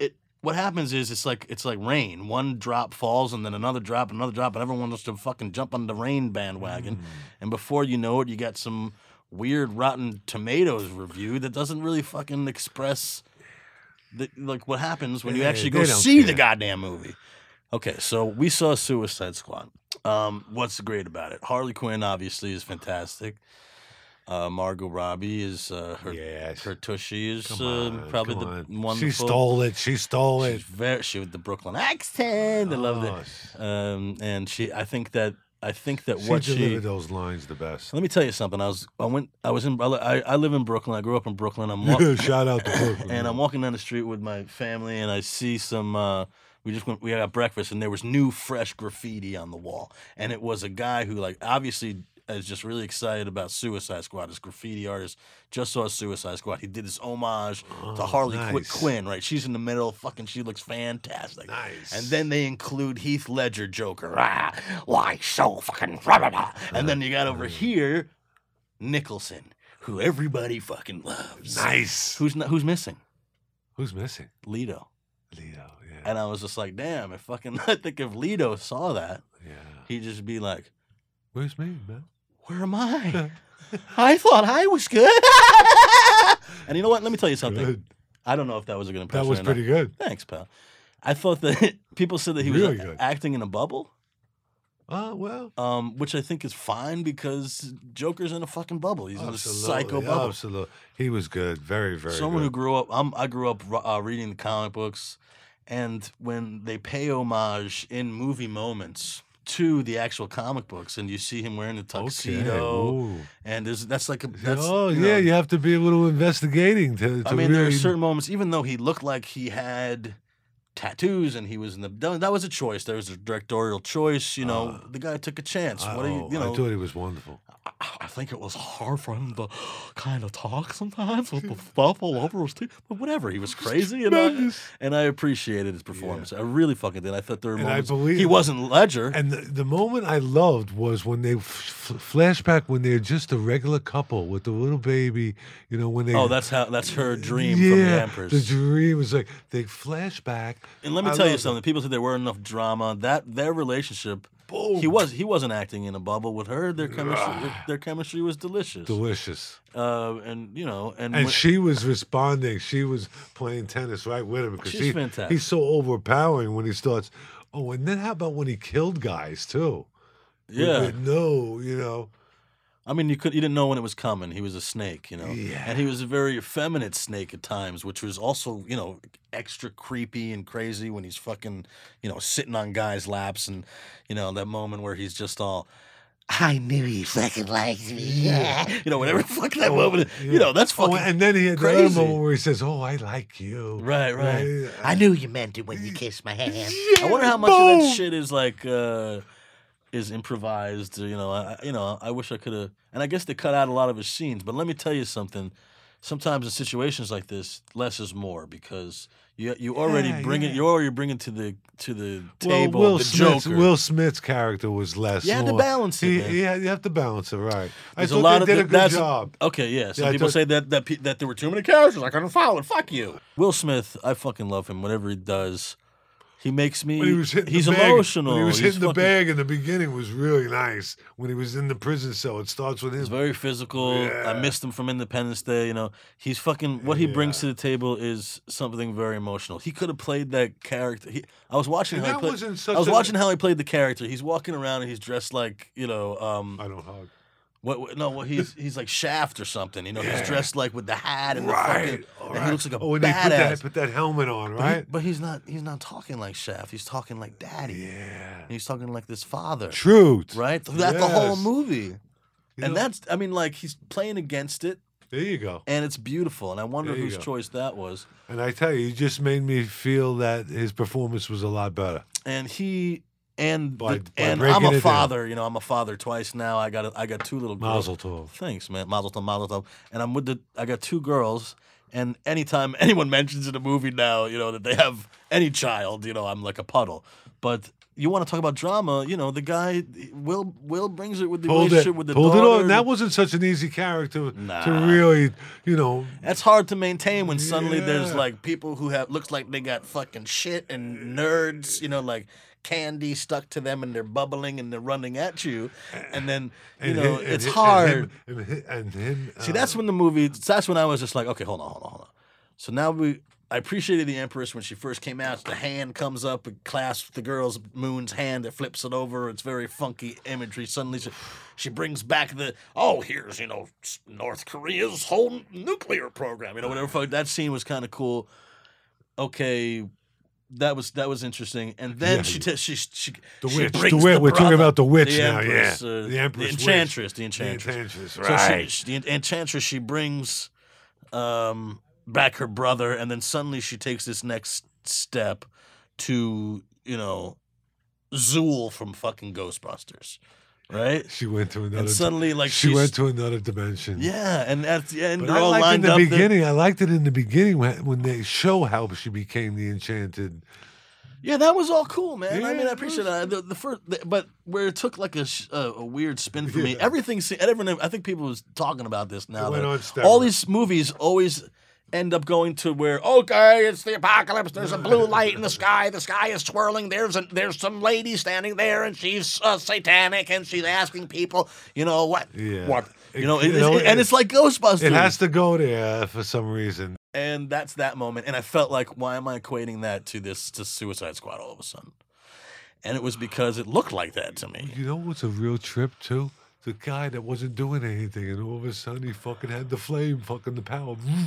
Speaker 3: it what happens is it's like it's like rain one drop falls and then another drop Mm. another drop and everyone wants to fucking jump on the rain bandwagon and before you know it you got some
Speaker 4: weird Rotten Tomatoes review that doesn't really fucking express the, like what happens when you
Speaker 3: Yeah,
Speaker 4: actually
Speaker 3: they
Speaker 4: go
Speaker 3: don't
Speaker 4: see the
Speaker 3: care.
Speaker 4: goddamn movie. Okay, so we saw Suicide Squad. Um, what's great about it? Harley Quinn obviously is fantastic. Uh, Margot Robbie is uh, her her tushy is
Speaker 6: Come
Speaker 4: uh,
Speaker 6: on,
Speaker 4: probably
Speaker 6: come
Speaker 4: the
Speaker 6: on.
Speaker 4: one
Speaker 6: She stole it. She stole it. Oh,
Speaker 4: very, she with the Brooklyn accent. I loved it. Um, and she, I think that, I think that
Speaker 6: She
Speaker 4: what she
Speaker 6: delivered those lines the best. *laughs*
Speaker 4: Let me tell you something. I was, I went, I was in, I, li- I- I live in Brooklyn. I grew up in Brooklyn.
Speaker 6: *laughs*
Speaker 4: I'm walking,
Speaker 6: Shout out to Brooklyn.
Speaker 3: Mm-hmm.
Speaker 4: and I'm walking down the street with my family, and I see some. Uh, we just went. We had breakfast, and there was new, fresh graffiti on the wall, and it was a guy who, like, obviously is just really excited about Suicide Squad. This graffiti artist just saw Suicide Squad. He did this homage to
Speaker 3: Oh,
Speaker 4: Harley Qui-
Speaker 3: nice.
Speaker 4: Quinn. Right, she's in the middle. Fucking, she looks fantastic. Nice. And then they include Heath Ledger Joker. Ah, why so fucking? Rah, rah, rah. And then you got over
Speaker 3: Mm-hmm.
Speaker 4: here, Nicholson, who everybody fucking loves.
Speaker 6: Nice.
Speaker 4: Who's not, who's missing?
Speaker 6: Who's missing?
Speaker 4: Leto. Leto, yeah. And I was just like, damn, if fucking *laughs* I think if Leto saw that,
Speaker 6: yeah,
Speaker 4: he'd just be like,
Speaker 6: Where's me,
Speaker 4: *laughs*
Speaker 6: man?
Speaker 4: Where am
Speaker 6: *laughs*
Speaker 4: I? I thought I was good. *laughs* and you know what? Let me tell you something. I don't know if that was a good impression.
Speaker 6: was
Speaker 4: or not.
Speaker 6: pretty good.
Speaker 4: Thanks, pal. I thought that *laughs* people said that he
Speaker 6: Really
Speaker 4: was a-
Speaker 6: good.
Speaker 4: acting in a bubble.
Speaker 6: Oh well.
Speaker 4: Um, which I think is fine because Joker's in a fucking bubble. He's in a psycho bubble.
Speaker 6: Absolutely. He was good. Very, very
Speaker 4: someone who
Speaker 6: good.
Speaker 4: grew up I'm, i grew up ro- uh, reading the comic books and when they pay homage in movie moments to the actual comic books and you see him wearing the tuxedo
Speaker 6: ooh.
Speaker 4: and there's that's like a that's
Speaker 6: oh
Speaker 4: you
Speaker 6: yeah,
Speaker 4: know,
Speaker 6: you have to be a little investigating to. to
Speaker 4: i mean
Speaker 6: really...
Speaker 4: there are certain moments even though he looked like he had tattoos and he was in the that was a choice there was a directorial choice you know the guy took a chance what do you
Speaker 6: Uh, Oh,
Speaker 4: you know
Speaker 6: I thought he was wonderful.
Speaker 4: I think it was hard for him to kind of talk sometimes
Speaker 3: *laughs*
Speaker 4: with the stuff all over his teeth, but whatever. He
Speaker 6: *laughs*
Speaker 4: was crazy, and I, and I appreciated his performance. I really fucking did. I thought there were
Speaker 6: And I
Speaker 4: moments
Speaker 6: believe
Speaker 4: he wasn't Ledger.
Speaker 6: And the, the moment I loved was when they f- f- flashback when they're just a regular couple with the little baby. You know when they.
Speaker 4: oh, that's how that's her dream
Speaker 6: yeah,
Speaker 4: from the Empress.
Speaker 6: The dream was like they flashback.
Speaker 4: and let me
Speaker 6: I
Speaker 4: tell you
Speaker 6: loved it.
Speaker 4: something. People said there weren't enough drama. That their relationship. He was he wasn't acting in a bubble with her. Their chemistry their chemistry was delicious.
Speaker 6: Delicious.
Speaker 4: Uh, and you know, and,
Speaker 6: And,
Speaker 4: when-
Speaker 6: she was responding. She was playing tennis right with him because
Speaker 4: She's
Speaker 6: he,
Speaker 4: fantastic.
Speaker 6: he's so overpowering when he starts. Oh, and then how about when he killed guys too? With-
Speaker 4: Yeah.
Speaker 6: with no, you
Speaker 4: *laughs*
Speaker 6: know.
Speaker 4: I mean, you could you didn't know when it was coming. He was a snake, you know, and he was a very effeminate snake at times, which was also you know extra creepy and crazy when he's fucking you know sitting on guys' laps and you know that moment where he's just all. I knew he fucking likes me. Yeah. You know, *laughs* whatever fuck that
Speaker 6: Oh,
Speaker 4: moment. You know, that's
Speaker 6: Oh,
Speaker 4: fucking
Speaker 6: and then he had the other
Speaker 4: crazy.
Speaker 6: moment where he says, "Oh, I like you."
Speaker 4: *laughs* Right, right.
Speaker 9: I knew you meant it when you kissed my hand.
Speaker 4: I wonder how much of that shit is like uh is improvised. uh, You know, I I- you know, I wish I could have. And I guess they cut out a lot of his scenes. But let me tell you something. Sometimes in *laughs* situations like this, less is more because you you already
Speaker 6: Yeah,
Speaker 4: bring it.
Speaker 6: yeah.
Speaker 4: You already bring it to the to the
Speaker 6: Well,
Speaker 4: table.
Speaker 6: Will
Speaker 4: the
Speaker 6: Smith's,
Speaker 4: Joker.
Speaker 6: Will Smith's character was less.
Speaker 4: You had to
Speaker 6: more-
Speaker 4: balance it,
Speaker 6: He-
Speaker 4: man.
Speaker 6: he had- you have to balance it, right?
Speaker 4: There's
Speaker 6: I thought they did
Speaker 4: the-
Speaker 6: a good
Speaker 4: that's-
Speaker 6: job.
Speaker 4: Okay, yeah. Some
Speaker 6: Yeah, I
Speaker 4: people
Speaker 6: thought-
Speaker 4: say that that, pe- that there were too many characters. I couldn't follow it. Fuck you. Will Smith, I fucking love him. Whatever he does, he makes me.
Speaker 6: When he was hitting
Speaker 4: he's
Speaker 6: the bag,
Speaker 4: emotional.
Speaker 6: When he was
Speaker 4: he's
Speaker 6: hitting the
Speaker 4: fucking-
Speaker 6: bag in the beginning was really nice. When he was in the prison cell, it starts with him.
Speaker 4: He's very physical. I missed him from Independence Day. You know, he's fucking. What he brings to the table is something very emotional. He could have played that character. He, I was watching
Speaker 6: And
Speaker 4: how he
Speaker 6: that
Speaker 4: played.
Speaker 6: wasn't
Speaker 4: I
Speaker 6: such
Speaker 4: was
Speaker 6: a-
Speaker 4: watching how he played the character. He's walking around and he's dressed like you know. Um,
Speaker 6: I don't hug.
Speaker 4: What, what- no, well, he's he's like Shaft or something. You know, he's dressed like with the hat and the
Speaker 6: Right.
Speaker 4: fucking.
Speaker 6: all
Speaker 4: and
Speaker 6: right.
Speaker 4: he looks like a
Speaker 6: oh, and
Speaker 4: badass.
Speaker 6: He put that, put that helmet on,
Speaker 4: But he- *laughs*
Speaker 6: right?
Speaker 4: But he's not he's not talking like Shaft. He's talking like Daddy.
Speaker 6: Yeah.
Speaker 4: He's talking like this father.
Speaker 6: Truth.
Speaker 4: Right? Throughout the whole
Speaker 6: Yes.
Speaker 4: movie.
Speaker 6: You
Speaker 4: and
Speaker 6: know-
Speaker 4: that's I mean, like he's playing against it.
Speaker 6: There you go.
Speaker 4: And it's beautiful. And I wonder
Speaker 6: There you
Speaker 4: whose
Speaker 6: go.
Speaker 4: choice that was.
Speaker 6: And I tell you, he just made me feel that his performance was a lot better.
Speaker 4: And he and
Speaker 6: By-
Speaker 4: the-
Speaker 6: by
Speaker 4: and
Speaker 6: breaking
Speaker 4: I'm
Speaker 6: it
Speaker 4: a
Speaker 6: down.
Speaker 4: father, you know, I'm a father twice now. I got a, I got two little girls.
Speaker 6: Mazel tov.
Speaker 4: Thanks, man. Mazel tov, mazel tov. And I'm with the I got two girls and anytime *laughs* anyone mentions in a movie now, you know, that they have any child, you know, I'm like a puddle. But you want to talk about drama, you know, the guy Will Will brings it with the
Speaker 6: Pulled it,
Speaker 4: relationship with the
Speaker 6: pulled it
Speaker 4: daughter.
Speaker 6: off. And that wasn't such an easy character to really, you know,
Speaker 4: That's hard to maintain when suddenly there's like people who have looks like they got fucking shit and nerds, you know, like
Speaker 3: candy stuck to them and they're bubbling and they're running at you. And then, you
Speaker 6: And
Speaker 3: know,
Speaker 6: hi- and
Speaker 3: it's
Speaker 6: hi- and
Speaker 3: hard.
Speaker 6: him- And him, and him, um,
Speaker 3: See, that's when the movie, that's when I was just like, okay, hold on, hold on, hold on. So now we, I appreciated the Empress when she first came out. The hand comes up and clasps the girl's moon's hand. It flips it over. It's very funky imagery. Suddenly she, she brings back the, oh, here's, you know, North Korea's whole nuclear program, you know, whatever. Fuck, that scene was kind of cool. Okay. That was that was interesting, and then
Speaker 6: Yeah,
Speaker 3: she,
Speaker 6: yeah.
Speaker 3: ta- she she
Speaker 6: The
Speaker 3: she
Speaker 6: witch, the
Speaker 3: brings
Speaker 6: witch. We're talking
Speaker 3: brother,
Speaker 6: about the witch
Speaker 3: the
Speaker 6: now,
Speaker 3: Empress,
Speaker 6: yeah.
Speaker 3: uh,
Speaker 6: The Empress
Speaker 3: the
Speaker 6: witch.
Speaker 3: enchantress, the
Speaker 6: The
Speaker 3: enchantress,
Speaker 6: Enchantress,
Speaker 3: So she-
Speaker 6: right.
Speaker 3: she- the enchantress, she brings um, back her brother, and then suddenly she takes this next step to you know Zool from fucking Ghostbusters, right?
Speaker 6: She went to another.
Speaker 3: and suddenly like
Speaker 6: she went
Speaker 3: she's-
Speaker 6: to another dimension.
Speaker 3: yeah, and that's yeah, and
Speaker 6: But
Speaker 3: they're
Speaker 6: I
Speaker 3: all
Speaker 6: liked in
Speaker 3: lined
Speaker 6: the
Speaker 3: up. there.
Speaker 6: beginning. I liked it in the beginning when, when they show how she became the enchanted.
Speaker 3: Yeah, that was all cool, man. I
Speaker 6: Yeah,
Speaker 3: mean, I
Speaker 6: it
Speaker 3: appreciate that. The, the first, the- but where it took like a, sh- a, a weird spin for me. Everything, se- everyone, I think people was talking about this now.
Speaker 6: went
Speaker 3: that
Speaker 6: on steroids.
Speaker 3: all these movies always end up going to where okay, it's the apocalypse. There's a blue light in the sky. The sky is swirling. There's a, there's some lady standing there, and she's uh, satanic, and she's asking people, you know what,
Speaker 6: Yeah.
Speaker 3: what,
Speaker 6: It-
Speaker 3: you know,
Speaker 6: you
Speaker 3: and,
Speaker 6: know,
Speaker 3: it's, and
Speaker 6: it-
Speaker 3: it's like Ghostbusters.
Speaker 6: It has to go there for some reason.
Speaker 3: And that's that moment. And I felt like, why am I equating that to this to Suicide Squad all of a sudden? And it was because it looked like that to me.
Speaker 6: You know what's a real trip too? The guy that wasn't doing anything, and all of a sudden he fucking had the flame, fucking the power. Mm.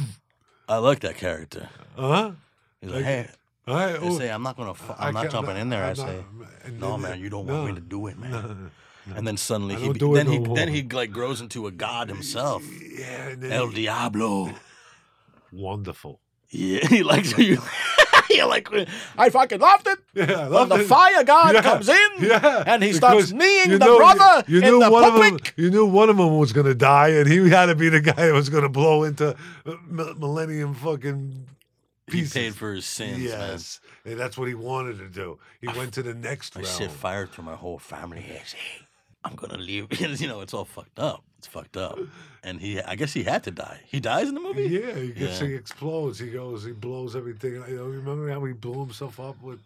Speaker 3: I like that character.
Speaker 6: Huh?
Speaker 3: He's like, hey,
Speaker 6: all right, oh,
Speaker 3: they say, I'm not gonna, fu- I'm not
Speaker 6: can't-
Speaker 3: jumping in there.
Speaker 6: I'm
Speaker 3: i
Speaker 6: not-
Speaker 3: say,
Speaker 6: and
Speaker 3: no,
Speaker 6: then-
Speaker 3: man, you don't want me to do it, man.
Speaker 6: *laughs*
Speaker 3: And then
Speaker 6: I
Speaker 3: suddenly he,
Speaker 6: don't
Speaker 3: be-
Speaker 6: do it
Speaker 3: then he,
Speaker 6: no
Speaker 3: then
Speaker 6: more.
Speaker 3: he like grows into a god himself.
Speaker 6: Yeah, and then
Speaker 3: El
Speaker 6: he-
Speaker 3: Diablo.
Speaker 6: Wonderful.
Speaker 3: Yeah, *laughs* he likes you. You're like, I fucking loved it.
Speaker 6: *laughs* Yeah, I
Speaker 3: when
Speaker 6: loved
Speaker 3: the
Speaker 6: it.
Speaker 3: fire god
Speaker 6: *laughs* Yeah,
Speaker 3: comes in
Speaker 6: yeah,
Speaker 3: and he
Speaker 6: because
Speaker 3: starts kneeing
Speaker 6: you
Speaker 3: the
Speaker 6: know-
Speaker 3: brother
Speaker 6: you, you
Speaker 3: in
Speaker 6: knew
Speaker 3: the
Speaker 6: one of
Speaker 3: public.
Speaker 6: 'em- you knew one of them was gonna die, and he had to be the guy that was gonna blow into uh, mi- Millennium fucking
Speaker 3: He
Speaker 6: pieces.
Speaker 3: paid for his sins, man.
Speaker 6: yes, and that's what he wanted to do. He went to the next
Speaker 3: I
Speaker 6: round.
Speaker 3: set fire to my whole family. He says, hey, I'm gonna leave. *laughs* you know, it's all fucked up. It's fucked up. And he, I guess he had to die. He dies in the movie.
Speaker 6: Yeah, he gets
Speaker 3: Yeah.
Speaker 6: he explodes. He goes, he blows everything. You know, remember how he blew himself up with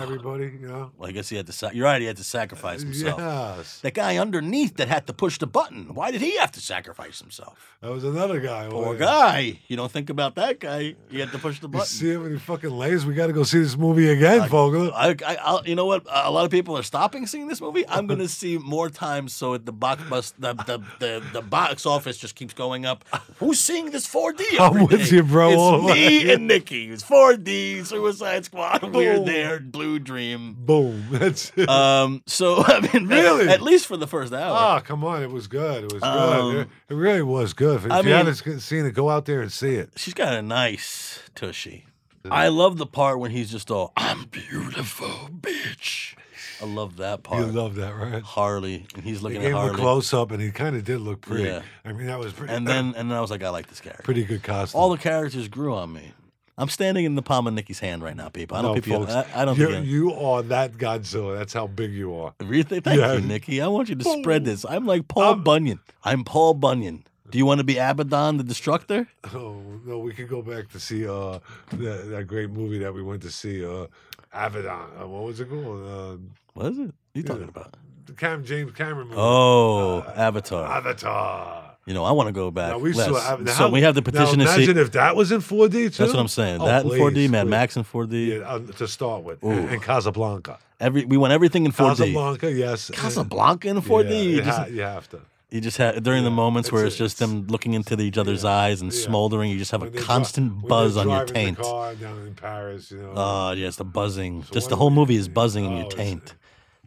Speaker 6: everybody? You know,
Speaker 3: Well, I guess he had to. Sa- you're right. He had to sacrifice himself.
Speaker 6: yes,
Speaker 3: That guy underneath that had to push the button. Why did he have to sacrifice himself?
Speaker 6: that was another guy.
Speaker 3: Poor
Speaker 6: wasn't it?
Speaker 3: guy. You don't think about that guy. He had to push the
Speaker 6: You
Speaker 3: button.
Speaker 6: see how many fucking layers? We got to go see this movie *laughs* again, Fogler.
Speaker 3: I, I, I'll, you know what? A lot of people are stopping seeing this movie. I'm
Speaker 6: *laughs*
Speaker 3: going to see more times so at the box bus, the, the, the, the box office just keeps going up. Who's seeing this 4D?
Speaker 6: *laughs* I'm
Speaker 3: every
Speaker 6: with
Speaker 3: day?
Speaker 6: you, bro, all the
Speaker 3: It's me
Speaker 6: way. Oh.
Speaker 3: and Nikki. It's 4D, Suicide
Speaker 6: *laughs*
Speaker 3: Squad, We're There, Blue Dream.
Speaker 6: Boom. *laughs* That's it.
Speaker 3: Um, so *laughs* I mean,
Speaker 6: Really?
Speaker 3: at, least for the first hour.
Speaker 6: Ah, come on! It was good. It was
Speaker 3: Um,
Speaker 6: good. It, it really was good. If
Speaker 3: I
Speaker 6: you
Speaker 3: mean-
Speaker 6: haven't seen- seen it, go out there and see it.
Speaker 3: She's got a nice tushy. I love the part when he's just all, "I'm beautiful, bitch." I love that part.
Speaker 6: You love that, right?
Speaker 3: Harley, and he's
Speaker 6: They
Speaker 3: looking at
Speaker 6: gave him a
Speaker 3: Harley.
Speaker 6: close up, and he kind of did look pretty.
Speaker 3: Yeah.
Speaker 6: I mean, that was pretty.
Speaker 3: And then and then I was like, I like this character.
Speaker 6: pretty good costume.
Speaker 3: All the characters grew on me. I'm standing in the palm of Nikki's hand right now, people. I don't
Speaker 6: no,
Speaker 3: think you.
Speaker 6: folks,
Speaker 3: I, I don't
Speaker 6: you,
Speaker 3: think you.
Speaker 6: you are that Godzilla. That's how big you are. *laughs*
Speaker 3: Really? Thank
Speaker 6: Yeah.
Speaker 3: you, Nikki. I want you to spread this. I'm like Paul Bunyan. I'm Paul Bunyan. Do you want to be Abaddon the Destructor?
Speaker 6: Oh no, we could go back to see uh that, that great movie that we went to see uh Avedon. Uh, what was it called? Uh,
Speaker 3: What is it? What are you talking about?
Speaker 6: the Cam James Cameron movie. Uh,
Speaker 3: Oh, Avatar.
Speaker 6: Avatar.
Speaker 3: You know, I want to go back.
Speaker 6: Now we
Speaker 3: less.
Speaker 6: saw. Ave-
Speaker 3: so
Speaker 6: now-
Speaker 3: we have the
Speaker 6: now
Speaker 3: petition to see.
Speaker 6: imagine if that was in 4D too.
Speaker 3: That's what I'm saying.
Speaker 6: Oh,
Speaker 3: that in 4D,
Speaker 6: please,
Speaker 3: Mad
Speaker 6: please.
Speaker 3: Max in 4D.
Speaker 6: Yeah, uh, to start with, and, and Casablanca.
Speaker 3: Every we want everything in 4D.
Speaker 6: Casablanca, yes. and-
Speaker 3: Casablanca in 4D.
Speaker 6: Yeah,
Speaker 3: you
Speaker 6: you,
Speaker 3: just
Speaker 6: ha- you have to.
Speaker 3: You just have during the moments where it's
Speaker 6: it's-
Speaker 3: just them looking into each other's eyes and smoldering. You just have a
Speaker 6: When they're dri-
Speaker 3: constant
Speaker 6: when
Speaker 3: buzz
Speaker 6: they're
Speaker 3: on your
Speaker 6: driving
Speaker 3: taint.
Speaker 6: The car down in Paris, you know.
Speaker 3: Oh yeah, it's the buzzing. just
Speaker 6: why
Speaker 3: the
Speaker 6: do
Speaker 3: whole
Speaker 6: we-
Speaker 3: movie is buzzing in
Speaker 6: oh,
Speaker 3: your
Speaker 6: it's- *laughs*
Speaker 3: taint.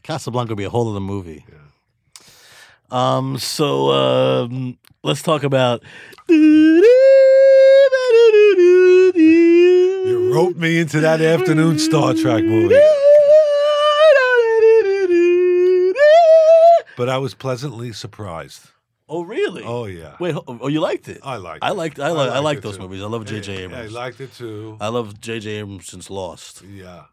Speaker 3: Casablanca would be a whole other movie. Um. So um, let's talk about. *laughs*
Speaker 6: you roped me into that afternoon Star Trek movie. But I was pleasantly surprised.
Speaker 3: Oh really?
Speaker 6: Oh yeah,
Speaker 3: Wait. ho- Oh, you liked it?
Speaker 6: I liked.
Speaker 3: I
Speaker 6: it.
Speaker 3: liked. I like. I like
Speaker 6: it,
Speaker 3: those
Speaker 6: too.
Speaker 3: movies. I love
Speaker 6: Yeah,
Speaker 3: J.J. Abrams.
Speaker 6: I liked it too.
Speaker 3: I love J.J. Abrams since Lost.
Speaker 6: yeah,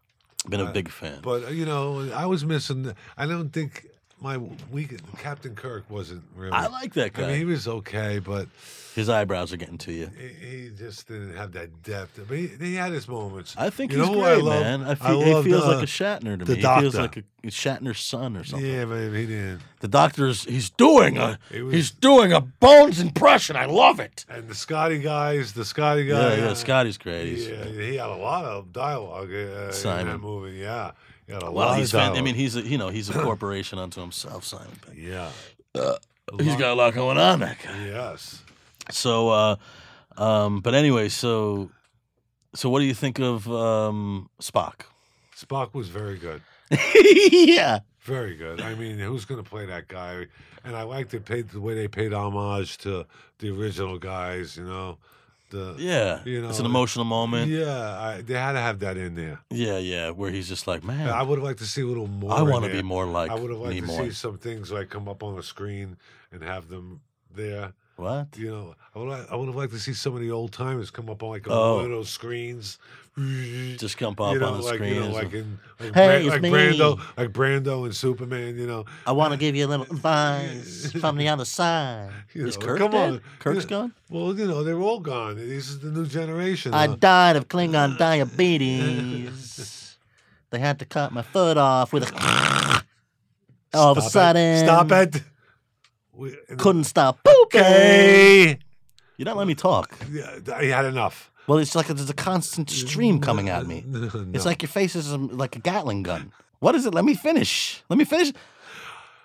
Speaker 3: Been a big fan.
Speaker 6: but uh, you know, I was missing. I don't think my week. Captain Kirk wasn't really.
Speaker 3: I like that
Speaker 6: I
Speaker 3: guy.
Speaker 6: mean, he was okay, but
Speaker 3: His eyebrows are getting to you.
Speaker 6: he, he just didn't have that depth. But he, he had his moments.
Speaker 3: I think
Speaker 6: you
Speaker 3: he's
Speaker 6: know who
Speaker 3: great,
Speaker 6: I love?
Speaker 3: man. I
Speaker 6: I
Speaker 3: feel, he
Speaker 6: loved,
Speaker 3: feels
Speaker 6: uh,
Speaker 3: like a Shatner to
Speaker 6: the
Speaker 3: me. He feels
Speaker 6: Doctor.
Speaker 3: like a it's Shatner's son or something.
Speaker 6: Yeah, but he didn't.
Speaker 3: The doctor's he's doing a
Speaker 6: It was-
Speaker 3: he's doing a Bones impression. I love it.
Speaker 6: And the Scotty guys, the Scotty
Speaker 3: Yeah,
Speaker 6: guy.
Speaker 3: yeah,
Speaker 6: uh,
Speaker 3: Scotty's great. He's,
Speaker 6: Yeah, he had a lot of dialogue uh, in
Speaker 3: Simon.
Speaker 6: that movie. Yeah, he had a
Speaker 3: Well,
Speaker 6: lot
Speaker 3: he's
Speaker 6: of
Speaker 3: fan,
Speaker 6: dialogue.
Speaker 3: I mean, he's a, you know he's
Speaker 6: *clears throat*
Speaker 3: a corporation unto himself, Simon. Pegg.
Speaker 6: yeah,
Speaker 3: uh, He's got a lot going on, that guy.
Speaker 6: yes.
Speaker 3: So, uh, um, but anyway, so so what do you think of um, Spock? *laughs*
Speaker 6: Spock was very good.
Speaker 3: yeah,
Speaker 6: Very good. I mean, who's going to play that guy? And I like they paid the way they paid homage to the original guys. You know, the
Speaker 3: yeah.
Speaker 6: You
Speaker 3: it's
Speaker 6: know,
Speaker 3: an emotional moment. Yeah.
Speaker 6: yeah. I, they had to have that in there.
Speaker 3: yeah, where he's just like, man,
Speaker 6: And I would have liked to see a little more.
Speaker 3: I
Speaker 6: in
Speaker 3: want to be
Speaker 6: there.
Speaker 3: more like
Speaker 6: I would have liked to see
Speaker 3: Nimoy.
Speaker 6: some things like come up on the screen and have them there.
Speaker 3: What?
Speaker 6: You know, I would li- I would have liked to see some of the old timers come up on like on
Speaker 3: Oh.
Speaker 6: one of those screens. Just
Speaker 3: Just come up
Speaker 6: you know,
Speaker 3: on the
Speaker 6: like,
Speaker 3: screen.
Speaker 6: You know,
Speaker 3: and-
Speaker 6: like in like,
Speaker 3: Hey,
Speaker 6: Bran-
Speaker 3: it's
Speaker 6: like
Speaker 3: me.
Speaker 6: Brando, like Brando and Superman. You know,
Speaker 3: I want to give you a
Speaker 6: *laughs*
Speaker 3: little advice from the other side.
Speaker 6: You
Speaker 3: Is
Speaker 6: know,
Speaker 3: Kirk
Speaker 6: come
Speaker 3: dead?
Speaker 6: on.
Speaker 3: Kirk's
Speaker 6: *laughs* Yeah.
Speaker 3: gone?
Speaker 6: well, you know, they're all gone. This is the new generation.
Speaker 3: I
Speaker 6: huh?
Speaker 3: died of
Speaker 6: *laughs*
Speaker 3: Klingon diabetes. they had to cut my foot off with a. All of a
Speaker 6: Stop
Speaker 3: sudden.
Speaker 6: it. stop it. We, and-
Speaker 3: Couldn't stop. pooping.
Speaker 6: Okay.
Speaker 3: You're not letting me talk.
Speaker 6: Yeah, I had enough.
Speaker 3: Well, it's like there's a constant stream *laughs* coming at
Speaker 6: *laughs*
Speaker 3: me. It's
Speaker 6: No.
Speaker 3: like your face is um, like a Gatling gun. What is it? Let me finish. Let me finish.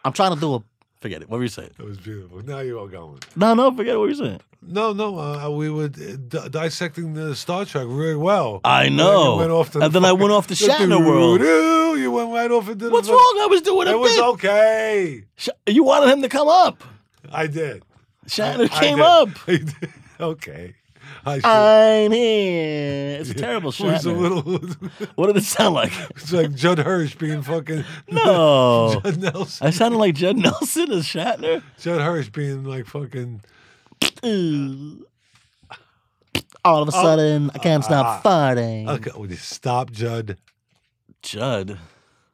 Speaker 3: I'm trying to do a. Forget it. What were you saying?
Speaker 6: That was beautiful. Now you're all going.
Speaker 3: No, no, forget what were you saying.
Speaker 6: No, no, uh, we were d- d- dissecting the Star Trek very well.
Speaker 3: I
Speaker 6: And then you
Speaker 3: know.
Speaker 6: went off to
Speaker 3: And then I went
Speaker 6: *laughs*
Speaker 3: off to Shatner World.
Speaker 6: Doo-doo, You went right off into the.
Speaker 3: What's wrong? I was doing a
Speaker 6: It was
Speaker 3: bit.
Speaker 6: okay.
Speaker 3: Sh- You wanted him to come up.
Speaker 6: I did.
Speaker 3: Shatner
Speaker 6: I
Speaker 3: came
Speaker 6: did. *laughs*
Speaker 3: up.
Speaker 6: I did. Okay. I
Speaker 3: *laughs* I'm here. It's a
Speaker 6: *laughs*
Speaker 3: terrible,
Speaker 6: should- was a
Speaker 3: Shatner.
Speaker 6: little. *laughs*
Speaker 3: What did it sound like?
Speaker 6: It's like Judd Hirsch being fucking
Speaker 3: No.
Speaker 6: Judd Nelson.
Speaker 3: I Oh. sounded like Judd Nelson as Shatner.
Speaker 6: Judd Hirsch being like fucking.
Speaker 3: Ooh. All of a sudden, I can't stop farting.
Speaker 6: Oh. Ah. Okay, would you stop, Judd?
Speaker 3: Judd.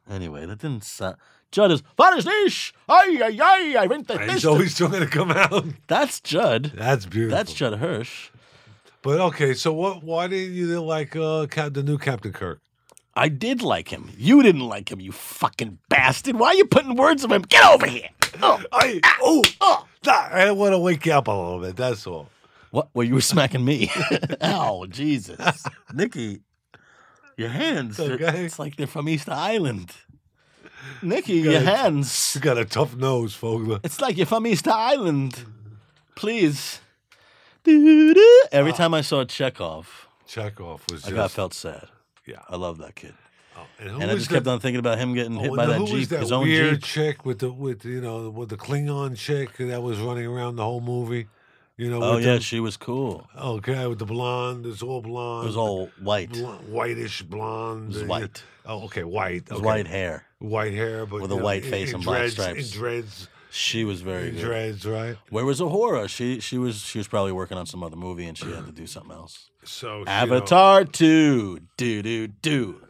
Speaker 3: Anyway, that didn't sound. Judd is father's niche. Ay ay ay! *laughs* I went the
Speaker 6: And He's
Speaker 3: fist.
Speaker 6: always trying to come out.
Speaker 3: That's Judd.
Speaker 6: That's beautiful.
Speaker 3: That's Judd Hirsch.
Speaker 6: But okay, so what? Why didn't you like uh, Cap, the new Captain Kirk?
Speaker 3: I did like him. You didn't like him. You fucking bastard. Why are you putting words in my? Get over here. Oh.
Speaker 6: I oh, I want to wake you up a little bit. That's all.
Speaker 3: What? Well, you were smacking
Speaker 6: *laughs*
Speaker 3: me.
Speaker 6: Oh,
Speaker 3: Ow, *laughs* Jesus. Nikki, your hands.
Speaker 6: It's
Speaker 3: they're-
Speaker 6: okay.
Speaker 3: It's like they're from Easter Island. Nikki,
Speaker 6: got
Speaker 3: your
Speaker 6: it.
Speaker 3: hands.
Speaker 6: You got a tough nose, Fogler.
Speaker 3: *laughs* It's like you're from Easter Island. Please. Doo-doo. Every time I saw Chekhov,
Speaker 6: Chekhov Ah. was
Speaker 3: I
Speaker 6: just
Speaker 3: got felt sad.
Speaker 6: yeah.
Speaker 3: I love that kid.
Speaker 6: Oh, and who
Speaker 3: and I
Speaker 6: was
Speaker 3: just
Speaker 6: the-
Speaker 3: kept on thinking about him getting
Speaker 6: oh,
Speaker 3: hit
Speaker 6: and
Speaker 3: by
Speaker 6: who
Speaker 3: that
Speaker 6: was
Speaker 3: Jeep,
Speaker 6: that
Speaker 3: his own
Speaker 6: weird
Speaker 3: Jeep.
Speaker 6: chick with the with you know with the Klingon chick that was running around the whole movie. You know.
Speaker 3: Oh,
Speaker 6: with
Speaker 3: yeah,
Speaker 6: the-
Speaker 3: she was cool.
Speaker 6: Okay, with the blonde, it's all blonde.
Speaker 3: It was all white. It
Speaker 6: blonde, whitish blonde.
Speaker 3: was
Speaker 6: uh,
Speaker 3: white.
Speaker 6: Oh, okay, white.
Speaker 3: It was
Speaker 6: okay.
Speaker 3: white hair.
Speaker 6: White hair, but
Speaker 3: With a
Speaker 6: you know,
Speaker 3: white
Speaker 6: in-
Speaker 3: face
Speaker 6: in
Speaker 3: and black
Speaker 6: dreads,
Speaker 3: stripes.
Speaker 6: In dreads,
Speaker 3: She was very
Speaker 6: in
Speaker 3: good.
Speaker 6: dreads, right?
Speaker 3: Where was Ahura? She she was she was probably working on some other movie and she had to do something else.
Speaker 6: So you know,
Speaker 3: Avatar two, do do do.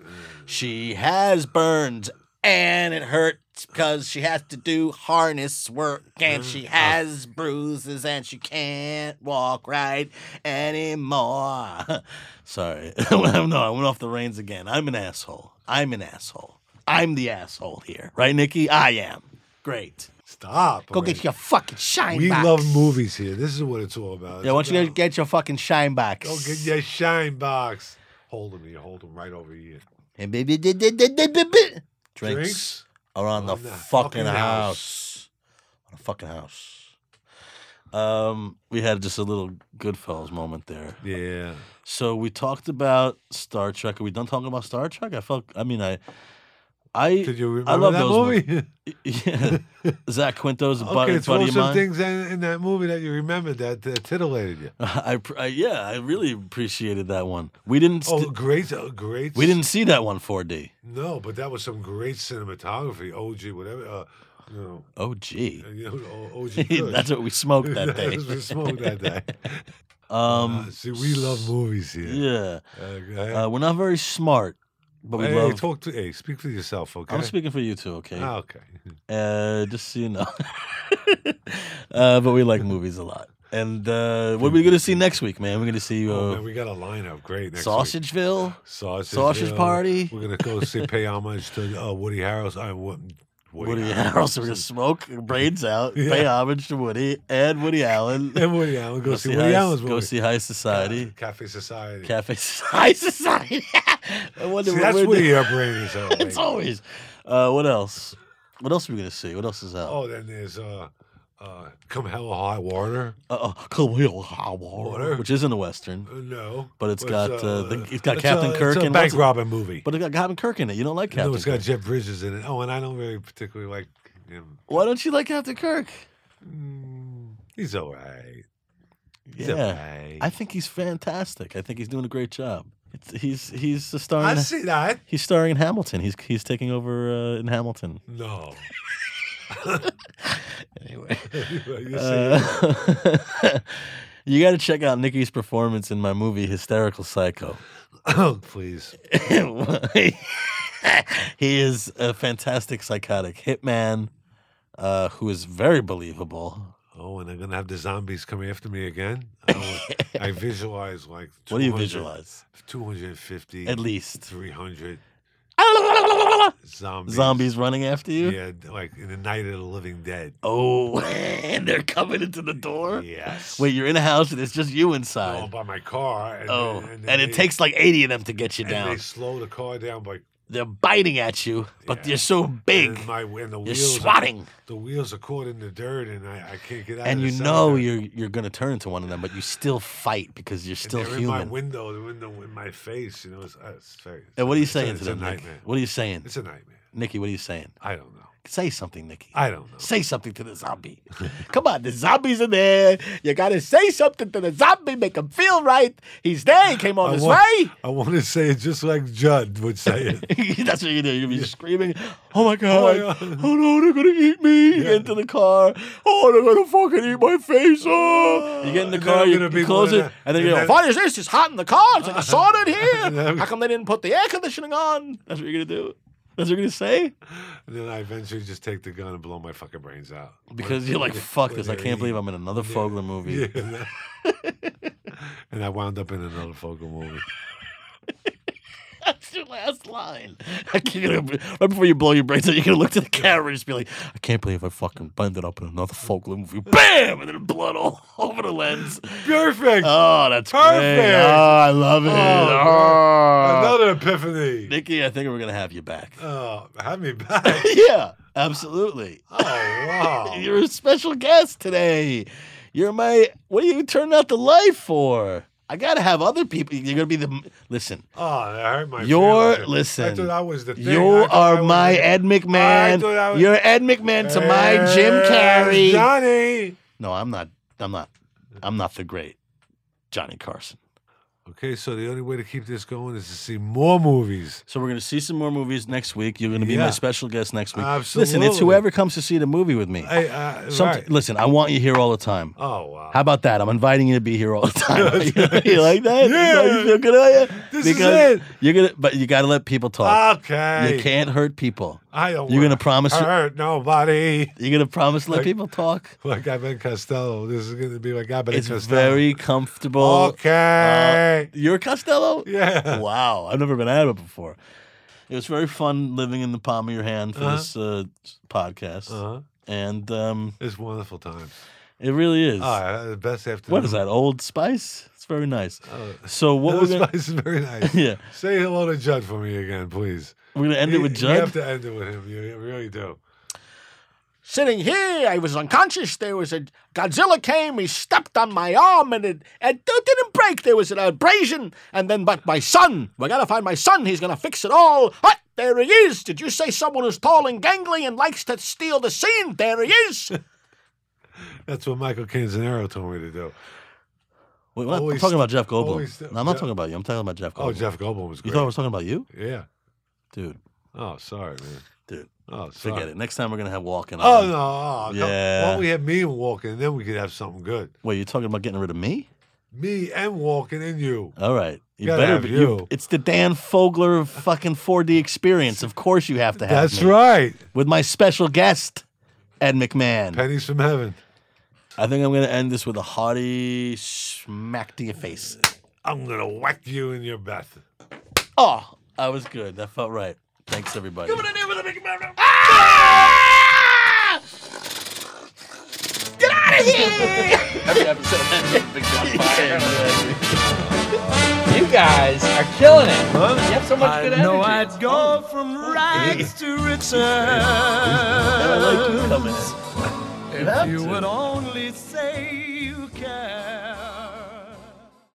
Speaker 3: She has burns and it hurts because she has to do harness work and
Speaker 6: Mm, oh.
Speaker 3: she has bruises and she can't walk right anymore. *laughs* Sorry, *laughs* no, I went off the reins again. I'm an asshole. I'm an asshole. I'm the asshole here, right, Nikki? I am. Great.
Speaker 6: Stop.
Speaker 3: Go
Speaker 6: already.
Speaker 3: get your fucking shine
Speaker 6: We
Speaker 3: box.
Speaker 6: love movies here. This is what it's all about.
Speaker 3: Yeah, why
Speaker 6: It's
Speaker 3: don't you guys
Speaker 6: about-
Speaker 3: get your fucking shine box?
Speaker 6: Go get your shine box. Hold him here. Hold him right over here.
Speaker 3: And baby, di- di- di- di- di- di- drinks,
Speaker 6: Drinks?
Speaker 3: are on the,
Speaker 6: On the
Speaker 3: fucking,
Speaker 6: fucking
Speaker 3: house. On the fucking house. Um, we had just a little Goodfellas moment there.
Speaker 6: Yeah.
Speaker 3: So we talked about Star Trek. Are we done talking about Star Trek? I felt. I mean, I. I
Speaker 6: Did you remember
Speaker 3: I love
Speaker 6: that
Speaker 3: those
Speaker 6: movie?
Speaker 3: *laughs*
Speaker 6: *laughs*
Speaker 3: yeah. Zach Quinto's a buddy,
Speaker 6: okay, throw
Speaker 3: buddy of
Speaker 6: some
Speaker 3: mine.
Speaker 6: things in, in that movie that you remembered that, that titillated you.
Speaker 3: *laughs* I, pr- I yeah, I really appreciated that one. We didn't
Speaker 6: Oh,
Speaker 3: st-
Speaker 6: great, oh, great.
Speaker 3: we didn't see that one 4D.
Speaker 6: No, but that was some great cinematography. OG, whatever. Uh, you know,
Speaker 3: Oh gee.
Speaker 6: you know, O- OG.
Speaker 3: *laughs*
Speaker 6: Kush.
Speaker 3: That's what we smoked
Speaker 6: *laughs*
Speaker 3: that day.
Speaker 6: That's what we smoked
Speaker 3: *laughs*
Speaker 6: that day. Uh,
Speaker 3: Um,
Speaker 6: See, we love movies here.
Speaker 3: yeah.
Speaker 6: Okay.
Speaker 3: Uh, we're not very smart, But we
Speaker 6: hey,
Speaker 3: love-
Speaker 6: talk to hey, speak for yourself, okay?
Speaker 3: I'm speaking for you too, okay?
Speaker 6: Ah, okay.
Speaker 3: Uh, just so you know. *laughs* uh, but we like movies a lot. And uh, what are we going to see next week, man? We're going to see uh,
Speaker 6: Oh, man, we got a lineup. Great. Next week.
Speaker 3: Sausageville.
Speaker 6: Sausage,
Speaker 3: Sausage
Speaker 6: Hill.
Speaker 3: Party.
Speaker 6: We're gonna go say pay homage to uh, Woody Harrelson. I Woody,
Speaker 3: Woody Harrelson. We're going to
Speaker 6: *laughs*
Speaker 3: smoke braids out, *laughs*
Speaker 6: Yeah.
Speaker 3: pay homage to Woody and Woody Allen.
Speaker 6: And Woody Allen. Go, see,
Speaker 3: High-
Speaker 6: Woody Allen's
Speaker 3: Go
Speaker 6: movie.
Speaker 3: see High Society.
Speaker 6: Cafe Society.
Speaker 3: Cafe *laughs* Society. High
Speaker 6: *laughs*
Speaker 3: Society. I wonder
Speaker 6: See,
Speaker 3: what
Speaker 6: that's
Speaker 3: we're
Speaker 6: Woody
Speaker 3: doing.
Speaker 6: Harrelson's
Speaker 3: *laughs*
Speaker 6: out,
Speaker 3: it's
Speaker 6: like-
Speaker 3: always. Uh, what else? What else are we going to see? What else is out?
Speaker 6: Oh, then there's uh, uh, come hell or high water.
Speaker 3: Uh, uh, Come Hill High Water,
Speaker 6: Water.
Speaker 3: which isn't a western.
Speaker 6: Uh, no,
Speaker 3: but it's
Speaker 6: But,
Speaker 3: got uh,
Speaker 6: uh,
Speaker 3: the, it's got
Speaker 6: it's
Speaker 3: Captain
Speaker 6: a- it's
Speaker 3: Kirk
Speaker 6: a
Speaker 3: and
Speaker 6: bank
Speaker 3: what's it-
Speaker 6: robbing movie.
Speaker 3: But it got Captain Kirk in it. You don't like Captain?
Speaker 6: no, it's
Speaker 3: Kirk.
Speaker 6: got Jeff Bridges in it. Oh, and I don't really particularly like him. Mm,
Speaker 3: Why don't you like Captain Kirk?
Speaker 6: He's all right. He's all
Speaker 3: Yeah,
Speaker 6: right.
Speaker 3: I think he's fantastic. I think he's doing a great job. It's, he's he's a star.
Speaker 6: I
Speaker 3: in-
Speaker 6: see that.
Speaker 3: He's starring in Hamilton. He's he's taking over uh, in Hamilton.
Speaker 6: No.
Speaker 3: *laughs* Anyway,
Speaker 6: You
Speaker 3: Uh, *laughs* you got to check out Nikki's performance in my movie Hysterical Psycho.
Speaker 6: *coughs*
Speaker 3: *laughs*
Speaker 6: Oh, please.
Speaker 3: he is a fantastic psychotic hitman uh, who is very believable.
Speaker 6: Oh, and they're gonna have the zombies come after me again. I,
Speaker 3: *laughs*
Speaker 6: wa- I visualize like
Speaker 3: What do you
Speaker 6: 200
Speaker 3: visualize?
Speaker 6: 250
Speaker 3: At least.
Speaker 6: *laughs* 300 zombies.
Speaker 3: Zombies running after you?
Speaker 6: Yeah, like in the Night of the Living Dead.
Speaker 3: Oh, *laughs* and they're coming into the door?
Speaker 6: Yes.
Speaker 3: Wait, you're in a house and it's just you inside.
Speaker 6: All by Oh, my car. And,
Speaker 3: oh,
Speaker 6: then-
Speaker 3: and,
Speaker 6: then
Speaker 3: it
Speaker 6: they-
Speaker 3: takes like 80 of them to get you
Speaker 6: and
Speaker 3: down.
Speaker 6: They slow the car down by
Speaker 3: They... are biting at you, but you're so big.
Speaker 6: And my and the
Speaker 3: You're
Speaker 6: wheels are-
Speaker 3: swatting.
Speaker 6: the wheels are caught in the dirt, and I, I can't get out.
Speaker 3: And
Speaker 6: of
Speaker 3: you
Speaker 6: the
Speaker 3: know
Speaker 6: cellar.
Speaker 3: you're you're gonna turn into one of them, but you still fight because you're
Speaker 6: And
Speaker 3: still
Speaker 6: they're in my
Speaker 3: human.
Speaker 6: window, the window in my face. You know, it's, uh, it's very. it's
Speaker 3: and
Speaker 6: a-
Speaker 3: what are you
Speaker 6: it's a-
Speaker 3: saying
Speaker 6: it's
Speaker 3: to
Speaker 6: a
Speaker 3: them, Nick?
Speaker 6: nightmare.
Speaker 3: What are you saying?
Speaker 6: It's a nightmare.
Speaker 3: Nikki, what are you saying?
Speaker 6: I don't know.
Speaker 3: Say something, Nikki.
Speaker 6: I don't know.
Speaker 3: Say something to the zombie. *laughs* Come on, the zombie's in there. You gotta say something to the zombie, make him feel right. He's there. He came on
Speaker 6: I
Speaker 3: this
Speaker 6: want-
Speaker 3: way.
Speaker 6: I want to say it just like Judd would say
Speaker 3: *laughs*
Speaker 6: it.
Speaker 3: That's what you do. You'll be screaming, "Oh my god!
Speaker 6: God.
Speaker 3: Oh, no, they're gonna eat me!" You get into the car. Oh, they're gonna fucking eat my face! Oh! You get in the
Speaker 6: And then
Speaker 3: car,
Speaker 6: I'm
Speaker 3: you,
Speaker 6: gonna
Speaker 3: you
Speaker 6: be
Speaker 3: close
Speaker 6: one
Speaker 3: it,
Speaker 6: of the-
Speaker 3: and then
Speaker 6: and
Speaker 3: you go,
Speaker 6: then-
Speaker 3: "What is this? It's hot in the car. It's like a
Speaker 6: *laughs*
Speaker 3: sauna in
Speaker 6: And then
Speaker 3: here.
Speaker 6: I'm-
Speaker 3: How come they didn't put the air conditioning on?" That's what you're gonna do. That's what you're gonna say
Speaker 6: And then I eventually just take the gun and blow my fucking brains out.
Speaker 3: because
Speaker 6: When-
Speaker 3: you're like,
Speaker 6: when-
Speaker 3: "Fuck
Speaker 6: when
Speaker 3: this! I
Speaker 6: they're
Speaker 3: can't believe
Speaker 6: eating.
Speaker 3: I'm in another Fogler movie."
Speaker 6: Yeah. *laughs* and I wound up in another Fogel movie.
Speaker 3: That's your last line. I can't, right before you blow your brains out, you're gonna look to the camera and just be like, "I can't believe I fucking ended up in another Fogler movie." Bam! And then blood all *laughs* over the lens.
Speaker 6: *laughs* Perfect.
Speaker 3: Oh, that's Great.
Speaker 6: Perfect.
Speaker 3: Oh, I love it.
Speaker 6: Oh,
Speaker 3: Oh,
Speaker 6: Another epiphany.
Speaker 3: Nikki, I think we're gonna have you back. *laughs*
Speaker 6: Oh, have me back.
Speaker 3: yeah, absolutely.
Speaker 6: Oh, wow.
Speaker 3: You're a special guest today. You're my. What are you turning out the light for? I gotta have other people. You're gonna be the. Listen,
Speaker 6: Oh, that hurt my
Speaker 3: You're
Speaker 6: feelings.
Speaker 3: listen.
Speaker 6: I thought I was the thing.
Speaker 3: You
Speaker 6: I thought I
Speaker 3: are
Speaker 6: was
Speaker 3: my
Speaker 6: the-
Speaker 3: Ed
Speaker 6: I
Speaker 3: McMahon.
Speaker 6: thought I was-
Speaker 3: You're Ed McMahon to my Jim
Speaker 6: Hey,
Speaker 3: Carrey.
Speaker 6: Johnny.
Speaker 3: No, I'm not. I'm not. I'm not the great Johnny Carson.
Speaker 6: Okay, so the only way to keep this going is to see more movies.
Speaker 3: So we're gonna see some more movies next week. You're gonna be my
Speaker 6: Yeah.
Speaker 3: special guest next week. Listen, it's
Speaker 6: Absolutely.
Speaker 3: whoever comes to see the movie with me.
Speaker 6: I, uh,
Speaker 3: Somet-
Speaker 6: right.
Speaker 3: Listen, I want you here all the time.
Speaker 6: Oh, wow.
Speaker 3: How about that? I'm inviting you to be here all the time.
Speaker 6: *laughs*
Speaker 3: *laughs* you, like that?
Speaker 6: Yeah.
Speaker 3: You feel good about you?
Speaker 6: This is it. Ah,
Speaker 3: You're gonna, but you gotta let people talk.
Speaker 6: Okay.
Speaker 3: You can't hurt people.
Speaker 6: I don't
Speaker 3: You're gonna
Speaker 6: wanna
Speaker 3: promise.
Speaker 6: hurt nobody. *laughs*
Speaker 3: You're gonna promise to let
Speaker 6: Like-
Speaker 3: people talk.
Speaker 6: Like I've been Costello. This is gonna be like I've been
Speaker 3: It's
Speaker 6: Costello.
Speaker 3: very comfortable.
Speaker 6: okay.
Speaker 3: Uh, you're Costello?
Speaker 6: yeah.
Speaker 3: Wow. I've never been at it before. It was very fun living in the palm of your hand for
Speaker 6: Uh-huh.
Speaker 3: this uh, podcast.
Speaker 6: Uh-huh.
Speaker 3: And um,
Speaker 6: It's wonderful times.
Speaker 3: it really is.
Speaker 6: Ah, the best afternoon.
Speaker 3: What is that? Old Spice? It's very nice.
Speaker 6: Oh.
Speaker 3: so what we're
Speaker 6: Those
Speaker 3: gonna,
Speaker 6: spice is *laughs* very
Speaker 3: *laughs*
Speaker 6: nice.
Speaker 3: Yeah.
Speaker 6: Say hello to Judd for me again, please.
Speaker 3: we're gonna end it
Speaker 6: You-
Speaker 3: with
Speaker 6: You
Speaker 3: Judd.
Speaker 6: have to end it with him. You you really do.
Speaker 3: Sitting here, I was unconscious. There was a Godzilla came. He stepped on my arm, and it and it didn't break. There was an abrasion, and then but my son. We gotta find my son. He's gonna fix it all. What? There he is. Did you say someone who's tall and gangly and likes to steal the scene? There he
Speaker 6: *laughs*
Speaker 3: is.
Speaker 6: That's what Michael Canzanero told me to do.
Speaker 3: Wait,
Speaker 6: not- I'm Always- talking about Jeff Goldblum. always- No, I'm not Jeff- talking
Speaker 3: about you. I'm talking about Jeff
Speaker 6: Oh, Jeff Goldblum was great.
Speaker 3: talking about you,
Speaker 6: yeah.
Speaker 3: dude?
Speaker 6: Oh, sorry, man.
Speaker 3: Dude,
Speaker 6: Oh, sorry.
Speaker 3: Next time we're gonna have walking.
Speaker 6: Oh no! Oh, no.
Speaker 3: Yeah.
Speaker 6: Why don't we have me walking, and then we could have something good?
Speaker 3: Wait, you're talking about getting rid of me?
Speaker 6: me and walking in you.
Speaker 3: All right. You
Speaker 6: Gotta
Speaker 3: better
Speaker 6: have
Speaker 3: be.
Speaker 6: you.
Speaker 3: It's the Dan Fogler fucking 4D experience. Of course you have to have
Speaker 6: That's
Speaker 3: me.
Speaker 6: right.
Speaker 3: With my special guest, Ed McMahon.
Speaker 6: Pennies from heaven.
Speaker 3: I think I'm going to end this with a hearty smack to your face.
Speaker 6: I'm gonna whack you in your bath.
Speaker 3: Oh, I was good. That felt right. Thanks, everybody.
Speaker 9: Get out of here!
Speaker 5: Every episode Big John fire. You guys are killing it. You have so much good energy.
Speaker 11: know I'd go from rags to riches. I like you coming. If you would only say you care.